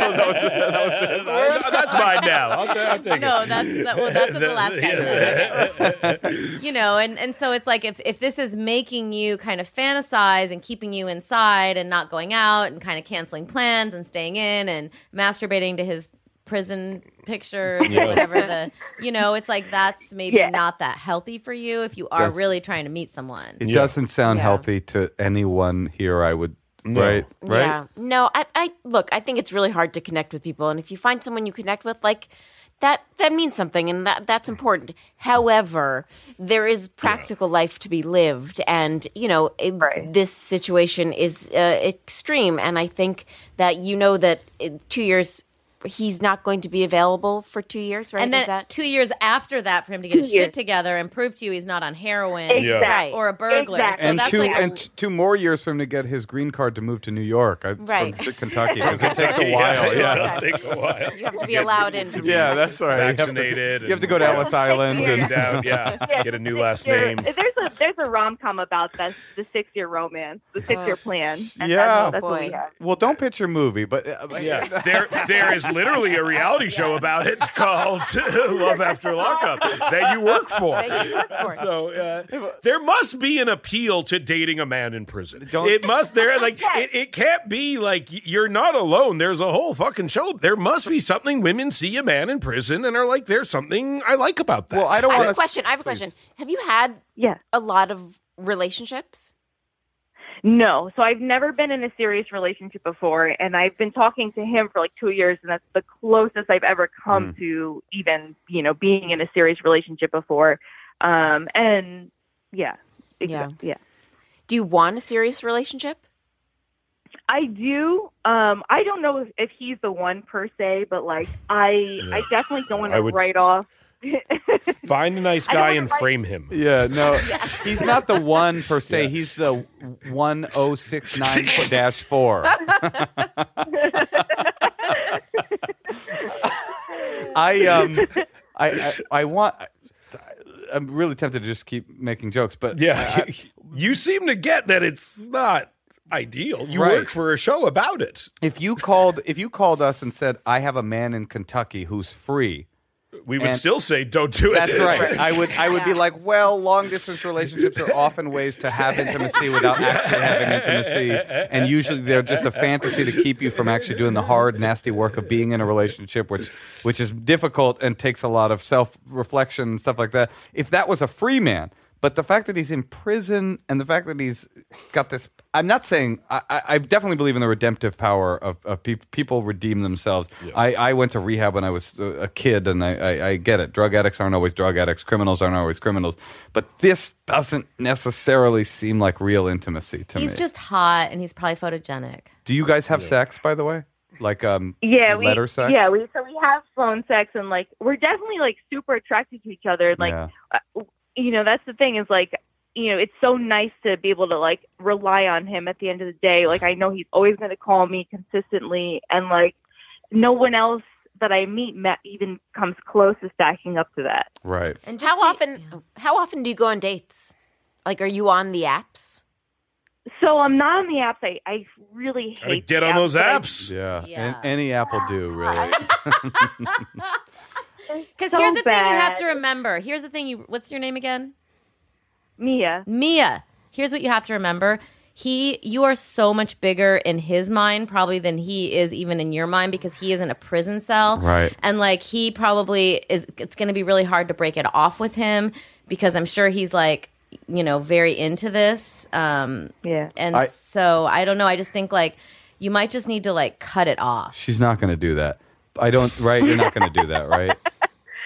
Speaker 5: That's mine now. I'll, ta- I'll take
Speaker 1: no,
Speaker 5: it.
Speaker 1: that's that, well, that's what the last guy said. You know, and and so it's like if if this is making you kind of fantasize and keeping you inside and not going out and kind of canceling plans and staying in and masturbating to his prison pictures
Speaker 2: Yeah.
Speaker 1: or whatever the you know it's like that's maybe
Speaker 10: Yeah.
Speaker 1: not that healthy for you if you are
Speaker 2: That's-
Speaker 1: really trying to meet someone
Speaker 2: It
Speaker 12: Yeah.
Speaker 2: doesn't sound
Speaker 4: Yeah.
Speaker 2: healthy to anyone here, I would. Right? Right?
Speaker 4: Yeah. No, I, I look, I think it's really hard to connect with people. And if you find someone you connect with, like that that means something and that that's important. However, there is practical life to be lived and, you know, it- this situation is uh, extreme and I think that you know that in 2 years he's not going to be available for 2 years, right?
Speaker 1: and
Speaker 4: is
Speaker 1: then
Speaker 4: that
Speaker 1: two years after that for him to get his
Speaker 10: Two years.
Speaker 1: shit together and prove to you he's not on heroin
Speaker 10: Exactly.
Speaker 4: Right.
Speaker 1: or a burglar
Speaker 10: Exactly.
Speaker 1: so
Speaker 2: and
Speaker 1: that's
Speaker 2: two
Speaker 1: like a-
Speaker 2: and t- two more years for him to get his green card to move to New York I,
Speaker 4: Right.
Speaker 2: from Kentucky because it takes a while.
Speaker 5: It
Speaker 2: Yeah,
Speaker 5: does take a while.
Speaker 4: you have to be allowed in from
Speaker 2: yeah, that's all right. You have to-
Speaker 5: Vaccinated
Speaker 2: You have to
Speaker 5: and-
Speaker 2: go to Ellis Island
Speaker 10: Yeah.
Speaker 2: and
Speaker 5: Get out, yeah. Get a new last
Speaker 10: There-
Speaker 5: name.
Speaker 10: There's a there's a rom com about this the six year romance, the six year plan. And
Speaker 2: Yeah.
Speaker 10: that's, that's what we
Speaker 4: Boy.
Speaker 10: have.
Speaker 2: well, don't pitch your movie, but uh,
Speaker 5: Yeah, there there is literally a reality show about it called Love After Lockup that you work for.
Speaker 4: That you work for.
Speaker 5: So uh, there must be an appeal to dating a man in prison.
Speaker 2: Don't-
Speaker 5: it must there like it, it can't be like you're not alone. There's a whole fucking show. There must be something women see a man in prison and are like, there's something I like about that.
Speaker 2: well, I don't
Speaker 4: I
Speaker 2: want
Speaker 4: have a question. I have a question. Have you had
Speaker 10: Yeah.
Speaker 4: a lot of relationships?
Speaker 10: No, so I've never been in a serious relationship before, and I've been talking to him for like two years, and that's the closest I've ever
Speaker 5: Mm.
Speaker 10: come to even you know being in a serious relationship before. Um, and yeah,
Speaker 4: Yeah.
Speaker 10: yeah.
Speaker 4: Do you want a serious relationship?
Speaker 10: I do. Um, I don't know if, if he's the one per se, but like I, I definitely don't want
Speaker 5: I
Speaker 10: to
Speaker 5: would-
Speaker 10: write off.
Speaker 5: Find a nice
Speaker 10: I don't
Speaker 5: guy
Speaker 10: wanna
Speaker 5: and
Speaker 10: like-
Speaker 5: frame him.
Speaker 2: Yeah, no, he's not the one per se. He's the one oh six nine dash four. I um, I I, I want. I, I'm really tempted to just keep making jokes, but
Speaker 5: Yeah, you seem to get that it's not ideal. You
Speaker 2: Right.
Speaker 5: work for a show about it.
Speaker 2: if you called if you called us and said I have a man in Kentucky who's free,
Speaker 5: We would
Speaker 2: And-
Speaker 5: still say don't do it.
Speaker 2: That's right. I would I would be like, well, long distance relationships are often ways to have intimacy without actually having intimacy, and usually they're just a fantasy to keep you from actually doing the hard, nasty work of being in a relationship, which which is difficult and takes a lot of self reflection and stuff like that. If that was a free man, but the fact that he's in prison and the fact that he's got this. I'm not saying I, I I definitely believe in the redemptive power of, of peop people redeem themselves. I, I went to rehab when I was uh, a kid, and I, I, I get it. Drug addicts aren't always drug addicts. Criminals aren't always criminals. But this doesn't necessarily seem like real intimacy to
Speaker 1: he's
Speaker 2: me.
Speaker 1: just hot and he's probably photogenic
Speaker 2: Do you guys have sex, by the way? Like um,
Speaker 10: Yeah, we,
Speaker 2: letter sex.
Speaker 10: Yeah, we so we have phone sex, and like we're definitely like super attracted to each other. And, like
Speaker 2: Yeah.
Speaker 10: uh, you know, that's the thing is like you know, it's so nice to be able to like rely on him at the end of the day. Like I know he's always going to call me consistently, and like no one else that I meet ma- even comes close to stacking up to that.
Speaker 2: Right.
Speaker 4: And how often how often do you go on dates? Like are you on the apps?
Speaker 10: So I'm not on the apps. I, I really hate.
Speaker 2: Gotta
Speaker 10: the that I-
Speaker 2: Yeah.
Speaker 1: Yeah.
Speaker 2: An- any app will do, really.
Speaker 1: Because
Speaker 10: so
Speaker 1: here's the thing you have
Speaker 10: bad.
Speaker 1: to remember. Here's the thing you. What's your name again?
Speaker 10: Mia.
Speaker 1: Mia. Here's what you have to remember. He, you are so much bigger in his mind probably than he is even in your mind because he is in a prison cell,
Speaker 9: Right.
Speaker 1: And like he probably is. It's going to be really hard to break it off with him because I'm sure he's like, you know, very into this. Um,
Speaker 10: yeah.
Speaker 1: And
Speaker 2: I-
Speaker 1: so I don't know. I just think like you might just need to like cut it off.
Speaker 2: She's not going to do that. I don't, right? You're not going to do that, right?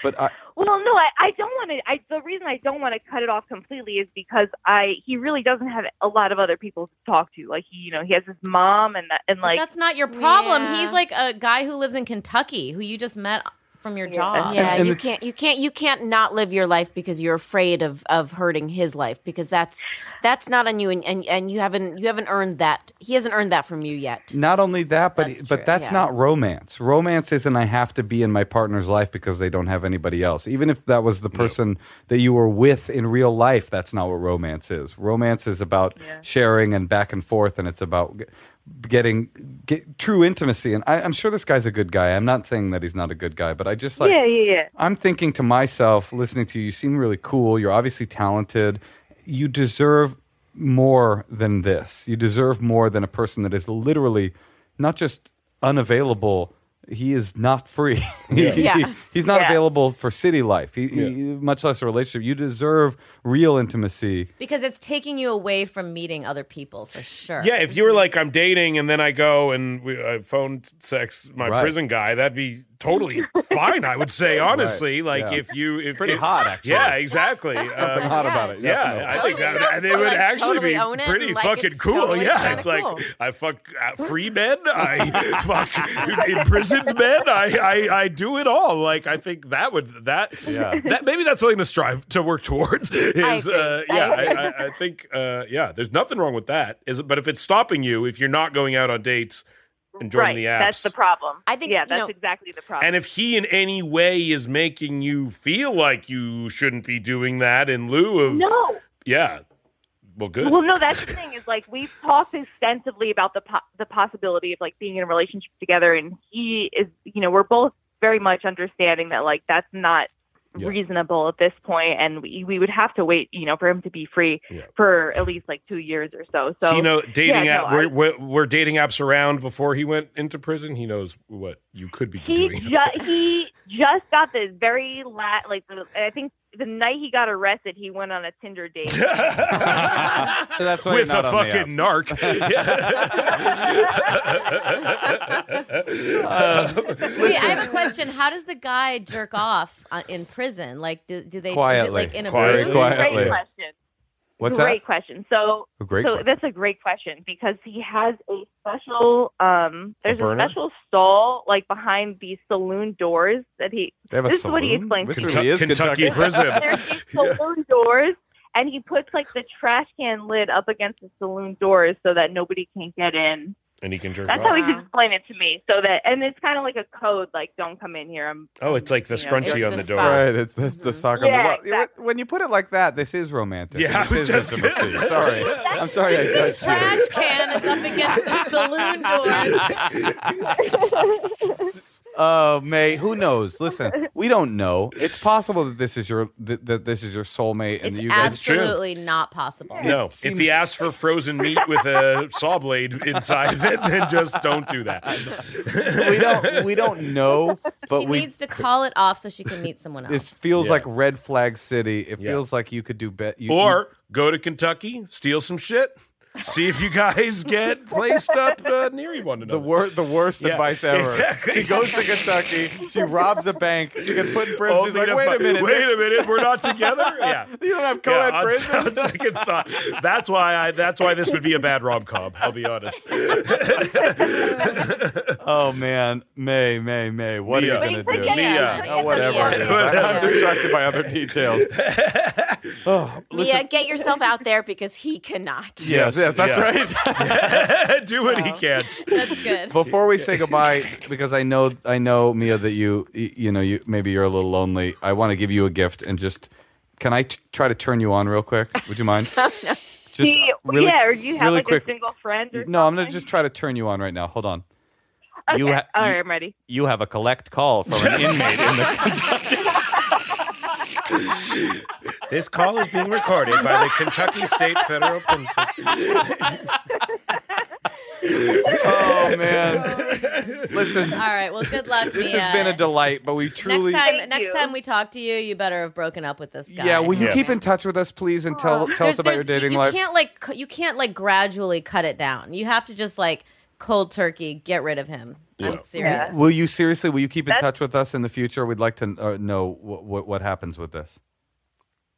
Speaker 2: But I,
Speaker 10: Well, no, I, I don't want to. I the reason I don't want to cut it off completely is because I he really doesn't have a lot of other people to talk to. Like he, you know, he has his mom and that, and
Speaker 1: But
Speaker 10: like
Speaker 1: that's not your problem.
Speaker 4: Yeah.
Speaker 1: He's like a guy who lives in Kentucky who you just met from your job.
Speaker 4: Yeah,
Speaker 2: and
Speaker 4: you
Speaker 2: the-
Speaker 4: can't you can't you can't not live your life because you're afraid of of hurting his life because that's that's not on you and and, and you haven't you haven't earned that. He hasn't earned that from you yet.
Speaker 2: Not only that, but but that's
Speaker 4: yeah.
Speaker 2: not romance. Romance isn't I have to be in my partner's life because they don't have anybody else. Even if that was the person that you were with in real life, that's not what romance is. Romance is about sharing and back and forth, and it's about g- getting get, true intimacy. And I, I'm sure this guy's a good guy. I'm not saying that he's not a good guy, but I just like
Speaker 10: yeah, yeah, yeah.
Speaker 2: I'm thinking to myself, listening to you, you seem really cool. You're obviously talented. You deserve more than this. You deserve more than a person that is literally not just unavailable, he is not free. He-
Speaker 9: Yeah. Yeah.
Speaker 2: he's not
Speaker 9: Yeah.
Speaker 2: available for city life, he, he- much less a relationship. You deserve real intimacy.
Speaker 1: Because it's taking you away from meeting other people for sure.
Speaker 5: Yeah, if you
Speaker 2: Mm-hmm.
Speaker 5: were like, I'm dating, and then I go and we, I phone sex my
Speaker 2: Right.
Speaker 5: prison guy, that'd be totally fine. I would say
Speaker 2: Right,
Speaker 5: honestly, like
Speaker 2: yeah.
Speaker 5: if you, if,
Speaker 2: pretty
Speaker 5: if-
Speaker 2: hot, actually.
Speaker 5: Yeah, exactly. Something
Speaker 2: hot about it,
Speaker 5: Yeah,
Speaker 2: definitely.
Speaker 5: I think that,
Speaker 2: Totally.
Speaker 5: that it would
Speaker 2: Like,
Speaker 5: actually
Speaker 2: totally own
Speaker 5: be
Speaker 2: it
Speaker 5: pretty
Speaker 2: and, like,
Speaker 5: fucking
Speaker 2: it's
Speaker 5: cool.
Speaker 2: totally
Speaker 5: yeah,
Speaker 2: kinda
Speaker 5: it's like
Speaker 2: cool.
Speaker 5: I fuck uh, free men, I fuck imprisoned men, I, I I do it all. Like I think that would that
Speaker 2: Yeah.
Speaker 5: that maybe that's something to strive to work towards. Is uh,
Speaker 13: I
Speaker 5: yeah,
Speaker 13: agree.
Speaker 5: I, I, I think uh, yeah, there's nothing wrong with that. Is but if it's stopping you, if you're not going out on dates and joining
Speaker 10: right.
Speaker 5: the apps,
Speaker 10: That's the problem. I
Speaker 4: think
Speaker 10: yeah,
Speaker 4: you
Speaker 10: that's
Speaker 4: know-
Speaker 10: exactly the problem.
Speaker 5: and if he in any way is making you feel like you shouldn't be doing that in lieu of
Speaker 10: no,
Speaker 5: yeah, well, good.
Speaker 10: Well, no, that's the thing is like we've talked extensively about the po- the possibility of like being in a relationship together, and he is, you know, we're both very much understanding that like that's not reasonable at this point, and we we would have to wait, you know, for him to be free for at least like two years or so. So
Speaker 5: he know dating app.
Speaker 10: yeah, no, I-
Speaker 5: we're, we're, we're dating apps around before he went into prison. He knows what you could be
Speaker 10: he
Speaker 5: doing.
Speaker 10: ju- he just got the very la like the, I think the night he got arrested, he went on a Tinder date.
Speaker 2: So that's why
Speaker 5: with
Speaker 2: you're
Speaker 5: a
Speaker 2: not on the
Speaker 5: fucking narc.
Speaker 1: Wait, I have a question. How does the guy jerk off uh, in prison? Like, do, do they
Speaker 2: Quietly.
Speaker 1: Is it, like in a
Speaker 2: Quietly.
Speaker 1: booth?
Speaker 2: Quietly.
Speaker 10: Great question.
Speaker 2: What's
Speaker 10: great
Speaker 2: that?
Speaker 10: question. So,
Speaker 2: A great
Speaker 10: so
Speaker 2: question.
Speaker 10: that's a great question because he has a special um there's a,
Speaker 2: burner?
Speaker 10: special stall like behind the saloon doors that he
Speaker 2: They have a
Speaker 10: this is what he
Speaker 2: saloon?
Speaker 10: explained
Speaker 2: This
Speaker 10: to me.
Speaker 2: really is Kentucky Kentucky. prison.
Speaker 10: There's these saloon doors and he puts like the trash can lid up against the saloon doors so that nobody can get in.
Speaker 5: and he can jerk
Speaker 10: That's
Speaker 5: off.
Speaker 10: how he explained it to me. So that and it's kind of like a code like don't come in here. I'm
Speaker 5: Oh, it's like the
Speaker 10: You know, it's
Speaker 5: scrunchie on
Speaker 10: the
Speaker 5: the door.
Speaker 10: spot.
Speaker 2: Right, it's, that's the sock on the
Speaker 10: Yeah,
Speaker 2: wall. When you put it like that, this is romantic.
Speaker 5: Yeah,
Speaker 2: This is
Speaker 5: I was just
Speaker 2: intimacy.
Speaker 5: gonna-
Speaker 2: Sorry, I'm sorry I judged you.
Speaker 1: Trash can is up against the saloon door.
Speaker 2: Oh, May, who knows? Listen, we don't know. It's possible that this is your that, that this is your soulmate, and that you guys.
Speaker 1: Absolutely not possible.
Speaker 5: No, if he asks for frozen meat with a saw blade inside of it, then just don't do that.
Speaker 2: we don't we don't know, but
Speaker 1: she
Speaker 2: we.
Speaker 1: needs to call it off so she can meet someone else.
Speaker 2: this feels
Speaker 5: Yeah.
Speaker 2: like red flag city. It feels like you could do bet. You,
Speaker 5: Or go to Kentucky, steal some shit, see if you guys get placed up uh, near one
Speaker 2: the
Speaker 5: another.
Speaker 2: wor- the worst
Speaker 5: Yeah,
Speaker 2: advice ever.
Speaker 5: exactly.
Speaker 2: She goes to Kentucky. She robs a bank. She gets put in prison.
Speaker 5: Only
Speaker 2: She's like,
Speaker 5: to
Speaker 2: wait
Speaker 5: Oh, fi-
Speaker 2: a minute,
Speaker 5: wait a minute, we're not together. Yeah,
Speaker 2: You don't have co-ed
Speaker 5: yeah, on-
Speaker 2: prisons?
Speaker 5: on second thought, that's why I. That's why this would be a bad rom com. I'll be honest.
Speaker 2: Oh man, May, May, May. What
Speaker 5: Mia.
Speaker 2: are you
Speaker 5: Wait,
Speaker 2: gonna do?
Speaker 5: forget it. Mia.
Speaker 2: Oh, whatever. It is. I'm distracted by other details. Oh,
Speaker 4: Mia, get yourself out there because he cannot.
Speaker 2: Yes, yeah, that's
Speaker 5: right. Do what he can.
Speaker 4: That's good.
Speaker 2: Before we say goodbye, because I know I know Mia that you y- you know you maybe you're a little lonely. I want to give you a gift and just can I t- try to turn you on real quick? Would you mind? Just
Speaker 10: See,
Speaker 2: really,
Speaker 10: yeah, or do you have
Speaker 2: really
Speaker 10: like
Speaker 2: quick.
Speaker 10: a single friend? Or
Speaker 2: No, I'm gonna just try to turn you on right now. Hold on.
Speaker 10: Okay.
Speaker 2: You ha-
Speaker 10: All
Speaker 2: you-
Speaker 10: right, I'm ready.
Speaker 2: You have a collect call from an inmate in the.
Speaker 5: This call is being recorded by the Kentucky State Federal Penitentiary.
Speaker 2: Oh man! Listen,
Speaker 1: All right. Well, good luck,
Speaker 2: this
Speaker 1: Mia.
Speaker 2: has been a delight, but we truly.
Speaker 1: next time,
Speaker 10: Thank
Speaker 1: next
Speaker 10: you.
Speaker 1: time we talk to you, you better have broken up with this guy.
Speaker 2: yeah, Uh, will you
Speaker 5: Yeah.
Speaker 2: keep in touch with us, please, and tell tell us
Speaker 1: There's-
Speaker 2: about your
Speaker 1: there's-
Speaker 2: dating
Speaker 1: you,
Speaker 2: life?
Speaker 1: You can't like cu- you can't like gradually cut it down. You have to just like cold turkey get rid of him. I'm serious.
Speaker 2: Will you seriously? Will you keep in
Speaker 10: That's-
Speaker 2: touch with us in the future? We'd like to uh, know what, what what happens with this.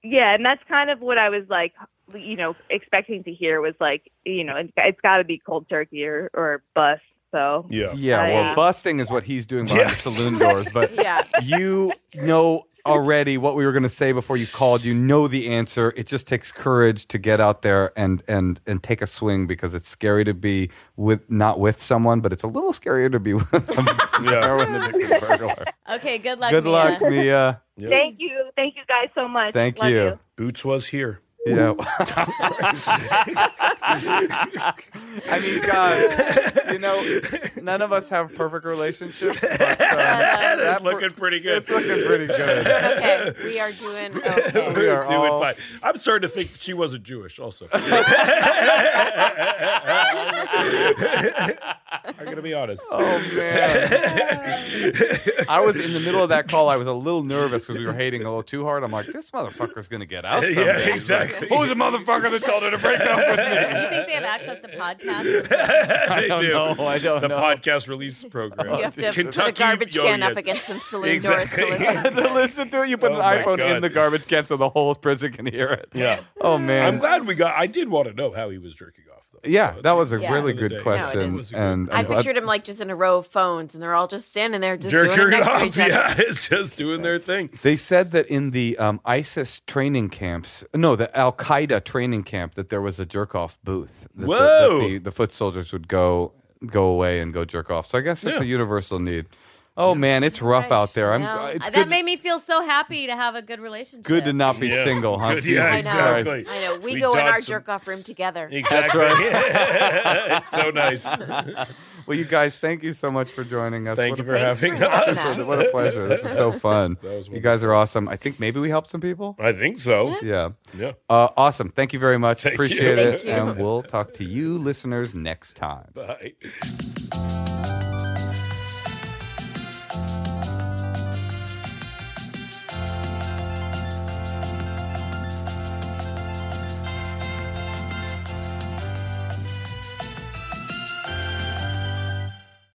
Speaker 10: Yeah, and that's kind of what I was like, you know, expecting to hear was like, you know, it's, it's got to be cold turkey or or bust. So
Speaker 5: yeah.
Speaker 2: Yeah,
Speaker 10: Oh,
Speaker 2: well,
Speaker 10: yeah.
Speaker 2: busting is what he's doing behind
Speaker 5: Yeah.
Speaker 2: the saloon doors, but
Speaker 4: Yeah.
Speaker 2: you know already what we were going to say before you called. You know the answer. It just takes courage to get out there and and and take a swing because it's scary to be with not with someone, but it's a little scarier to be with a heroin addicted burglar.
Speaker 1: Okay. Good luck.
Speaker 2: Good
Speaker 1: Mia.
Speaker 2: luck, Mia.
Speaker 5: Yeah.
Speaker 10: thank you, thank you guys so much.
Speaker 2: Thank
Speaker 10: Love
Speaker 2: you.
Speaker 5: Boots was here.
Speaker 2: Yeah. I mean, God, you know, none of us have perfect relationships. But, uh,
Speaker 4: That
Speaker 2: that
Speaker 5: That's looking pretty good.
Speaker 2: It's looking pretty good.
Speaker 4: Okay, we are doing okay.
Speaker 2: We are
Speaker 5: doing
Speaker 2: all-
Speaker 5: fine. I'm starting to think she wasn't Jewish. Also, I'm gonna be honest.
Speaker 2: Oh man! I was in the middle of that call. I was a little nervous because we were hating a little too hard. I'm like, this motherfucker's gonna get out. Someday.
Speaker 5: yeah, exactly.
Speaker 2: Who's the motherfucker that told her to break up with me?
Speaker 1: You think they have access to podcasts?
Speaker 5: they
Speaker 2: don't
Speaker 5: do.
Speaker 2: know. I don't
Speaker 5: the
Speaker 2: know.
Speaker 5: podcast release program.
Speaker 4: You have to put a
Speaker 5: Kentucky
Speaker 4: garbage
Speaker 5: yo,
Speaker 4: can
Speaker 5: yeah.
Speaker 4: up against some saloon
Speaker 5: Exactly.
Speaker 4: doors to listen.
Speaker 2: to listen to it, you put
Speaker 5: Oh, my
Speaker 2: an iPhone in
Speaker 5: God.
Speaker 2: the garbage can so the whole prison can hear it.
Speaker 5: Yeah,
Speaker 2: Oh man!
Speaker 5: I'm glad we got. I did want to know how he was jerking off. Though.
Speaker 2: Yeah,
Speaker 5: So,
Speaker 2: that was a
Speaker 4: Yeah.
Speaker 2: really
Speaker 5: No, it
Speaker 2: good
Speaker 5: is.
Speaker 2: question,
Speaker 5: It was a good-
Speaker 2: and
Speaker 4: I
Speaker 2: I'm glad-
Speaker 4: pictured him like just in a row of phones, and they're all just standing there, just doing
Speaker 5: jerking
Speaker 4: it next to
Speaker 5: off.
Speaker 4: each other.
Speaker 5: Yeah, it's just doing their thing.
Speaker 2: They said that in the um, ISIS training camps, no, the Al Qaeda training camp, that there was a jerk off booth. That the- that
Speaker 5: Whoa.
Speaker 2: The, the, foot soldiers would go go away and go jerk off. So I guess it's
Speaker 5: Yeah.
Speaker 2: a universal need. Oh man, it's rough out there. I'm.
Speaker 4: Yeah.
Speaker 2: It's
Speaker 1: that
Speaker 2: good,
Speaker 1: made me feel so happy to have a good relationship.
Speaker 2: good to not be
Speaker 5: Yeah.
Speaker 2: single, huh?
Speaker 5: Good, yeah,
Speaker 4: I
Speaker 2: Jesus
Speaker 4: know.
Speaker 2: Christ.
Speaker 5: Exactly.
Speaker 4: I know. We,
Speaker 5: We
Speaker 4: go in
Speaker 5: dodged
Speaker 4: our
Speaker 5: some-
Speaker 4: jerk off room together.
Speaker 5: Exactly. it's so nice.
Speaker 2: Well, you guys, thank you so much for joining us.
Speaker 5: Thank
Speaker 2: What
Speaker 5: you
Speaker 2: a
Speaker 5: for
Speaker 2: pleasure.
Speaker 5: having
Speaker 4: for having
Speaker 5: us.
Speaker 4: us.
Speaker 2: What a pleasure. This is so fun.
Speaker 5: That was
Speaker 2: You guys are awesome. I think maybe we helped some people.
Speaker 5: I think so.
Speaker 2: Yeah.
Speaker 5: Yeah.
Speaker 2: Uh, awesome. Thank you very much.
Speaker 5: Thank you.
Speaker 2: Appreciate it.
Speaker 4: Thank you.
Speaker 2: And we'll talk to you listeners next time.
Speaker 5: Bye.